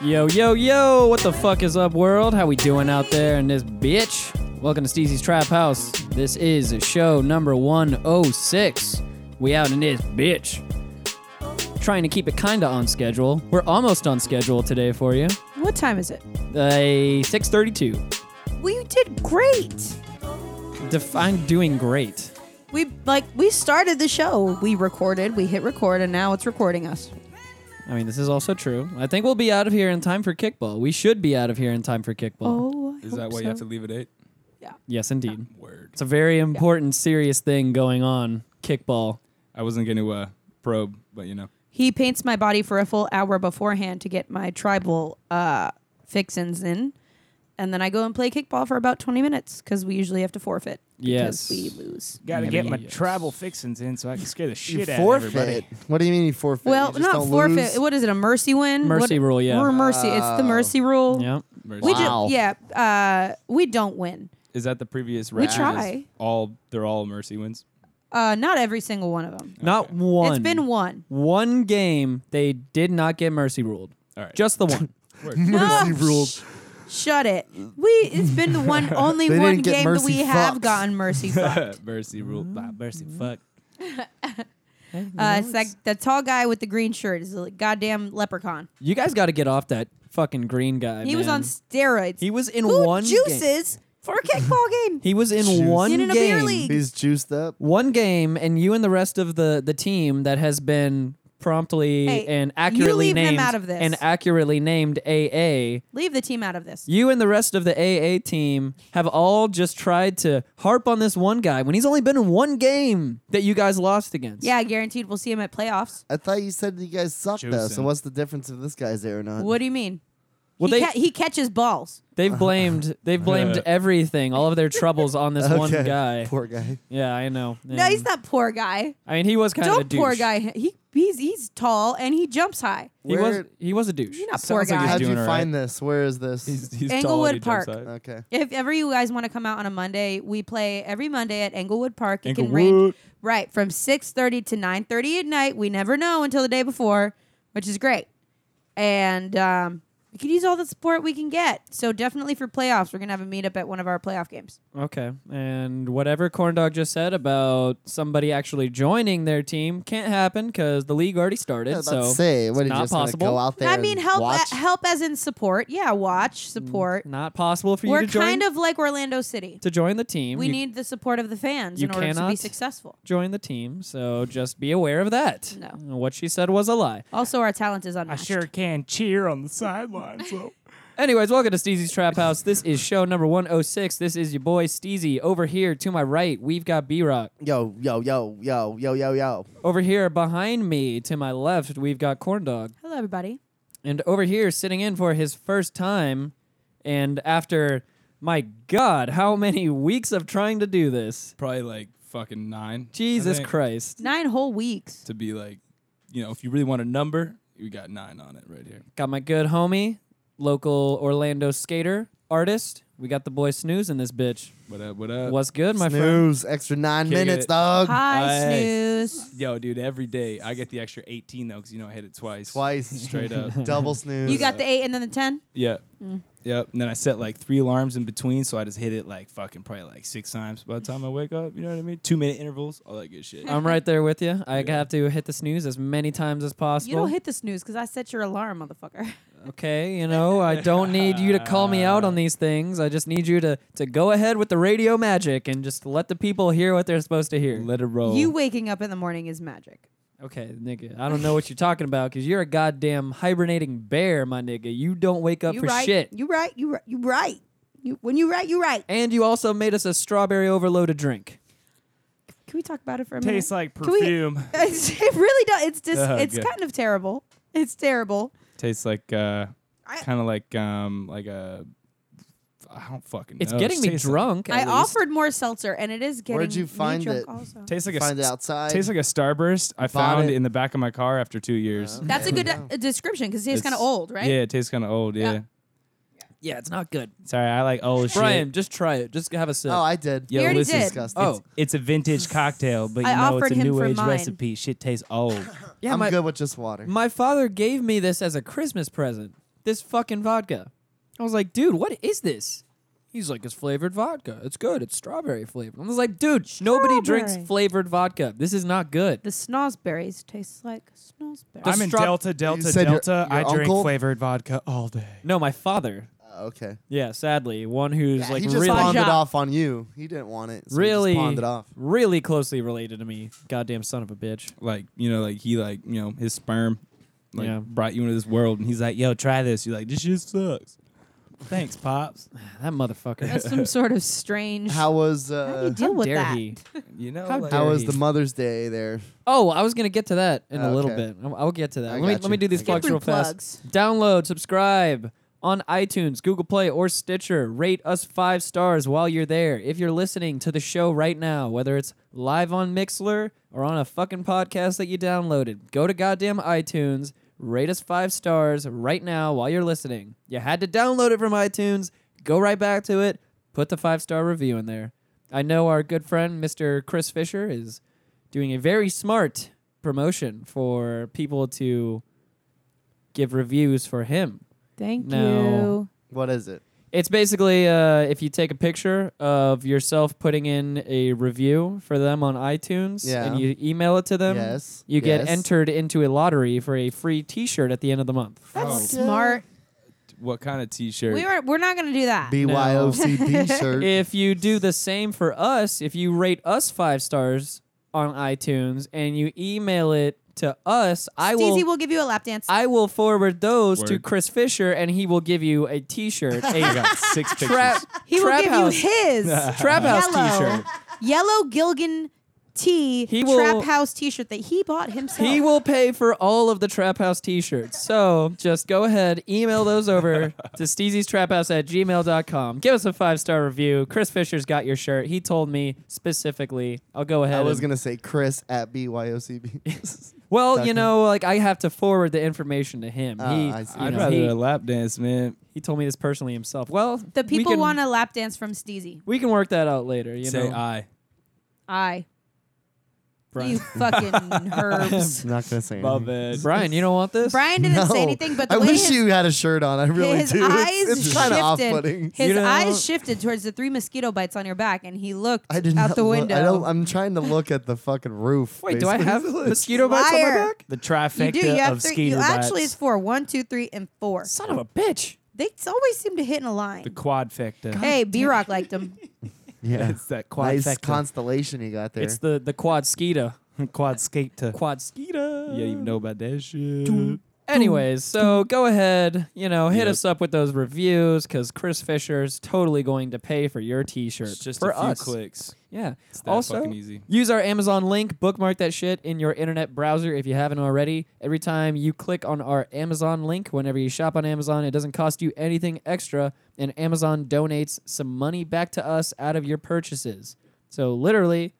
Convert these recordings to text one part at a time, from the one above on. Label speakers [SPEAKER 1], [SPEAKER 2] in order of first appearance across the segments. [SPEAKER 1] Yo, yo, yo! What the fuck is up, world? How we doing out there in this bitch? Welcome to Steezy's Trap House. This is show number 106. We out in this bitch. Trying to keep it kinda on schedule. We're almost on schedule today for you.
[SPEAKER 2] What time is it?
[SPEAKER 1] Uh, 6:32.
[SPEAKER 2] Well, you did great.
[SPEAKER 1] Def- I'm doing great.
[SPEAKER 2] We like we started the show. We recorded. We hit record, and now it's recording us.
[SPEAKER 1] I mean, this is also true. I think we'll be out of here in time for kickball. We should be out of here in time for kickball.
[SPEAKER 2] Oh,
[SPEAKER 3] Is that why you have to leave at eight?
[SPEAKER 1] Yes, indeed.
[SPEAKER 3] Word.
[SPEAKER 1] It's a very important, serious thing going on. Kickball.
[SPEAKER 3] I wasn't going to uh, probe, but you know.
[SPEAKER 2] He paints my body for a full hour beforehand to get my tribal uh, fixins in, and then I go and play kickball for about twenty minutes because we usually have to forfeit.
[SPEAKER 1] Yes.
[SPEAKER 2] because we lose.
[SPEAKER 4] Gotta
[SPEAKER 1] Yeah,
[SPEAKER 4] get
[SPEAKER 1] yeah,
[SPEAKER 4] my
[SPEAKER 1] yes.
[SPEAKER 4] tribal fixins in so I can scare the shit out of
[SPEAKER 5] forfeit.
[SPEAKER 4] everybody.
[SPEAKER 5] What do you mean you forfeit?
[SPEAKER 2] Well,
[SPEAKER 5] You just
[SPEAKER 2] not
[SPEAKER 5] don't
[SPEAKER 2] forfeit.
[SPEAKER 5] lose?
[SPEAKER 2] What is it? A mercy win?
[SPEAKER 1] Mercy
[SPEAKER 2] What-
[SPEAKER 1] rule, yeah.
[SPEAKER 2] Or mercy. It's the mercy rule.
[SPEAKER 1] Yeah.
[SPEAKER 3] Versus,
[SPEAKER 2] We
[SPEAKER 5] Wow.
[SPEAKER 2] do. Yeah. Uh, we don't win.
[SPEAKER 3] is that the previous
[SPEAKER 2] We
[SPEAKER 3] round? is
[SPEAKER 2] try.
[SPEAKER 3] All they're all mercy wins.
[SPEAKER 2] Uh, not every single one of them.
[SPEAKER 1] Not one.
[SPEAKER 2] It's been one.
[SPEAKER 1] one game they did not get mercy ruled.
[SPEAKER 3] All right.
[SPEAKER 1] Just the one.
[SPEAKER 5] mercy
[SPEAKER 2] No.
[SPEAKER 5] ruled.
[SPEAKER 2] Shut it. We it's been the one only
[SPEAKER 5] They
[SPEAKER 2] one
[SPEAKER 5] didn't get
[SPEAKER 2] game that
[SPEAKER 5] mercy
[SPEAKER 2] we have
[SPEAKER 5] fucked.
[SPEAKER 2] gotten mercy fucked.
[SPEAKER 3] mercy rule.
[SPEAKER 4] Mm-hmm.
[SPEAKER 3] Blah, mercy fuck.
[SPEAKER 2] Uh, it's like the tall guy with the green shirt is a goddamn leprechaun.
[SPEAKER 1] you guys got to get off that fucking green guy.
[SPEAKER 2] He was
[SPEAKER 1] man.
[SPEAKER 2] on steroids.
[SPEAKER 1] He was in
[SPEAKER 2] Who
[SPEAKER 1] one game.
[SPEAKER 2] juices for a kickball game.
[SPEAKER 1] He was in
[SPEAKER 5] Juice.
[SPEAKER 1] one
[SPEAKER 2] In a beer
[SPEAKER 1] game.
[SPEAKER 2] league.
[SPEAKER 5] He's juiced up.
[SPEAKER 1] One game, and you and the rest of the the team that has been promptly
[SPEAKER 2] Hey,
[SPEAKER 1] and
[SPEAKER 2] you
[SPEAKER 1] accurately
[SPEAKER 2] leave them
[SPEAKER 1] named
[SPEAKER 2] out of this.
[SPEAKER 1] and accurately named AA.
[SPEAKER 2] Leave the team out of this.
[SPEAKER 1] You and the rest of the AA team have all just tried to harp on this one guy when he's only been in one game that you guys lost against.
[SPEAKER 2] Yeah, guaranteed we'll see him at playoffs.
[SPEAKER 5] I thought you said that you guys sucked though. So
[SPEAKER 3] Juicing.
[SPEAKER 5] what's the difference if this guy's there or not?
[SPEAKER 2] What do you mean?
[SPEAKER 1] Well,
[SPEAKER 2] he,
[SPEAKER 1] they-
[SPEAKER 2] ca- he catches balls.
[SPEAKER 5] Uh-huh.
[SPEAKER 1] They've blamed they've blamed everything, all of their troubles on this one
[SPEAKER 5] Okay.
[SPEAKER 1] guy.
[SPEAKER 5] Poor guy.
[SPEAKER 1] Yeah, I know.
[SPEAKER 2] No,
[SPEAKER 1] And-
[SPEAKER 2] he's not poor guy.
[SPEAKER 1] I mean, he was kind of a
[SPEAKER 2] Don't
[SPEAKER 1] douche.
[SPEAKER 2] poor guy. He he's he's tall and he jumps high.
[SPEAKER 1] He
[SPEAKER 5] Where-
[SPEAKER 1] was he was a douche.
[SPEAKER 2] You're not
[SPEAKER 3] Sounds
[SPEAKER 2] poor
[SPEAKER 3] like he's
[SPEAKER 2] guy.
[SPEAKER 5] How'd
[SPEAKER 3] doing
[SPEAKER 5] you
[SPEAKER 3] all
[SPEAKER 5] find this? Where is this?
[SPEAKER 3] He's, he's tall
[SPEAKER 2] Englewood
[SPEAKER 3] and he jumps
[SPEAKER 2] Park.
[SPEAKER 3] high.
[SPEAKER 5] okay.
[SPEAKER 2] If ever you guys want to come out on a Monday, we play every Monday at Englewood Park. It can
[SPEAKER 3] Englewood.
[SPEAKER 2] range right from six thirty to nine thirty at night. We never know until the day before, which is great. And um, we can use all the support we can get. So definitely for playoffs, we're gonna have a meetup at one of our playoff games.
[SPEAKER 1] Okay. And whatever Corndog just said about somebody actually joining their team can't happen because the league already started.
[SPEAKER 5] I was about
[SPEAKER 1] so
[SPEAKER 5] to say,
[SPEAKER 1] it's
[SPEAKER 5] what did you
[SPEAKER 1] not
[SPEAKER 5] just gonna
[SPEAKER 1] possible.
[SPEAKER 5] go out there?
[SPEAKER 2] I mean,
[SPEAKER 5] and
[SPEAKER 2] help uh,
[SPEAKER 5] watch?
[SPEAKER 2] help as in support. Yeah, watch support.
[SPEAKER 1] not possible for Mm. you
[SPEAKER 2] We're
[SPEAKER 1] to join
[SPEAKER 2] kind of like Orlando City.
[SPEAKER 1] to join the team.
[SPEAKER 2] We
[SPEAKER 1] You
[SPEAKER 2] need the support of the fans
[SPEAKER 1] you
[SPEAKER 2] in order to be
[SPEAKER 1] cannot-
[SPEAKER 2] successful.
[SPEAKER 1] join the team, so just be aware of that.
[SPEAKER 2] No.
[SPEAKER 1] What she said was a lie.
[SPEAKER 2] Also, our talent is
[SPEAKER 4] I
[SPEAKER 2] unmatched.
[SPEAKER 4] sure can cheer on the sidelines. though.
[SPEAKER 1] Anyways, welcome to Steezy's Trap House. This is show number 106. This is your boy Steezy. Over here to my right, we've got B Rock.
[SPEAKER 5] Yo, yo, yo, yo, yo, yo, yo.
[SPEAKER 1] Over here behind me to my left, we've got Corndog.
[SPEAKER 2] Hello, everybody.
[SPEAKER 1] And over here sitting in for his first time and after my god, how many weeks of trying to do this?
[SPEAKER 3] Probably like fucking nine. I
[SPEAKER 1] Jesus
[SPEAKER 3] think,
[SPEAKER 1] Christ.
[SPEAKER 2] Nine whole weeks.
[SPEAKER 3] To be like, you know, if you really want a number, we got nine on it right here.
[SPEAKER 1] Got my good homie, local Orlando skater, artist. We got the boy Snooze in this bitch.
[SPEAKER 3] What up? What up?
[SPEAKER 1] What's good, my friend?
[SPEAKER 5] News. Extra nine
[SPEAKER 3] Kick
[SPEAKER 5] minutes,
[SPEAKER 3] it.
[SPEAKER 5] dog.
[SPEAKER 2] Hi,
[SPEAKER 3] Hi.
[SPEAKER 2] snooze.
[SPEAKER 3] Yo, dude, every day I get the extra 18 though, because you know I hit it twice.
[SPEAKER 5] Twice.
[SPEAKER 3] Straight up.
[SPEAKER 5] Double snooze.
[SPEAKER 2] You got the eight and then the ten.
[SPEAKER 3] Yeah.
[SPEAKER 2] Mm.
[SPEAKER 3] Yep. And then I set like three alarms in between, so I just hit it like fucking probably like six times by the time I wake up. You know what I mean? Two minute intervals, all that good shit.
[SPEAKER 1] I'm right there with you. I have to hit the snooze as many times as possible.
[SPEAKER 2] You don't hit the snooze because I set your alarm, motherfucker.
[SPEAKER 1] Okay, you know, I don't need you to call me out on these things. I just need you to to go ahead with the radio magic and just let the people hear what they're supposed to hear.
[SPEAKER 3] Let it roll.
[SPEAKER 1] Oh.
[SPEAKER 2] You waking up in the morning is magic.
[SPEAKER 1] Okay, nigga, I don't know what you're talking about because you're a goddamn hibernating bear, my nigga. You don't wake up
[SPEAKER 2] you
[SPEAKER 1] for
[SPEAKER 2] right.
[SPEAKER 1] shit.
[SPEAKER 2] You right. You right. You right. You, when you right, you right.
[SPEAKER 1] And you also made us a strawberry overload to drink.
[SPEAKER 2] Can we talk about it for a
[SPEAKER 4] Tastes
[SPEAKER 2] minute?
[SPEAKER 4] like
[SPEAKER 2] Can we-
[SPEAKER 4] perfume.
[SPEAKER 2] it really does. It's just.
[SPEAKER 3] Oh,
[SPEAKER 2] it's
[SPEAKER 3] good.
[SPEAKER 2] kind of terrible. It's terrible.
[SPEAKER 3] Tastes like uh
[SPEAKER 2] I-
[SPEAKER 3] kind of like um like a I don't fucking know.
[SPEAKER 1] It's getting
[SPEAKER 3] Just
[SPEAKER 1] me
[SPEAKER 3] tastes
[SPEAKER 1] drunk.
[SPEAKER 2] I
[SPEAKER 1] at least.
[SPEAKER 2] offered more seltser, and it is getting.
[SPEAKER 5] Where'd you
[SPEAKER 2] me
[SPEAKER 5] find
[SPEAKER 2] drunk
[SPEAKER 5] it?
[SPEAKER 2] Also.
[SPEAKER 3] Like, tastes like a
[SPEAKER 5] Find it
[SPEAKER 3] s-
[SPEAKER 5] outside.
[SPEAKER 3] Tastes like a starburst I found
[SPEAKER 5] it.
[SPEAKER 3] in the back of my car after two years.
[SPEAKER 5] Oh.
[SPEAKER 2] That's a good
[SPEAKER 5] Yeah.
[SPEAKER 2] uh, description because tastes kind of old, right?
[SPEAKER 3] Yeah, it tastes kind of old. Yeah.
[SPEAKER 2] Yeah.
[SPEAKER 1] Yeah, it's not good.
[SPEAKER 3] Sorry, I like old shit.
[SPEAKER 1] Brian, just try it. Just have a sip.
[SPEAKER 5] Oh, I did.
[SPEAKER 2] You already
[SPEAKER 3] listen.
[SPEAKER 2] did.
[SPEAKER 5] Disgusting.
[SPEAKER 1] oh,
[SPEAKER 3] It's a vintage cocktail, but you
[SPEAKER 2] I
[SPEAKER 3] know
[SPEAKER 2] offered
[SPEAKER 3] it's a
[SPEAKER 2] him
[SPEAKER 3] new
[SPEAKER 2] for
[SPEAKER 3] age
[SPEAKER 2] mine.
[SPEAKER 3] recipe. Shit tastes old.
[SPEAKER 1] yeah,
[SPEAKER 5] I'm
[SPEAKER 1] my,
[SPEAKER 5] good with just water.
[SPEAKER 1] my father gave me this as a Christmas present. this fucking vodka. I was like, dude, what is this? He's like, it's flavored vodka. It's good. It's strawberry flavored. I was like, dude, nobody drinks
[SPEAKER 2] Strawberry.
[SPEAKER 1] flavored vodka. This is not good.
[SPEAKER 2] The snozzberries taste like snozzberries.
[SPEAKER 1] The
[SPEAKER 4] I'm in
[SPEAKER 1] straw-
[SPEAKER 4] Delta, Delta,
[SPEAKER 5] said your-
[SPEAKER 4] Delta.
[SPEAKER 5] your
[SPEAKER 4] I drink
[SPEAKER 5] uncle?
[SPEAKER 4] flavored vodka all day.
[SPEAKER 1] No, my father.
[SPEAKER 5] Uh, okay.
[SPEAKER 1] Yeah, sadly, one who's
[SPEAKER 5] Yeah,
[SPEAKER 1] like
[SPEAKER 5] he just
[SPEAKER 1] really,
[SPEAKER 5] pawned it
[SPEAKER 2] Baja.
[SPEAKER 5] off on you. He didn't want it. So he
[SPEAKER 1] really,
[SPEAKER 5] just pawned it off.
[SPEAKER 1] really closely related to me. Goddamn son of a bitch.
[SPEAKER 3] Like you know, like he like you know his sperm, like
[SPEAKER 1] Yeah.
[SPEAKER 3] brought you into this world, and he's like, "Yo, try this." You're like, "This shit sucks." Thanks, pops.
[SPEAKER 5] Ah,
[SPEAKER 1] That motherfucker.
[SPEAKER 2] That's some sort of strange.
[SPEAKER 5] How was
[SPEAKER 2] how do you
[SPEAKER 5] uh,
[SPEAKER 2] deal with
[SPEAKER 1] dare
[SPEAKER 2] that?
[SPEAKER 1] he.
[SPEAKER 3] You know,
[SPEAKER 1] How
[SPEAKER 3] like,
[SPEAKER 1] dare
[SPEAKER 5] how was
[SPEAKER 1] he?
[SPEAKER 5] the Mother's Day there?
[SPEAKER 1] Oh, I was gonna get to that in a
[SPEAKER 5] Oh, Okay.
[SPEAKER 1] little bit. I'll, I'll get to that.
[SPEAKER 5] I
[SPEAKER 1] let me
[SPEAKER 5] got
[SPEAKER 1] let me
[SPEAKER 5] you.
[SPEAKER 1] do these
[SPEAKER 5] I got
[SPEAKER 1] plugs
[SPEAKER 2] you.
[SPEAKER 1] real
[SPEAKER 2] Plugs.
[SPEAKER 1] fast. Download, subscribe on iTunes, Google Play, or Stitcher. Rate us five stars while you're there. If you're listening to the show right now, whether it's live on Mixler or on a fucking podcast that you downloaded, go to goddamn iTunes. Rate us five stars right now while you're listening. You had to download it from iTunes. Go right back to it. Put the five star review in there. I know our good friend Mr. Chris Fisher is doing a very smart promotion for people to give reviews for him.
[SPEAKER 2] Thank
[SPEAKER 1] No.
[SPEAKER 2] you.
[SPEAKER 5] What is it?
[SPEAKER 1] It's basically uh, if you take a picture of yourself putting in a review for them on iTunes
[SPEAKER 5] Yeah.
[SPEAKER 1] and you email it to them,
[SPEAKER 5] yes.
[SPEAKER 1] you get
[SPEAKER 5] yes.
[SPEAKER 1] entered into a lottery for a free t shirt at the end of the month.
[SPEAKER 2] That's
[SPEAKER 3] Oh.
[SPEAKER 2] smart.
[SPEAKER 3] what kind of T-shirt?
[SPEAKER 2] We are, we're not going to do that.
[SPEAKER 5] BYOCD shirt.
[SPEAKER 1] If you do the same for us, if you rate us five stars on iTunes and you email it to us, I will.
[SPEAKER 2] Steezy will give you a lap dance.
[SPEAKER 1] I will forward those to
[SPEAKER 3] Word.
[SPEAKER 1] Chris Fisher, and he will give you a T-shirt, a
[SPEAKER 3] got six pictures.
[SPEAKER 1] trap,
[SPEAKER 2] he will
[SPEAKER 1] trap
[SPEAKER 2] give
[SPEAKER 1] house,
[SPEAKER 2] you his
[SPEAKER 1] trap house
[SPEAKER 2] yellow,
[SPEAKER 1] T-shirt.
[SPEAKER 2] yellow Gilgan tea
[SPEAKER 1] He will-
[SPEAKER 2] trap house T-shirt that he bought himself.
[SPEAKER 1] He will pay for all of the Trap House T-shirts. So just go ahead, email those over to Steezy's Trap House at gmail.com. Give us a five-star review. Chris Fisher's got your shirt. He told me specifically. I'll go ahead.
[SPEAKER 5] I was
[SPEAKER 1] and-
[SPEAKER 5] gonna say Chris at BYOCB.
[SPEAKER 1] well,
[SPEAKER 5] Duck
[SPEAKER 1] you
[SPEAKER 5] in.
[SPEAKER 1] know, like I have to forward the information to him.
[SPEAKER 5] Ah,
[SPEAKER 1] he,
[SPEAKER 5] I see.
[SPEAKER 1] you
[SPEAKER 3] I'd
[SPEAKER 1] know,
[SPEAKER 3] rather
[SPEAKER 1] he,
[SPEAKER 3] a lap dance, man.
[SPEAKER 1] he told me this personally himself. Well,
[SPEAKER 2] the
[SPEAKER 1] we
[SPEAKER 2] people
[SPEAKER 1] can-
[SPEAKER 2] want a lap dance from Steezy.
[SPEAKER 1] We can work that out later. You
[SPEAKER 3] Say
[SPEAKER 1] know.
[SPEAKER 3] I.
[SPEAKER 2] I.
[SPEAKER 1] Brian.
[SPEAKER 2] You fucking herbs.
[SPEAKER 5] I'm not gonna say
[SPEAKER 3] Love
[SPEAKER 5] anything.
[SPEAKER 3] it.
[SPEAKER 1] Brian, you don't want this?
[SPEAKER 2] Brian didn't
[SPEAKER 5] No.
[SPEAKER 2] say anything, but the
[SPEAKER 5] I
[SPEAKER 2] way
[SPEAKER 5] wish
[SPEAKER 2] his,
[SPEAKER 5] you had a shirt on. I really
[SPEAKER 2] his
[SPEAKER 5] do.
[SPEAKER 2] eyes
[SPEAKER 5] it's kind
[SPEAKER 2] shifted.
[SPEAKER 5] of off-putting.
[SPEAKER 2] His
[SPEAKER 1] You know-
[SPEAKER 2] eyes shifted towards the three mosquito bites on your back, and he looked
[SPEAKER 5] I did
[SPEAKER 2] out
[SPEAKER 5] not
[SPEAKER 2] the
[SPEAKER 5] look-
[SPEAKER 2] window.
[SPEAKER 5] I don't, I'm trying to look at the fucking roof.
[SPEAKER 1] Wait, do I have
[SPEAKER 5] basically.
[SPEAKER 1] mosquito bites on my
[SPEAKER 2] Liar.
[SPEAKER 1] back?
[SPEAKER 3] The
[SPEAKER 2] you
[SPEAKER 3] trifecta
[SPEAKER 2] do. You have
[SPEAKER 3] of
[SPEAKER 2] three.
[SPEAKER 3] skeeter
[SPEAKER 2] You actually,
[SPEAKER 3] bites.
[SPEAKER 2] it's four. One, two, three, and four.
[SPEAKER 1] Son of a bitch.
[SPEAKER 2] They s- always seem to hit in a line.
[SPEAKER 3] the quadfecta.
[SPEAKER 2] hey, B Rock liked him.
[SPEAKER 5] Yeah.
[SPEAKER 3] It's that quad
[SPEAKER 5] Nice constellation you got there.
[SPEAKER 1] It's the, the quad skeeta.
[SPEAKER 3] quad skate to.
[SPEAKER 1] Quad skeeta.
[SPEAKER 3] Yeah, you know about that shit.
[SPEAKER 1] Anyways, so go ahead, you know, hit
[SPEAKER 3] Yep.
[SPEAKER 1] us up with those reviews because Chris Fisher's totally going to pay for your t shirt.
[SPEAKER 3] It's just
[SPEAKER 1] for
[SPEAKER 3] a few
[SPEAKER 1] us.
[SPEAKER 3] clicks.
[SPEAKER 1] Yeah.
[SPEAKER 3] It's that
[SPEAKER 1] Also,
[SPEAKER 3] fucking easy.
[SPEAKER 1] use our Amazon link, bookmark that shit in your internet browser if you haven't already. Every time you click on our Amazon link, whenever you shop on Amazon, it doesn't cost you anything extra, and Amazon donates some money back to us out of your purchases. So, literally,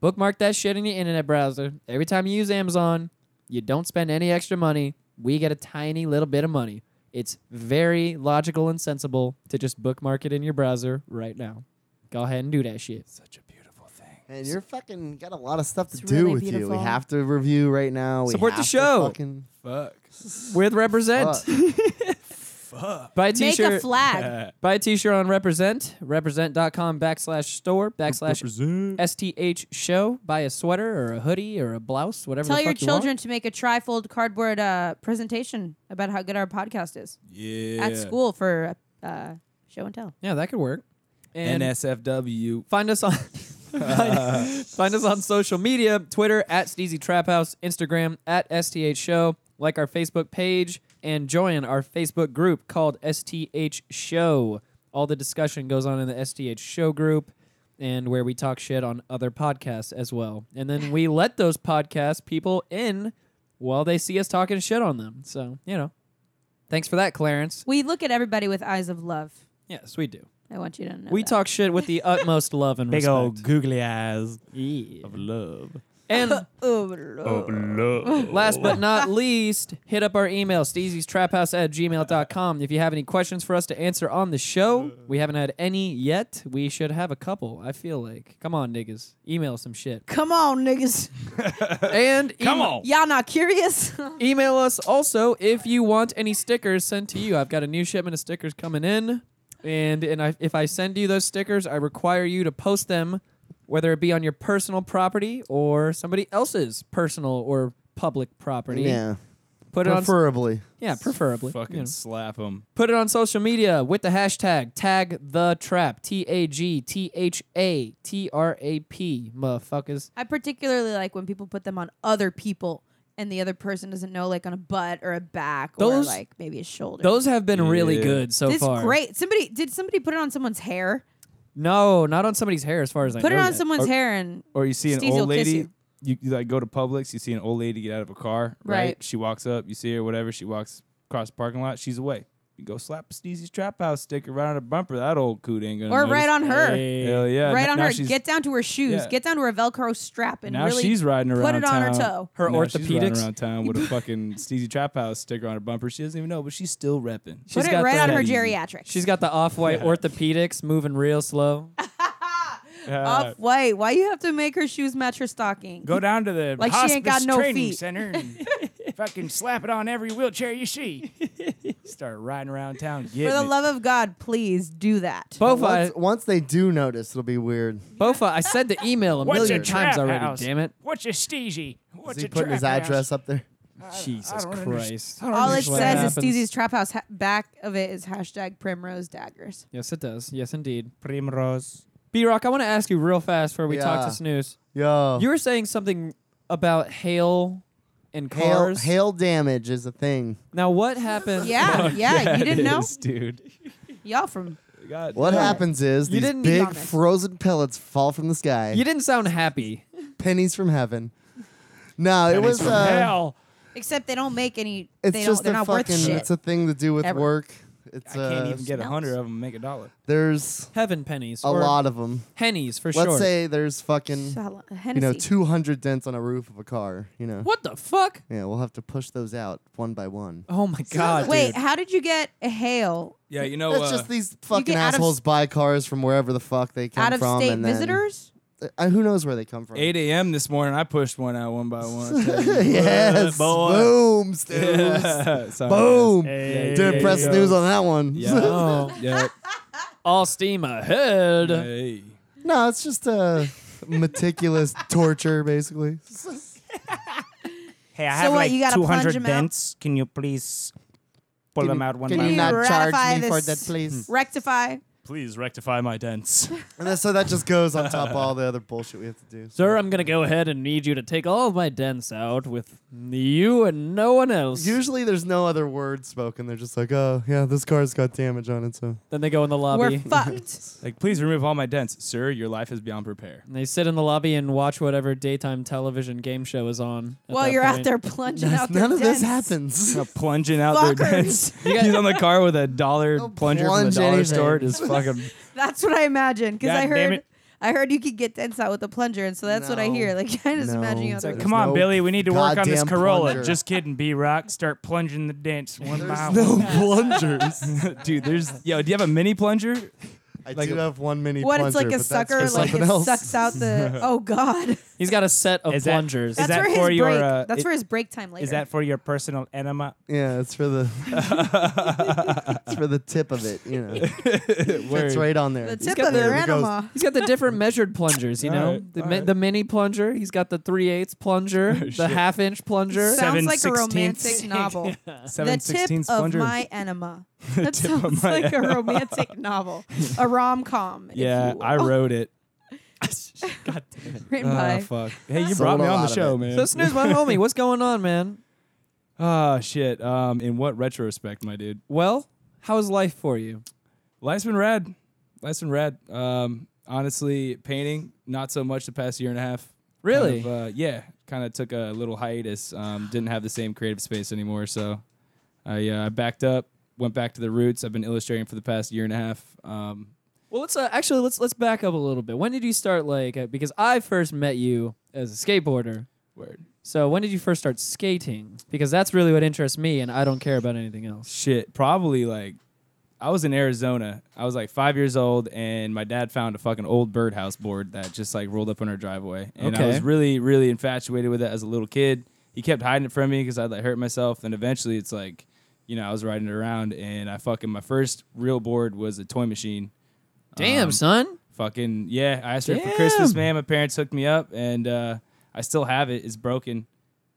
[SPEAKER 1] bookmark that shit in your internet browser. Every time you use Amazon, you don't spend any extra money. We get a tiny little bit of money. It's very logical and sensible to just bookmark it in your browser right now. Go ahead and do that shit.
[SPEAKER 3] Such a beautiful thing.
[SPEAKER 5] and you're fucking got a lot of stuff to
[SPEAKER 2] It's
[SPEAKER 5] do
[SPEAKER 2] really
[SPEAKER 5] with you.
[SPEAKER 2] beautiful.
[SPEAKER 5] We have to review right now. We
[SPEAKER 1] Support the
[SPEAKER 5] have to
[SPEAKER 1] show.
[SPEAKER 5] fucking-
[SPEAKER 3] Fuck.
[SPEAKER 1] with represent. Buy a
[SPEAKER 2] Make a
[SPEAKER 1] t-shirt.
[SPEAKER 2] flag.
[SPEAKER 1] buy a t-shirt on represent. Represent.com backslash store backslash
[SPEAKER 3] Represent.
[SPEAKER 1] STH show. Buy a sweater or a hoodie or a blouse, whatever.
[SPEAKER 2] Tell
[SPEAKER 1] the
[SPEAKER 2] your
[SPEAKER 1] fuck you want.
[SPEAKER 2] children to make a trifold cardboard uh, presentation about how good our podcast is
[SPEAKER 3] Yeah.
[SPEAKER 2] at school for uh, show and tell.
[SPEAKER 1] Yeah, that could work. And
[SPEAKER 3] NSFW.
[SPEAKER 1] find us on. find, find us on social media Twitter at Steezy Trap House, Instagram at STH Show. Like our Facebook page and join our Facebook group called STH Show. All the discussion goes on in the STH Show group and where we talk shit on other podcasts as well. And then we let those podcast people in while they see us talking shit on them. So, you know, thanks for that, Clarence.
[SPEAKER 2] We look at everybody with eyes of love.
[SPEAKER 1] Yes, we do.
[SPEAKER 2] I want you to know.
[SPEAKER 1] We
[SPEAKER 2] that.
[SPEAKER 1] talk shit with the utmost love and
[SPEAKER 4] Big
[SPEAKER 1] respect.
[SPEAKER 4] old googly eyes
[SPEAKER 1] Yeah.
[SPEAKER 4] of love.
[SPEAKER 1] And
[SPEAKER 2] Oh, Lord.
[SPEAKER 4] love.
[SPEAKER 1] Last but not least, hit up our email, steezystraphouse at gmail.com. If you have any questions for us to answer on the show, we haven't had any yet. We should have a couple, I feel like. Come on, niggas. Email some shit.
[SPEAKER 2] Come on, niggas.
[SPEAKER 1] And
[SPEAKER 3] Come
[SPEAKER 1] email-
[SPEAKER 3] on.
[SPEAKER 2] Y'all not curious?
[SPEAKER 1] Email us also if you want any stickers sent to you. I've got a new shipment of stickers coming in, and and I, if I send you those stickers, I require you to post them, whether it be on your personal property or somebody else's personal or public property.
[SPEAKER 5] Yeah.
[SPEAKER 1] Put it on,
[SPEAKER 5] Preferably.
[SPEAKER 1] yeah, preferably.
[SPEAKER 3] Fucking
[SPEAKER 1] you know.
[SPEAKER 3] slap him.
[SPEAKER 1] Put it on social media with the hashtag tag the trap T A G T H A T R A P motherfuckers.
[SPEAKER 2] I particularly like when people put them on other people and the other person doesn't know, like on a butt or a back
[SPEAKER 1] Those-
[SPEAKER 2] or like maybe a shoulder.
[SPEAKER 1] Those have been really
[SPEAKER 3] Yeah.
[SPEAKER 1] good so
[SPEAKER 2] this is
[SPEAKER 1] far.
[SPEAKER 2] great. Somebody did somebody put it on someone's hair?
[SPEAKER 1] No, not on somebody's hair, as far as I
[SPEAKER 2] Put
[SPEAKER 1] know.
[SPEAKER 2] it on
[SPEAKER 1] yet.
[SPEAKER 2] someone's hair and
[SPEAKER 3] Or you see an
[SPEAKER 2] Steezy will
[SPEAKER 3] old
[SPEAKER 2] kiss
[SPEAKER 3] lady.
[SPEAKER 2] you.
[SPEAKER 3] You, you, like go to Publix, you see an old lady get out of a car, right?
[SPEAKER 2] Right.
[SPEAKER 3] She walks up, you see her, whatever. She walks across the parking lot, she's away. You go slap a Steezy's Trap House sticker right on her bumper. That old coot ain't gonna.
[SPEAKER 2] or
[SPEAKER 3] notice.
[SPEAKER 2] right on her.
[SPEAKER 3] Hell yeah!
[SPEAKER 2] Right
[SPEAKER 3] N-
[SPEAKER 2] on
[SPEAKER 3] now
[SPEAKER 2] her.
[SPEAKER 3] she's-
[SPEAKER 2] Get down to her shoes.
[SPEAKER 3] Yeah.
[SPEAKER 2] Get down to her Velcro strap and
[SPEAKER 3] now
[SPEAKER 2] really
[SPEAKER 3] she's riding around
[SPEAKER 2] put it on her
[SPEAKER 3] town.
[SPEAKER 2] toe.
[SPEAKER 1] Her
[SPEAKER 3] Now she's riding
[SPEAKER 1] orthopedics.
[SPEAKER 3] around town with a fucking Steezy Trap House sticker on her bumper. She doesn't even know, but she's still repping.
[SPEAKER 1] She's
[SPEAKER 2] put it
[SPEAKER 1] got
[SPEAKER 2] right
[SPEAKER 1] the-
[SPEAKER 2] on her
[SPEAKER 3] Easy.
[SPEAKER 2] geriatrics.
[SPEAKER 1] She's got the off-white orthopedics moving real slow.
[SPEAKER 3] uh,
[SPEAKER 2] off white. Why you have to make her shoes match her stocking?
[SPEAKER 4] Go down to the
[SPEAKER 2] Like
[SPEAKER 4] hospice
[SPEAKER 2] she ain't got no
[SPEAKER 4] training
[SPEAKER 2] feet.
[SPEAKER 4] center and fucking slap it on every wheelchair you see. Start riding around town getting
[SPEAKER 2] For the
[SPEAKER 4] it.
[SPEAKER 2] love of God, please do that.
[SPEAKER 1] Bofa, I,
[SPEAKER 5] Once, once they do notice, it'll be weird.
[SPEAKER 1] Bofa, I said the email a
[SPEAKER 4] What's
[SPEAKER 1] million
[SPEAKER 4] a
[SPEAKER 1] times
[SPEAKER 4] trap
[SPEAKER 1] already.
[SPEAKER 4] house?
[SPEAKER 1] Damn it!
[SPEAKER 4] What's a steezy? What's
[SPEAKER 5] Is he
[SPEAKER 4] a
[SPEAKER 5] putting his
[SPEAKER 4] trap house?
[SPEAKER 5] address up there?
[SPEAKER 3] Jesus
[SPEAKER 4] don't underst-
[SPEAKER 3] Christ.
[SPEAKER 2] All it
[SPEAKER 1] Understand what
[SPEAKER 2] says
[SPEAKER 1] happens.
[SPEAKER 2] is Steezy's Trap House. Ha- back of it is hashtag Primrose Daggers.
[SPEAKER 1] Yes, it does. Yes, indeed.
[SPEAKER 3] Primrose.
[SPEAKER 1] B Rock, I want to ask you real fast before we talk
[SPEAKER 5] Yeah.
[SPEAKER 1] to Snooze.
[SPEAKER 5] Yo.
[SPEAKER 1] You were saying something about hail and
[SPEAKER 5] hail,
[SPEAKER 1] cars.
[SPEAKER 5] hail damage is a thing.
[SPEAKER 1] Now, what happened?
[SPEAKER 2] Yeah, yeah. You didn't know?
[SPEAKER 3] dude.
[SPEAKER 2] Y'all from
[SPEAKER 3] God
[SPEAKER 5] What
[SPEAKER 3] damn.
[SPEAKER 5] happens is
[SPEAKER 1] You
[SPEAKER 5] these
[SPEAKER 1] didn't-
[SPEAKER 5] big
[SPEAKER 2] Promise.
[SPEAKER 5] frozen pellets fall from the sky.
[SPEAKER 1] You didn't sound happy.
[SPEAKER 5] pennies from heaven. No, it was.
[SPEAKER 4] From
[SPEAKER 5] uh,
[SPEAKER 4] hell.
[SPEAKER 2] except they don't make any.
[SPEAKER 5] It's
[SPEAKER 2] they don't,
[SPEAKER 5] just
[SPEAKER 2] they're not
[SPEAKER 5] a fucking.
[SPEAKER 2] worth shit.
[SPEAKER 5] It's a thing to do with
[SPEAKER 2] Ever.
[SPEAKER 5] work. It's
[SPEAKER 3] I can't
[SPEAKER 5] uh,
[SPEAKER 3] even get a
[SPEAKER 2] smells.
[SPEAKER 3] hundred of them and make a dollar.
[SPEAKER 5] There's
[SPEAKER 1] Heaven pennies.
[SPEAKER 5] a
[SPEAKER 1] or
[SPEAKER 5] lot of them.
[SPEAKER 1] Hennies for
[SPEAKER 5] Let's
[SPEAKER 1] sure.
[SPEAKER 5] say there's fucking
[SPEAKER 2] Sal-
[SPEAKER 5] you know
[SPEAKER 2] Hennessy.
[SPEAKER 5] 200 dents on a roof of a car. You know.
[SPEAKER 1] What the fuck?
[SPEAKER 5] Yeah, we'll have to push those out one by one.
[SPEAKER 1] Oh my god!
[SPEAKER 2] Wait,
[SPEAKER 1] dude.
[SPEAKER 2] how did you get a hail
[SPEAKER 3] Yeah, you
[SPEAKER 4] Oh,
[SPEAKER 3] know. uh,
[SPEAKER 5] That's
[SPEAKER 4] uh,
[SPEAKER 5] just these fucking
[SPEAKER 2] get out of
[SPEAKER 5] assholes
[SPEAKER 2] s-
[SPEAKER 5] buy cars from wherever the fuck they come
[SPEAKER 2] out of
[SPEAKER 5] from.
[SPEAKER 2] state
[SPEAKER 5] and then-
[SPEAKER 2] visitors?
[SPEAKER 5] Uh, who knows where they come from?
[SPEAKER 3] 8 a.m. this morning, I pushed one out one by one.
[SPEAKER 5] yes.
[SPEAKER 3] Boy.
[SPEAKER 5] Boom, Stu.
[SPEAKER 3] Sorry,
[SPEAKER 5] Boom.
[SPEAKER 3] guys.
[SPEAKER 4] Hey.
[SPEAKER 5] Dude, press
[SPEAKER 4] Yeah.
[SPEAKER 5] news on that one.
[SPEAKER 3] Yeah.
[SPEAKER 1] Oh,
[SPEAKER 3] Yep.
[SPEAKER 1] all steam ahead.
[SPEAKER 3] Hey.
[SPEAKER 5] no, it's just uh, meticulous torture, basically.
[SPEAKER 4] Hey, I
[SPEAKER 2] So
[SPEAKER 4] have
[SPEAKER 2] what,
[SPEAKER 4] like
[SPEAKER 2] you gotta plunge
[SPEAKER 4] 200
[SPEAKER 2] them out?
[SPEAKER 4] dents. Can you please pull
[SPEAKER 5] Can
[SPEAKER 4] them
[SPEAKER 5] you-
[SPEAKER 4] out one
[SPEAKER 5] Can
[SPEAKER 4] by
[SPEAKER 5] you
[SPEAKER 4] one? Hmm.
[SPEAKER 5] not charge
[SPEAKER 2] Ratify
[SPEAKER 5] me for
[SPEAKER 2] this.
[SPEAKER 5] that, please?
[SPEAKER 2] Rectify.
[SPEAKER 4] Please rectify my dents.
[SPEAKER 5] and then, so that just goes on top of all the other bullshit we have to do.
[SPEAKER 1] Sir, I'm gonna go ahead and need you to take all of my dents out with you and no one else.
[SPEAKER 5] Usually there's no other word spoken. They're just like, oh, yeah, this car's got damage on it, so.
[SPEAKER 1] then they go in the
[SPEAKER 2] We're
[SPEAKER 1] lobby.
[SPEAKER 2] fucked.
[SPEAKER 3] Like, please remove all my dents, sir. Your life is beyond repair.
[SPEAKER 1] and they sit in the lobby and watch whatever daytime television game show is on. at
[SPEAKER 2] While
[SPEAKER 1] that
[SPEAKER 2] you're out
[SPEAKER 1] point.
[SPEAKER 2] there plunging out their
[SPEAKER 5] None of this
[SPEAKER 2] dents.
[SPEAKER 5] happens.
[SPEAKER 3] Now plunging out their
[SPEAKER 2] Fuckers.
[SPEAKER 3] dents. He's on the car with a dollar
[SPEAKER 5] They'll
[SPEAKER 3] plunger from the
[SPEAKER 5] plunge
[SPEAKER 3] dollar
[SPEAKER 5] anything.
[SPEAKER 3] store. Just fucking.
[SPEAKER 2] That's what I imagine because I
[SPEAKER 4] God damn
[SPEAKER 2] heard
[SPEAKER 4] it.
[SPEAKER 2] I heard you could get dents out with a plunger, and so that's what I
[SPEAKER 5] No.
[SPEAKER 2] hear. Like I just
[SPEAKER 5] No.
[SPEAKER 2] imagine you out
[SPEAKER 5] It's
[SPEAKER 2] there.
[SPEAKER 5] like,
[SPEAKER 4] Come on,
[SPEAKER 5] no
[SPEAKER 4] Billy. We need to work on this
[SPEAKER 5] goddamn
[SPEAKER 4] Corolla.
[SPEAKER 5] plunger.
[SPEAKER 4] Just kidding, B Rock. Start plunging the dents one by
[SPEAKER 5] There's
[SPEAKER 4] one.
[SPEAKER 5] no plungers.
[SPEAKER 3] Dude, there's. Yo, do you have a mini plunger?
[SPEAKER 5] I
[SPEAKER 3] Like
[SPEAKER 5] do
[SPEAKER 3] a-
[SPEAKER 5] have one mini
[SPEAKER 2] What it's
[SPEAKER 5] plunger,
[SPEAKER 2] like a
[SPEAKER 5] but that's for
[SPEAKER 2] sucker, like
[SPEAKER 5] something
[SPEAKER 2] it
[SPEAKER 5] else.
[SPEAKER 2] sucks out the. Oh God,
[SPEAKER 1] He's got a set of
[SPEAKER 4] Is that-
[SPEAKER 1] plungers.
[SPEAKER 2] that's
[SPEAKER 4] that
[SPEAKER 2] for his
[SPEAKER 4] for
[SPEAKER 2] break.
[SPEAKER 4] your, uh,
[SPEAKER 2] that's
[SPEAKER 4] it-
[SPEAKER 2] for his break time later.
[SPEAKER 4] Is that for your personal enema?
[SPEAKER 5] Yeah, it's for the it's for the tip of it, you know. It's right on there.
[SPEAKER 2] the
[SPEAKER 5] It's
[SPEAKER 2] tip
[SPEAKER 5] got
[SPEAKER 2] of your
[SPEAKER 5] there, it goes-
[SPEAKER 2] enema?
[SPEAKER 1] he's got the different measured plungers, you
[SPEAKER 3] All
[SPEAKER 1] know?
[SPEAKER 3] right,
[SPEAKER 1] the,
[SPEAKER 3] all
[SPEAKER 1] mi-
[SPEAKER 3] right.
[SPEAKER 1] the mini plunger, he's got the 3 eighths plunger, the
[SPEAKER 3] Oh, shit.
[SPEAKER 1] half inch plunger.
[SPEAKER 4] So-
[SPEAKER 2] Sounds
[SPEAKER 4] Seven
[SPEAKER 2] like a romantic
[SPEAKER 4] sixteenths.
[SPEAKER 2] novel.
[SPEAKER 3] Seven
[SPEAKER 2] the tip
[SPEAKER 3] sixteenths
[SPEAKER 2] of
[SPEAKER 3] plunger.
[SPEAKER 2] my enema. That
[SPEAKER 3] tip of
[SPEAKER 2] sounds
[SPEAKER 3] my
[SPEAKER 2] like a romantic novel, a rom com.
[SPEAKER 3] yeah, I wrote it.
[SPEAKER 1] God damn it.
[SPEAKER 2] written
[SPEAKER 3] Ah,
[SPEAKER 2] by.
[SPEAKER 3] fuck. Hey, you
[SPEAKER 5] Sold
[SPEAKER 3] brought me
[SPEAKER 5] a
[SPEAKER 3] on
[SPEAKER 5] lot
[SPEAKER 3] the
[SPEAKER 5] of
[SPEAKER 3] show,
[SPEAKER 5] it.
[SPEAKER 3] man.
[SPEAKER 1] So, Snooze, my homie, what's going on, man?
[SPEAKER 3] Ah, shit. Um, in what retrospect, my dude?
[SPEAKER 1] Well, how's life for you?
[SPEAKER 3] Life's been rad. Life's been rad. Um, honestly, painting not so much the past year and a half.
[SPEAKER 1] Really?
[SPEAKER 3] Kind of, uh, yeah. Kind of took a little hiatus. Um, didn't have the same creative space anymore, so I uh, backed up. Went back to the roots. I've been illustrating for the past year and a half. Um,
[SPEAKER 1] Well, let's uh, actually let's let's back up a little bit. When did you start like? Uh, because I first met you as a skateboarder,
[SPEAKER 3] word.
[SPEAKER 1] So when did you first start skating? Because that's really what interests me, and I don't care about anything else.
[SPEAKER 3] Shit, probably like I was in Arizona. I was like five years old, and my dad found a fucking old birdhouse board that just like rolled up on our driveway. And I
[SPEAKER 1] Okay.
[SPEAKER 3] was really, really infatuated with it as a little kid. He kept hiding it from me because I'd like hurt myself. And eventually, it's like, you know, I was riding it around, and I fucking my first real board was a toy machine.
[SPEAKER 1] Damn,
[SPEAKER 3] Um,
[SPEAKER 1] son.
[SPEAKER 3] Fucking yeah, I asked for it for
[SPEAKER 1] Damn.
[SPEAKER 3] Christmas, man. My parents hooked me up, and uh, I still have it. It's broken.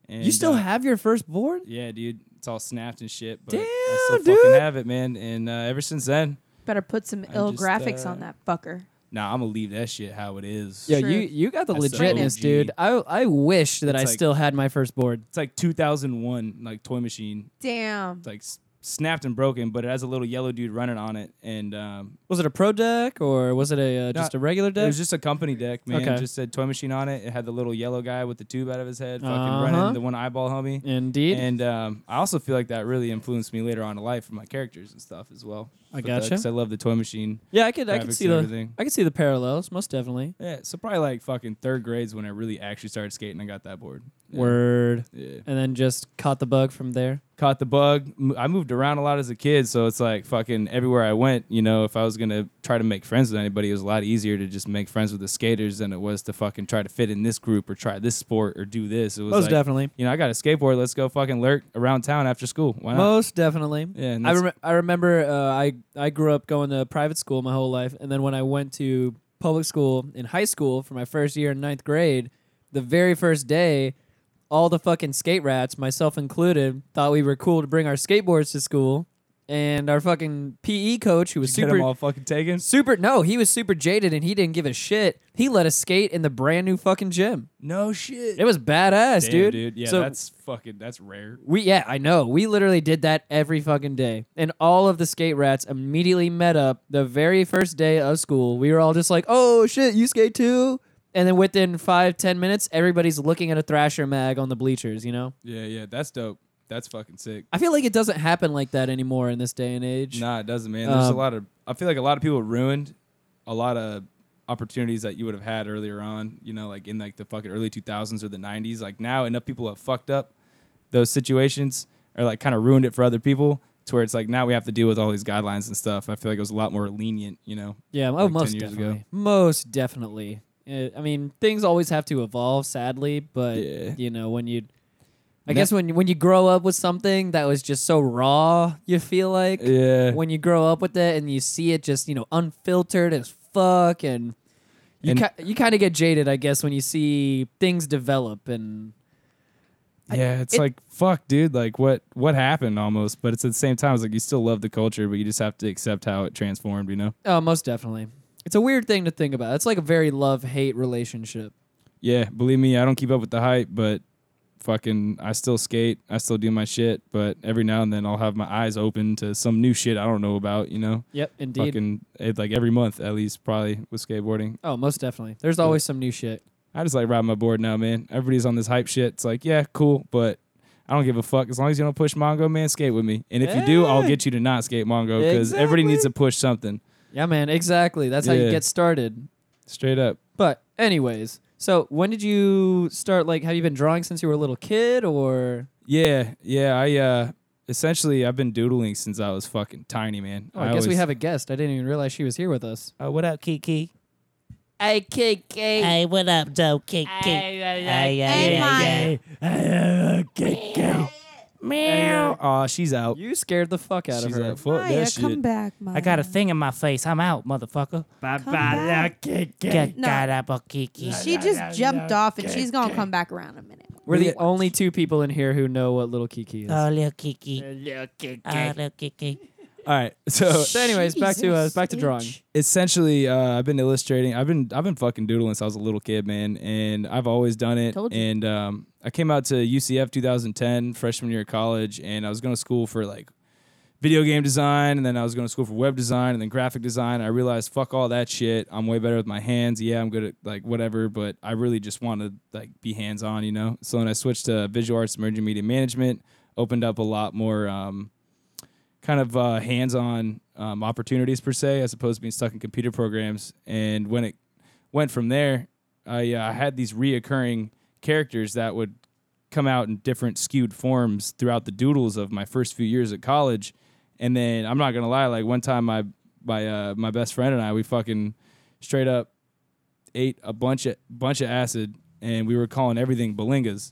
[SPEAKER 3] And,
[SPEAKER 1] You still
[SPEAKER 3] uh,
[SPEAKER 1] have your first board?
[SPEAKER 3] Yeah, dude. It's all snapped and shit. But
[SPEAKER 1] Damn,
[SPEAKER 3] I still
[SPEAKER 1] dude.
[SPEAKER 3] fucking have it, man. And uh, ever since then,
[SPEAKER 2] Better put some
[SPEAKER 3] I
[SPEAKER 2] ill
[SPEAKER 3] just,
[SPEAKER 2] graphics on
[SPEAKER 3] uh,
[SPEAKER 2] that fucker.
[SPEAKER 3] nah, I'm gonna leave that shit how it is.
[SPEAKER 1] Yeah,
[SPEAKER 2] True.
[SPEAKER 1] you you got the
[SPEAKER 3] That's the
[SPEAKER 1] legitness,
[SPEAKER 3] OG.
[SPEAKER 1] dude. I I wish that
[SPEAKER 3] It's
[SPEAKER 1] I
[SPEAKER 3] like-
[SPEAKER 1] still had my first board.
[SPEAKER 3] It's like 2001, like toy machine.
[SPEAKER 2] Damn.
[SPEAKER 3] It's like s- snapped and broken, but it has a little yellow dude running on it. And um,
[SPEAKER 1] Was it a pro deck or was it a uh, just a regular
[SPEAKER 3] it
[SPEAKER 1] deck?
[SPEAKER 3] was just a company deck, man.
[SPEAKER 1] Okay.
[SPEAKER 3] It just said toy machine on it. It had the little yellow guy with the tube out of his head, fucking
[SPEAKER 1] Uh-huh.
[SPEAKER 3] running the one eyeball homie.
[SPEAKER 1] Indeed.
[SPEAKER 3] And um, I also feel like that really influenced me later on in life for my characters and stuff as well.
[SPEAKER 1] I
[SPEAKER 3] But, uh,
[SPEAKER 1] gotcha.
[SPEAKER 3] 'cause I love the toy machine.
[SPEAKER 1] yeah, I could I could
[SPEAKER 3] graphics
[SPEAKER 1] see
[SPEAKER 3] and
[SPEAKER 1] the
[SPEAKER 3] everything.
[SPEAKER 1] I could see the parallels most definitely.
[SPEAKER 3] Yeah, so probably like fucking third grades when I really actually started skating. I got that board. Yeah.
[SPEAKER 1] Word.
[SPEAKER 3] Yeah.
[SPEAKER 1] And then just caught the bug from there.
[SPEAKER 3] Caught the bug. M- I moved around a lot as a kid, so it's like fucking everywhere I went. You know, if I was gonna try to make friends with anybody, it was a lot easier to just make friends with the skaters than it was to fucking try to fit in this group or try this sport or do this. It was
[SPEAKER 1] Most
[SPEAKER 3] like,
[SPEAKER 1] definitely.
[SPEAKER 3] You know, I got a skateboard. Let's go fucking lurk around town after school. Why not?
[SPEAKER 1] Most definitely.
[SPEAKER 3] uh, Yeah, and
[SPEAKER 1] I,
[SPEAKER 3] that's-
[SPEAKER 1] rem- I remember uh, I I grew up going to private school my whole life, and then when I went to public school in high school for my first year in ninth grade, the very first day, all the fucking skate rats, myself included, thought we were cool to bring our skateboards to school, and our fucking PE coach, who was
[SPEAKER 3] Get 'em
[SPEAKER 1] super
[SPEAKER 3] all fucking taken.
[SPEAKER 1] super no, he was super jaded and he didn't give a shit. He let us skate in the brand new fucking gym.
[SPEAKER 3] No shit.
[SPEAKER 1] It was badass,
[SPEAKER 3] Damn,
[SPEAKER 1] dude.
[SPEAKER 3] Yeah,
[SPEAKER 1] So-
[SPEAKER 3] that's fucking. That's rare.
[SPEAKER 1] we yeah, I know. We literally did that every fucking day. And all of the skate rats immediately met up the very first day of school. We were all just like, Oh shit, you skate too? And then within five, ten minutes, everybody's looking at a thrasher mag on the bleachers, you know?
[SPEAKER 3] Yeah, yeah. That's dope. That's fucking sick.
[SPEAKER 1] I feel like it doesn't happen like that anymore in this day and age.
[SPEAKER 3] Nah, it doesn't, man. There's
[SPEAKER 1] Um,
[SPEAKER 3] a lot of. I feel like a lot of people ruined a lot of opportunities that you would have had earlier on. You know, like in like the fucking early 2000s or the 90s. Like now, enough people have fucked up those situations or like kind of ruined it for other people to where it's like now we have to deal with all these guidelines and stuff. I feel like it was a lot more lenient. You know.
[SPEAKER 1] Yeah, oh,
[SPEAKER 3] like 10
[SPEAKER 1] most
[SPEAKER 3] years ago.
[SPEAKER 1] definitely. Most definitely. Uh, I mean, things always have to evolve, sadly, but
[SPEAKER 3] Yeah.
[SPEAKER 1] you know, when you I
[SPEAKER 3] That-
[SPEAKER 1] guess when when you grow up with something that was just so raw, you feel like
[SPEAKER 3] Yeah.
[SPEAKER 1] when you grow up with it and you see it just you know unfiltered as fuck and you
[SPEAKER 3] And-
[SPEAKER 1] ki- you kind of get jaded i guess when you see things develop and
[SPEAKER 3] Yeah, it's
[SPEAKER 1] it-
[SPEAKER 3] like fuck, dude. Like what what happened almost, but it's at the same time. It's like you still love the culture, but you just have to accept how it transformed. You know.
[SPEAKER 1] oh most definitely it's a weird thing to think about it's like a very love hate relationship
[SPEAKER 3] Yeah, believe me, I don't keep up with the hype, but fucking, I still skate. I still do my shit, but every now and then I'll have my eyes open to some new shit I don't know about, you know?
[SPEAKER 1] yep indeed
[SPEAKER 3] Fucking, it, like every month at least, probably with skateboarding.
[SPEAKER 1] oh most definitely there's always some new shit
[SPEAKER 3] I just like riding my board now, man. Everybody's on this hype shit. It's like, yeah, cool, but I don't give a fuck. As long as you don't push Mongo, man, skate with me. And if you do, I'll
[SPEAKER 1] Yeah.
[SPEAKER 3] get you to not skate Mongo because everybody needs to push something
[SPEAKER 1] yeah man exactly that's how you
[SPEAKER 3] Yeah.
[SPEAKER 1] get started
[SPEAKER 3] straight up.
[SPEAKER 1] but anyways so when did you start like have you been drawing since you were a little kid or
[SPEAKER 3] Yeah, yeah. I, uh, essentially, I've been doodling since I was fucking tiny, man.
[SPEAKER 1] oh, i, guess we
[SPEAKER 3] always-
[SPEAKER 1] have a guest i didn't even realize she was here with us
[SPEAKER 4] Oh, what up, Kiki?
[SPEAKER 6] Hey, Kiki. Hey, what up, though, Kiki? Hey, hey, hey,
[SPEAKER 4] Hey, uh, Kiki. Meow. Oh, she's out.
[SPEAKER 1] you scared the fuck out
[SPEAKER 3] She's
[SPEAKER 1] of her
[SPEAKER 3] like, fuck
[SPEAKER 2] Maya,
[SPEAKER 3] Oh, that shit.
[SPEAKER 2] come back, Maya.
[SPEAKER 6] I got a thing in my face. I'm out, motherfucker.
[SPEAKER 4] Bye
[SPEAKER 2] back.
[SPEAKER 4] Kiki.
[SPEAKER 6] Get
[SPEAKER 2] No.
[SPEAKER 6] that up, oh, Kiki.
[SPEAKER 2] She just jumped off, and she's gonna come back around in a minute.
[SPEAKER 1] We're the only two people in here who know what little Kiki is.
[SPEAKER 7] Uh,
[SPEAKER 6] Oh, little Kiki. Little Kiki. Oh, little Kiki.
[SPEAKER 3] All right. So
[SPEAKER 1] so, anyways, back to uh, back to drawing.
[SPEAKER 3] essentially, uh, I've been illustrating. I've been I've been fucking doodling since I was a little kid, man, and I've always done it.
[SPEAKER 2] Told you.
[SPEAKER 3] And um, I came out to UCF 2010, freshman year of college, and I was going to school for like video game design, and then I was going to school for web design, and then graphic design. I realized fuck all that shit. I'm way better with my hands. Yeah, I'm good at like whatever, but I really just want to like be hands on, you know. So then I switched to visual arts, emerging media management, opened up a lot more. Um, kind of uh, hands-on um, opportunities per se, as opposed to being stuck in computer programs. And when it went from there, I uh, had these reoccurring characters that would come out in different skewed forms throughout the doodles of my first few years at college. And then I'm not gonna lie, like one time my my uh, my best friend and I we fucking straight up ate a bunch of bunch of acid and we were calling everything balingas,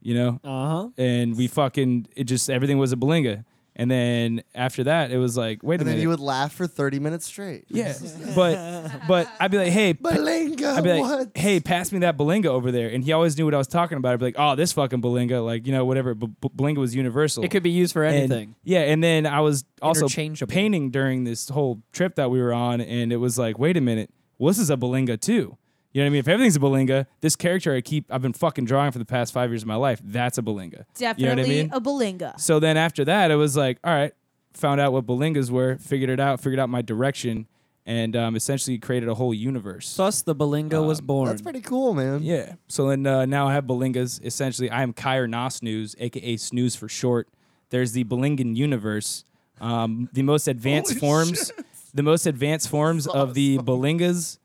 [SPEAKER 3] you know?
[SPEAKER 1] Uh huh.
[SPEAKER 3] And we fucking it just everything was a balinga. And then after that it was like, wait a
[SPEAKER 5] And then
[SPEAKER 3] minute.
[SPEAKER 5] you would laugh for 30 minutes straight.
[SPEAKER 3] yeah. but but I'd be like, hey,
[SPEAKER 5] Balinga,
[SPEAKER 3] I'd be like,
[SPEAKER 5] what?
[SPEAKER 3] hey, pass me that Belinga over there. And he always knew what I was talking about. I'd be like, oh, this fucking Belinga, like, you know, whatever. B- B- Belinga was universal.
[SPEAKER 1] It could be used for
[SPEAKER 3] And-
[SPEAKER 1] anything.
[SPEAKER 3] yeah. And then I was also
[SPEAKER 1] Interchangeable.
[SPEAKER 3] painting during this whole trip that we were on. And it was like, wait a minute. Well, this is a Belinga too. You know what I mean? If everything's a Belinga, this character I keep, I've been fucking drawing for the past five years of my life, that's a Belinga.
[SPEAKER 2] Definitely
[SPEAKER 3] You know what I mean?
[SPEAKER 2] a Belinga.
[SPEAKER 3] So then after that, it was like, all right, found out what Belingas were, figured it out, figured out my direction, and um, essentially created a whole universe.
[SPEAKER 1] Thus, the Belinga was born.
[SPEAKER 5] That's pretty cool, man.
[SPEAKER 3] Yeah. So then uh, now I have Belingas. Essentially, I am Kyer Nas News, aka Snooze for short. There's the Belingan universe. Um, the most advanced forms, the most advanced forms of the Belingas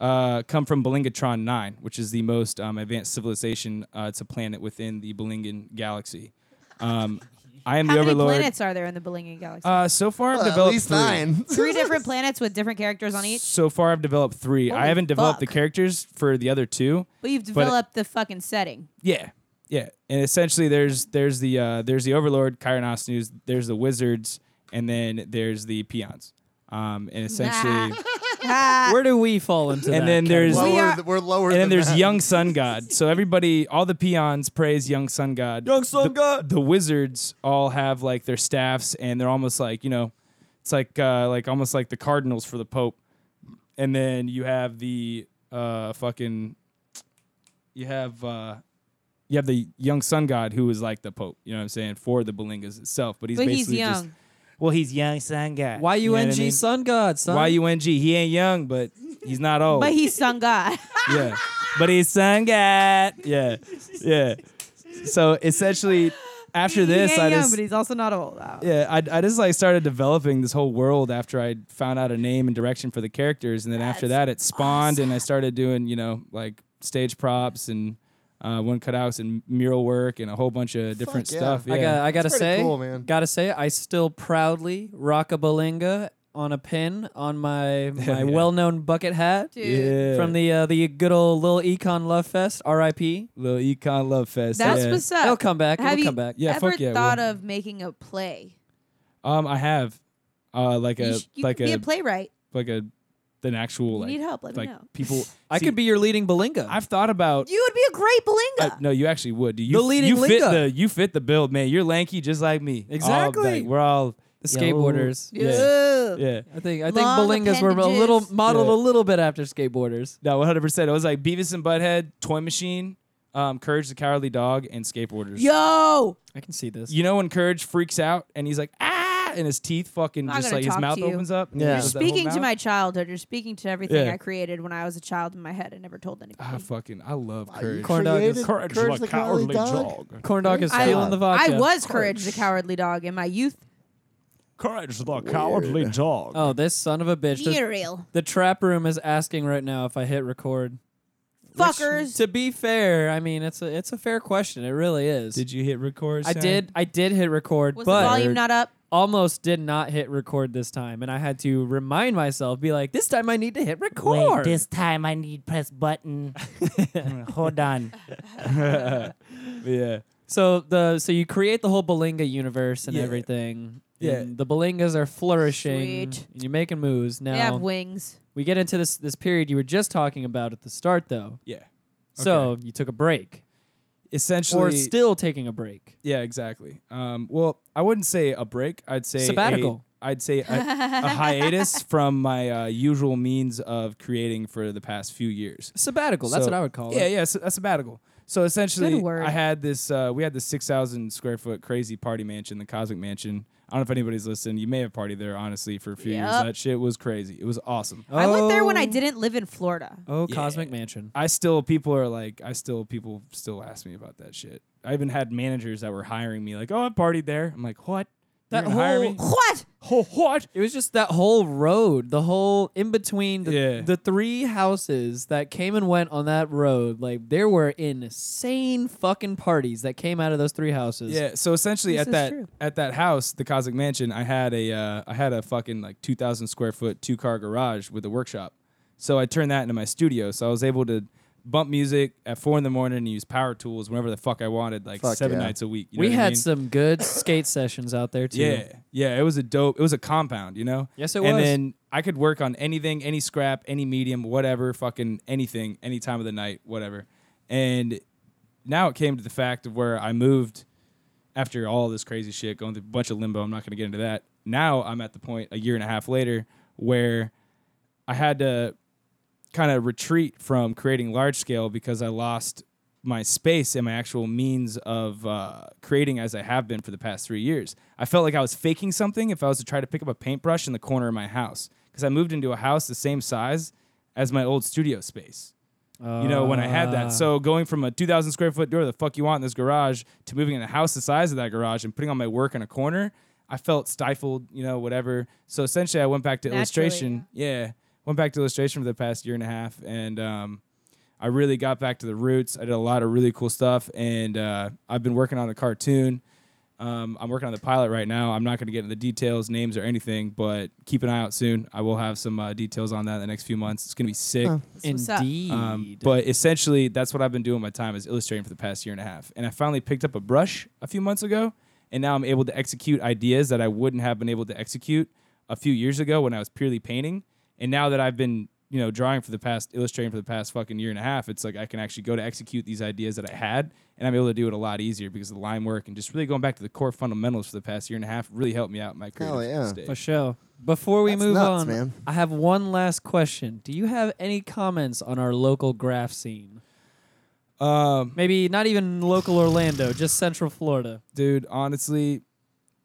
[SPEAKER 3] uh, come from Belingatron Nine, which is the most um, advanced civilization. Uh, it's a planet within the Belingan galaxy. Um, I am
[SPEAKER 2] How
[SPEAKER 3] the
[SPEAKER 2] many
[SPEAKER 3] Overlord.
[SPEAKER 2] planets are there in the Belinga galaxy?
[SPEAKER 3] Uh, so far, I've
[SPEAKER 5] Well, at
[SPEAKER 3] developed
[SPEAKER 5] least
[SPEAKER 3] three.
[SPEAKER 5] nine.
[SPEAKER 2] Three different planets with different characters on each,
[SPEAKER 3] So far, I've developed three.
[SPEAKER 2] Holy
[SPEAKER 3] I haven't developed the
[SPEAKER 2] fuck.
[SPEAKER 3] characters for the other two.
[SPEAKER 2] but you've
[SPEAKER 3] but-
[SPEAKER 2] developed the fucking setting.
[SPEAKER 3] Yeah, yeah. And essentially, there's there's the uh, there's the Overlord, Kyrenos News. There's the wizards, and then there's the peons. Um, and essentially,
[SPEAKER 2] Ah,
[SPEAKER 1] Where do we fall into that?
[SPEAKER 3] and then
[SPEAKER 1] Kevin?
[SPEAKER 3] there's
[SPEAKER 5] Lower,
[SPEAKER 3] and
[SPEAKER 5] we
[SPEAKER 2] are-
[SPEAKER 5] we're lower
[SPEAKER 3] then
[SPEAKER 5] than
[SPEAKER 3] there's
[SPEAKER 5] that.
[SPEAKER 3] young sun god. So everybody, all the peons praise young sun god.
[SPEAKER 1] Young Sun
[SPEAKER 3] The-
[SPEAKER 1] God!
[SPEAKER 3] The wizards all have like their staffs, and they're almost like you know, it's like uh, like almost like the cardinals for the pope. And then you have the uh, fucking, you have uh, you have the young sun god who is like the pope. You know what I'm saying for the Belingas itself, but he's
[SPEAKER 2] but he's
[SPEAKER 3] basically
[SPEAKER 2] young.
[SPEAKER 3] just well, he's young sun god.
[SPEAKER 1] Why
[SPEAKER 3] You know what I
[SPEAKER 1] UNG
[SPEAKER 3] mean?
[SPEAKER 1] Sun God, son?
[SPEAKER 3] Why UNG? He ain't young, but he's not old.
[SPEAKER 2] but he's sun god.
[SPEAKER 3] Yeah. But he's sun god. Yeah. Yeah. So essentially, after this,
[SPEAKER 2] he ain't
[SPEAKER 3] I
[SPEAKER 2] young,
[SPEAKER 3] just
[SPEAKER 2] but he's also not old. Oh.
[SPEAKER 3] yeah, I, I just like started developing this whole world after I found out a name and direction for the characters, and then after that, it spawned, and I started doing you know like stage props and uh, one cutouts and mural work and a whole bunch of different
[SPEAKER 5] yeah.
[SPEAKER 3] stuff. Yeah.
[SPEAKER 1] I got. I gotta
[SPEAKER 5] pretty
[SPEAKER 1] say,
[SPEAKER 5] cool, man.
[SPEAKER 1] gotta say, I still proudly rock a Belinga on a pin on my my
[SPEAKER 3] Yeah.
[SPEAKER 1] well-known bucket hat
[SPEAKER 2] Dude,
[SPEAKER 3] Yeah.
[SPEAKER 1] from the uh, the good old little Econ Love Fest. R.I.P.
[SPEAKER 3] little econ love fest.
[SPEAKER 2] that's
[SPEAKER 3] yeah.
[SPEAKER 2] what's up.
[SPEAKER 1] It'll come back.
[SPEAKER 2] Have
[SPEAKER 1] It'll
[SPEAKER 2] you
[SPEAKER 1] come back.
[SPEAKER 3] Yeah,
[SPEAKER 2] ever
[SPEAKER 3] fuck yeah, it
[SPEAKER 2] thought
[SPEAKER 3] will.
[SPEAKER 2] of making a play?
[SPEAKER 3] um I have uh like
[SPEAKER 2] You
[SPEAKER 3] a
[SPEAKER 2] sh- you
[SPEAKER 3] like
[SPEAKER 2] could be
[SPEAKER 3] a,
[SPEAKER 2] a playwright.
[SPEAKER 3] like a an actual like
[SPEAKER 2] need help, let me
[SPEAKER 3] like
[SPEAKER 2] know.
[SPEAKER 3] people.
[SPEAKER 1] I
[SPEAKER 3] See,
[SPEAKER 1] could be your leading Belinga.
[SPEAKER 3] I've thought about.
[SPEAKER 2] You would be a great
[SPEAKER 3] Uh,
[SPEAKER 2] Belinga.
[SPEAKER 3] no, you actually would. Do you?
[SPEAKER 1] The leading
[SPEAKER 3] you fit
[SPEAKER 1] linga.
[SPEAKER 3] the you fit the build, man. You're lanky just like me. All
[SPEAKER 1] Exactly.
[SPEAKER 3] like, we're all
[SPEAKER 1] the skateboarders.
[SPEAKER 3] yeah.
[SPEAKER 2] Ugh.
[SPEAKER 3] yeah.
[SPEAKER 1] I think I think
[SPEAKER 2] Long
[SPEAKER 1] Belingas were a little
[SPEAKER 2] appendages.
[SPEAKER 1] modeled
[SPEAKER 3] Yeah.
[SPEAKER 1] a little bit after skateboarders.
[SPEAKER 3] No, one hundred percent. It was like Beavis and Butthead, Toy Machine, um, Courage the Cowardly Dog, and skateboarders.
[SPEAKER 2] Yo,
[SPEAKER 1] I can see this.
[SPEAKER 3] You know when Courage freaks out and he's like ah, and his teeth fucking
[SPEAKER 2] Not
[SPEAKER 3] just
[SPEAKER 2] gonna
[SPEAKER 3] like his
[SPEAKER 2] talk
[SPEAKER 3] mouth
[SPEAKER 2] to you.
[SPEAKER 3] opens up. and
[SPEAKER 5] You're
[SPEAKER 3] he does that whole
[SPEAKER 2] speaking to
[SPEAKER 3] mouth.
[SPEAKER 2] my childhood, you're speaking to everything
[SPEAKER 3] Yeah.
[SPEAKER 2] I created when I was a child in my head. I never told anybody.
[SPEAKER 3] ah fucking I love
[SPEAKER 5] You
[SPEAKER 3] Courage.
[SPEAKER 1] Corn dog is-
[SPEAKER 5] created
[SPEAKER 3] Courage,
[SPEAKER 5] Courage
[SPEAKER 3] like
[SPEAKER 5] the
[SPEAKER 3] cowardly
[SPEAKER 5] Cowardly Dog.
[SPEAKER 3] dog.
[SPEAKER 1] Corndog is
[SPEAKER 2] I-
[SPEAKER 1] feeling the
[SPEAKER 2] I
[SPEAKER 1] vodka.
[SPEAKER 2] was Courage the Cowardly Dog in my youth.
[SPEAKER 4] Courage the cowardly dog.
[SPEAKER 1] Oh, this son of a bitch! The,
[SPEAKER 2] Muriel.
[SPEAKER 1] the trap room is asking right now if I hit record. Which,
[SPEAKER 2] Fuckers.
[SPEAKER 1] to be fair, I mean it's a it's a fair question. It really is.
[SPEAKER 3] Did you hit record?
[SPEAKER 1] I
[SPEAKER 3] Sam?
[SPEAKER 1] did I did hit record,
[SPEAKER 2] Was the
[SPEAKER 1] but
[SPEAKER 2] volume not up?
[SPEAKER 1] almost did not hit record this time, and I had to remind myself, be like, this time I need to hit
[SPEAKER 6] Wait,
[SPEAKER 1] record.
[SPEAKER 6] this time I need press button. Hold on.
[SPEAKER 3] Yeah.
[SPEAKER 1] so the so you create the whole Belinga universe and
[SPEAKER 3] Yeah.
[SPEAKER 1] everything.
[SPEAKER 3] Yeah.
[SPEAKER 1] and the Belingas are flourishing.
[SPEAKER 2] Sweet.
[SPEAKER 1] And you're making moves now.
[SPEAKER 2] They have wings.
[SPEAKER 1] we get into this this period you were just talking about at the start, though.
[SPEAKER 3] Yeah.
[SPEAKER 1] So you took a break,
[SPEAKER 3] Essentially,
[SPEAKER 1] or still taking a break.
[SPEAKER 3] Yeah, exactly. Um, well, I wouldn't say a break. I'd say a-
[SPEAKER 1] Sabbatical.
[SPEAKER 3] I'd say a, a hiatus from my uh, usual means of creating for the past few years.
[SPEAKER 1] Sabbatical. That's
[SPEAKER 3] So-
[SPEAKER 1] what I would call
[SPEAKER 3] yeah,
[SPEAKER 1] it.
[SPEAKER 3] Yeah, so- a sabbatical. So essentially,
[SPEAKER 2] Good word.
[SPEAKER 3] I had this. Uh, we had this six thousand square foot crazy party mansion, the Cosmic Mansion. I don't know if anybody's listened. You may have partied there, honestly, for a few years.
[SPEAKER 2] Yep.
[SPEAKER 3] That shit was crazy. It was awesome.
[SPEAKER 1] Oh,
[SPEAKER 2] I went there when I didn't live in Florida.
[SPEAKER 1] Oh,
[SPEAKER 3] Yeah.
[SPEAKER 1] Cosmic Mansion.
[SPEAKER 3] I still people are like I still people still ask me about that shit. I even had managers that were hiring me like, "Oh, I partied there." I'm like, "What?
[SPEAKER 1] That
[SPEAKER 3] gonna hire me?
[SPEAKER 2] What?
[SPEAKER 3] Oh, what?
[SPEAKER 1] It was just that whole road, the whole in between the,
[SPEAKER 3] Yeah.
[SPEAKER 1] the three houses that came and went on that road. Like there were insane fucking parties that came out of those three houses.
[SPEAKER 3] Yeah. So essentially,
[SPEAKER 2] This
[SPEAKER 3] at
[SPEAKER 2] is
[SPEAKER 3] that
[SPEAKER 2] true.
[SPEAKER 3] at that house, the Cosmic Mansion, I had a uh, I had a fucking like two thousand square foot two car garage with a workshop. So I turned that into my studio. So I was able to bump music at four in the morning and use power tools whenever the fuck I wanted, like
[SPEAKER 5] Fuck
[SPEAKER 3] seven
[SPEAKER 5] yeah.
[SPEAKER 3] nights a week. You know
[SPEAKER 1] we
[SPEAKER 3] what I
[SPEAKER 1] had
[SPEAKER 3] mean?
[SPEAKER 1] some good skate sessions out there too.
[SPEAKER 3] Yeah, yeah, it was a dope. It was a compound, you know.
[SPEAKER 1] Yes, it
[SPEAKER 3] And
[SPEAKER 1] was.
[SPEAKER 3] then I could work on anything, any scrap, any medium, whatever, fucking anything, any time of the night, whatever. And now it came to the fact of where I moved after all this crazy shit, going through a bunch of limbo. I'm not going to get into that. Now I'm at the point a year and a half later where I had to kind of retreat from creating large scale because I lost my space and my actual means of uh, creating as I have been for the past three years. I felt like I was faking something if I was to try to pick up a paintbrush in the corner of my house because I moved into a house the same size as my old studio space. You know, when I had
[SPEAKER 1] Ah.
[SPEAKER 3] that. So going from a 2,000 square foot door, the fuck you want in this garage, to moving in a house the size of that garage and putting all my work in a corner, I felt stifled, you know, whatever. So essentially, I went back to
[SPEAKER 2] Naturally,
[SPEAKER 3] illustration. Yeah. Went back to illustration for the past year and a half. And um, I really got back to the roots. I did a lot of really cool stuff. And uh, I've been working on a cartoon. Um, I'm working on the pilot right now. I'm not going to get into the details, names, or anything, but keep an eye out soon. I will have some uh, details on that in the next few months. It's going to be sick.
[SPEAKER 2] That's what's up.
[SPEAKER 1] Indeed.
[SPEAKER 3] Um, but essentially, that's what I've been doing. with My time is illustrating for the past year and a half, and I finally picked up a brush a few months ago, and now I'm able to execute ideas that I wouldn't have been able to execute a few years ago when I was purely painting. And now that I've been, you know, drawing for the past, illustrating for the past fucking year and a half, it's like I can actually go to execute these ideas that I had, and I'm able to do it a lot easier because of the line work and just really going back to the core fundamentals for the past year and a half really helped me out in my creative
[SPEAKER 5] Hell yeah.
[SPEAKER 3] stage.
[SPEAKER 1] For sure. Before we
[SPEAKER 5] That's
[SPEAKER 1] move
[SPEAKER 5] nuts,
[SPEAKER 1] on,
[SPEAKER 5] man.
[SPEAKER 1] I have one last question. Do you have any comments on our local graph scene?
[SPEAKER 3] Um,
[SPEAKER 1] Maybe not even local Orlando, just Central Florida.
[SPEAKER 3] dude. Honestly,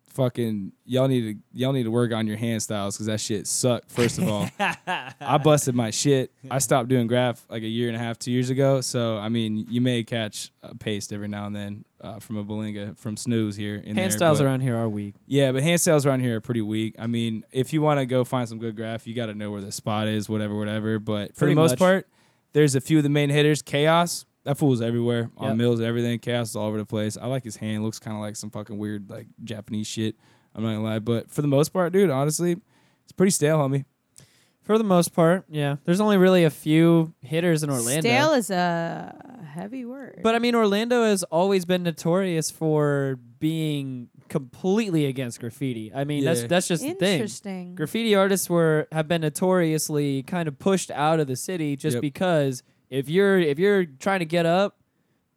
[SPEAKER 3] fucking y'all need to y'all need to work on your hand styles because that shit sucked. First of all, I busted my shit. I stopped doing graph like a year and a half, two years ago. So I mean, you may catch a paste every now and then uh, from a Belinga from Snooze here. In
[SPEAKER 1] Hand
[SPEAKER 3] there,
[SPEAKER 1] styles
[SPEAKER 3] but-
[SPEAKER 1] around here are weak.
[SPEAKER 3] yeah, but hand sales around here are pretty weak. I mean, if you want to go find some good graph, you got to know where the spot is, whatever, whatever. But for
[SPEAKER 1] Pretty
[SPEAKER 3] the most
[SPEAKER 1] much.
[SPEAKER 3] part, there's a few of the main hitters. Chaos, that fool's everywhere
[SPEAKER 1] Yep.
[SPEAKER 3] on mills, everything. Chaos is all over the place. I like his hand; looks kind of like some fucking weird like Japanese shit. I'm not gonna lie, but for the most part, dude, honestly, it's pretty stale, homie.
[SPEAKER 1] For the most part, yeah. There's only really a few hitters in Orlando.
[SPEAKER 2] Stale is a heavy word.
[SPEAKER 1] But I mean, Orlando has always been notorious for being completely against graffiti. I mean, that's
[SPEAKER 3] Yeah.
[SPEAKER 1] that's just the thing.
[SPEAKER 2] interesting.
[SPEAKER 1] Graffiti artists were have been notoriously kind of pushed out of the city just
[SPEAKER 3] Yep.
[SPEAKER 1] because if you're if you're trying to get up,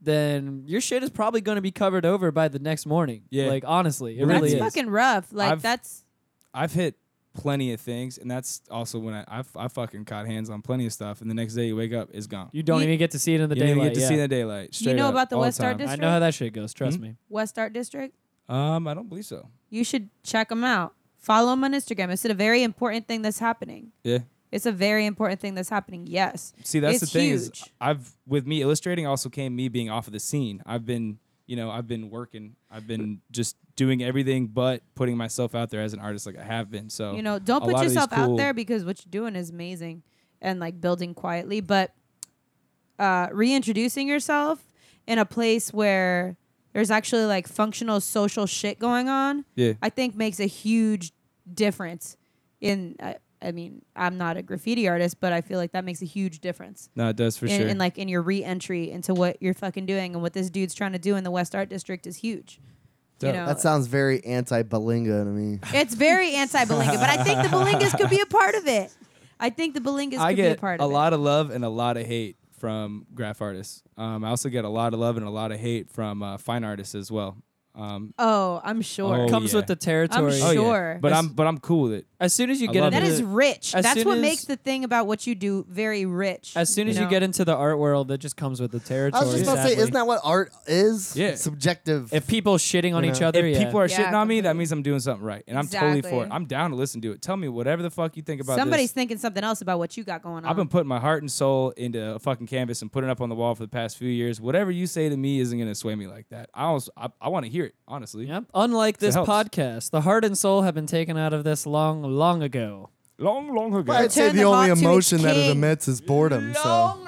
[SPEAKER 1] then your shit is probably going to be covered over by the next morning.
[SPEAKER 3] Yeah.
[SPEAKER 1] like honestly, it
[SPEAKER 3] That's
[SPEAKER 1] really
[SPEAKER 2] that's
[SPEAKER 1] is.
[SPEAKER 2] fucking rough. Like
[SPEAKER 3] I've-
[SPEAKER 2] that's
[SPEAKER 3] I've hit plenty of things, and that's also when I I've, I fucking caught hands on plenty of stuff, and the next day you wake up, it's gone. You,
[SPEAKER 1] you don't
[SPEAKER 2] You-
[SPEAKER 1] even get to see it in the
[SPEAKER 3] don't even
[SPEAKER 1] daylight.
[SPEAKER 3] get to
[SPEAKER 1] yeah.
[SPEAKER 3] see Hmm? it in the daylight. Straight
[SPEAKER 2] know
[SPEAKER 3] up,
[SPEAKER 2] about the
[SPEAKER 3] all
[SPEAKER 2] West Star
[SPEAKER 3] time.
[SPEAKER 1] I know
[SPEAKER 2] District?
[SPEAKER 1] how that shit goes. Trust me.
[SPEAKER 2] West Art District.
[SPEAKER 3] Um, I don't believe so.
[SPEAKER 2] You should check them out. Follow them on Instagram. It's a very important thing that's happening.
[SPEAKER 3] Yeah.
[SPEAKER 2] It's a very important thing that's happening. Yes.
[SPEAKER 3] See, that's
[SPEAKER 2] It's
[SPEAKER 3] the thing is
[SPEAKER 2] huge.
[SPEAKER 3] I've with me illustrating also came me being off of the scene. I've been, you know, I've been working. I've been just doing everything but putting myself out there as an artist like I have been. So
[SPEAKER 2] You know, don't
[SPEAKER 3] uh, a
[SPEAKER 2] put
[SPEAKER 3] lot of these
[SPEAKER 2] yourself
[SPEAKER 3] cool-
[SPEAKER 2] out there because what you're doing is amazing and like building quietly, but uh, reintroducing yourself in a place where there's actually like functional social shit going on,
[SPEAKER 3] Yeah.
[SPEAKER 2] I think makes a huge difference. In, I, I mean, I'm not a graffiti artist, but I feel like that makes a huge difference.
[SPEAKER 3] No, it does for
[SPEAKER 2] in,
[SPEAKER 3] sure.
[SPEAKER 2] in like in your re-entry into what you're fucking doing and what this dude's trying to do in the West Art District is huge. You
[SPEAKER 3] Dope.
[SPEAKER 2] know,
[SPEAKER 5] That sounds very anti-Belinga to me.
[SPEAKER 2] it's very anti-Belinga, but I think the Belingas could be a part of it. I think the Belingas
[SPEAKER 3] I
[SPEAKER 2] could
[SPEAKER 3] get
[SPEAKER 2] be a part
[SPEAKER 3] a
[SPEAKER 2] of
[SPEAKER 3] lot of love and a lot of hate from graph artists. Um, I also get a lot of love and a lot of hate from uh, fine artists as well. Um,
[SPEAKER 2] it. Oh, I'm sure.
[SPEAKER 3] Oh,
[SPEAKER 1] Comes
[SPEAKER 3] yeah.
[SPEAKER 1] with the territory.
[SPEAKER 3] oh, yeah.
[SPEAKER 2] Sure.
[SPEAKER 3] but
[SPEAKER 1] As-
[SPEAKER 3] I'm but I'm cool with it.
[SPEAKER 1] As soon as you
[SPEAKER 3] I
[SPEAKER 1] get
[SPEAKER 3] love
[SPEAKER 1] into
[SPEAKER 2] That
[SPEAKER 3] it.
[SPEAKER 1] the-
[SPEAKER 2] is rich.
[SPEAKER 1] as
[SPEAKER 2] That's
[SPEAKER 1] soon
[SPEAKER 2] what
[SPEAKER 1] as-
[SPEAKER 2] makes the thing about what you do very rich.
[SPEAKER 1] as soon as you
[SPEAKER 2] know?
[SPEAKER 1] get into the art world, that just comes with the territory.
[SPEAKER 5] I was just about to say,
[SPEAKER 1] sadly.
[SPEAKER 5] isn't that what art is?
[SPEAKER 3] Yeah.
[SPEAKER 5] Subjective.
[SPEAKER 1] if people shitting on
[SPEAKER 5] You
[SPEAKER 1] each
[SPEAKER 5] know.
[SPEAKER 1] other?
[SPEAKER 3] if
[SPEAKER 1] yeah.
[SPEAKER 3] people are
[SPEAKER 2] Yeah,
[SPEAKER 3] shitting on me, that
[SPEAKER 2] completely.
[SPEAKER 3] means I'm doing something right, and I'm totally for
[SPEAKER 2] Exactly.
[SPEAKER 3] it. I'm down to listen to it. Tell me whatever the fuck you think about.
[SPEAKER 2] somebody's
[SPEAKER 3] this.
[SPEAKER 2] thinking something else about what you got going on.
[SPEAKER 3] I've been putting my heart and soul into a fucking canvas and putting it up on the wall for the past few years. Whatever you say to me isn't going to sway me like that. I almost, I, I want to hear hear it, honestly.
[SPEAKER 1] Yep. Unlike this
[SPEAKER 3] helps.
[SPEAKER 1] podcast, the heart and soul have been taken out of this long, long ago.
[SPEAKER 3] Long, long ago.
[SPEAKER 5] I'd say
[SPEAKER 2] Turn
[SPEAKER 5] the
[SPEAKER 2] them
[SPEAKER 5] only
[SPEAKER 2] on to
[SPEAKER 5] emotion that it
[SPEAKER 2] king.
[SPEAKER 5] emits is boredom. So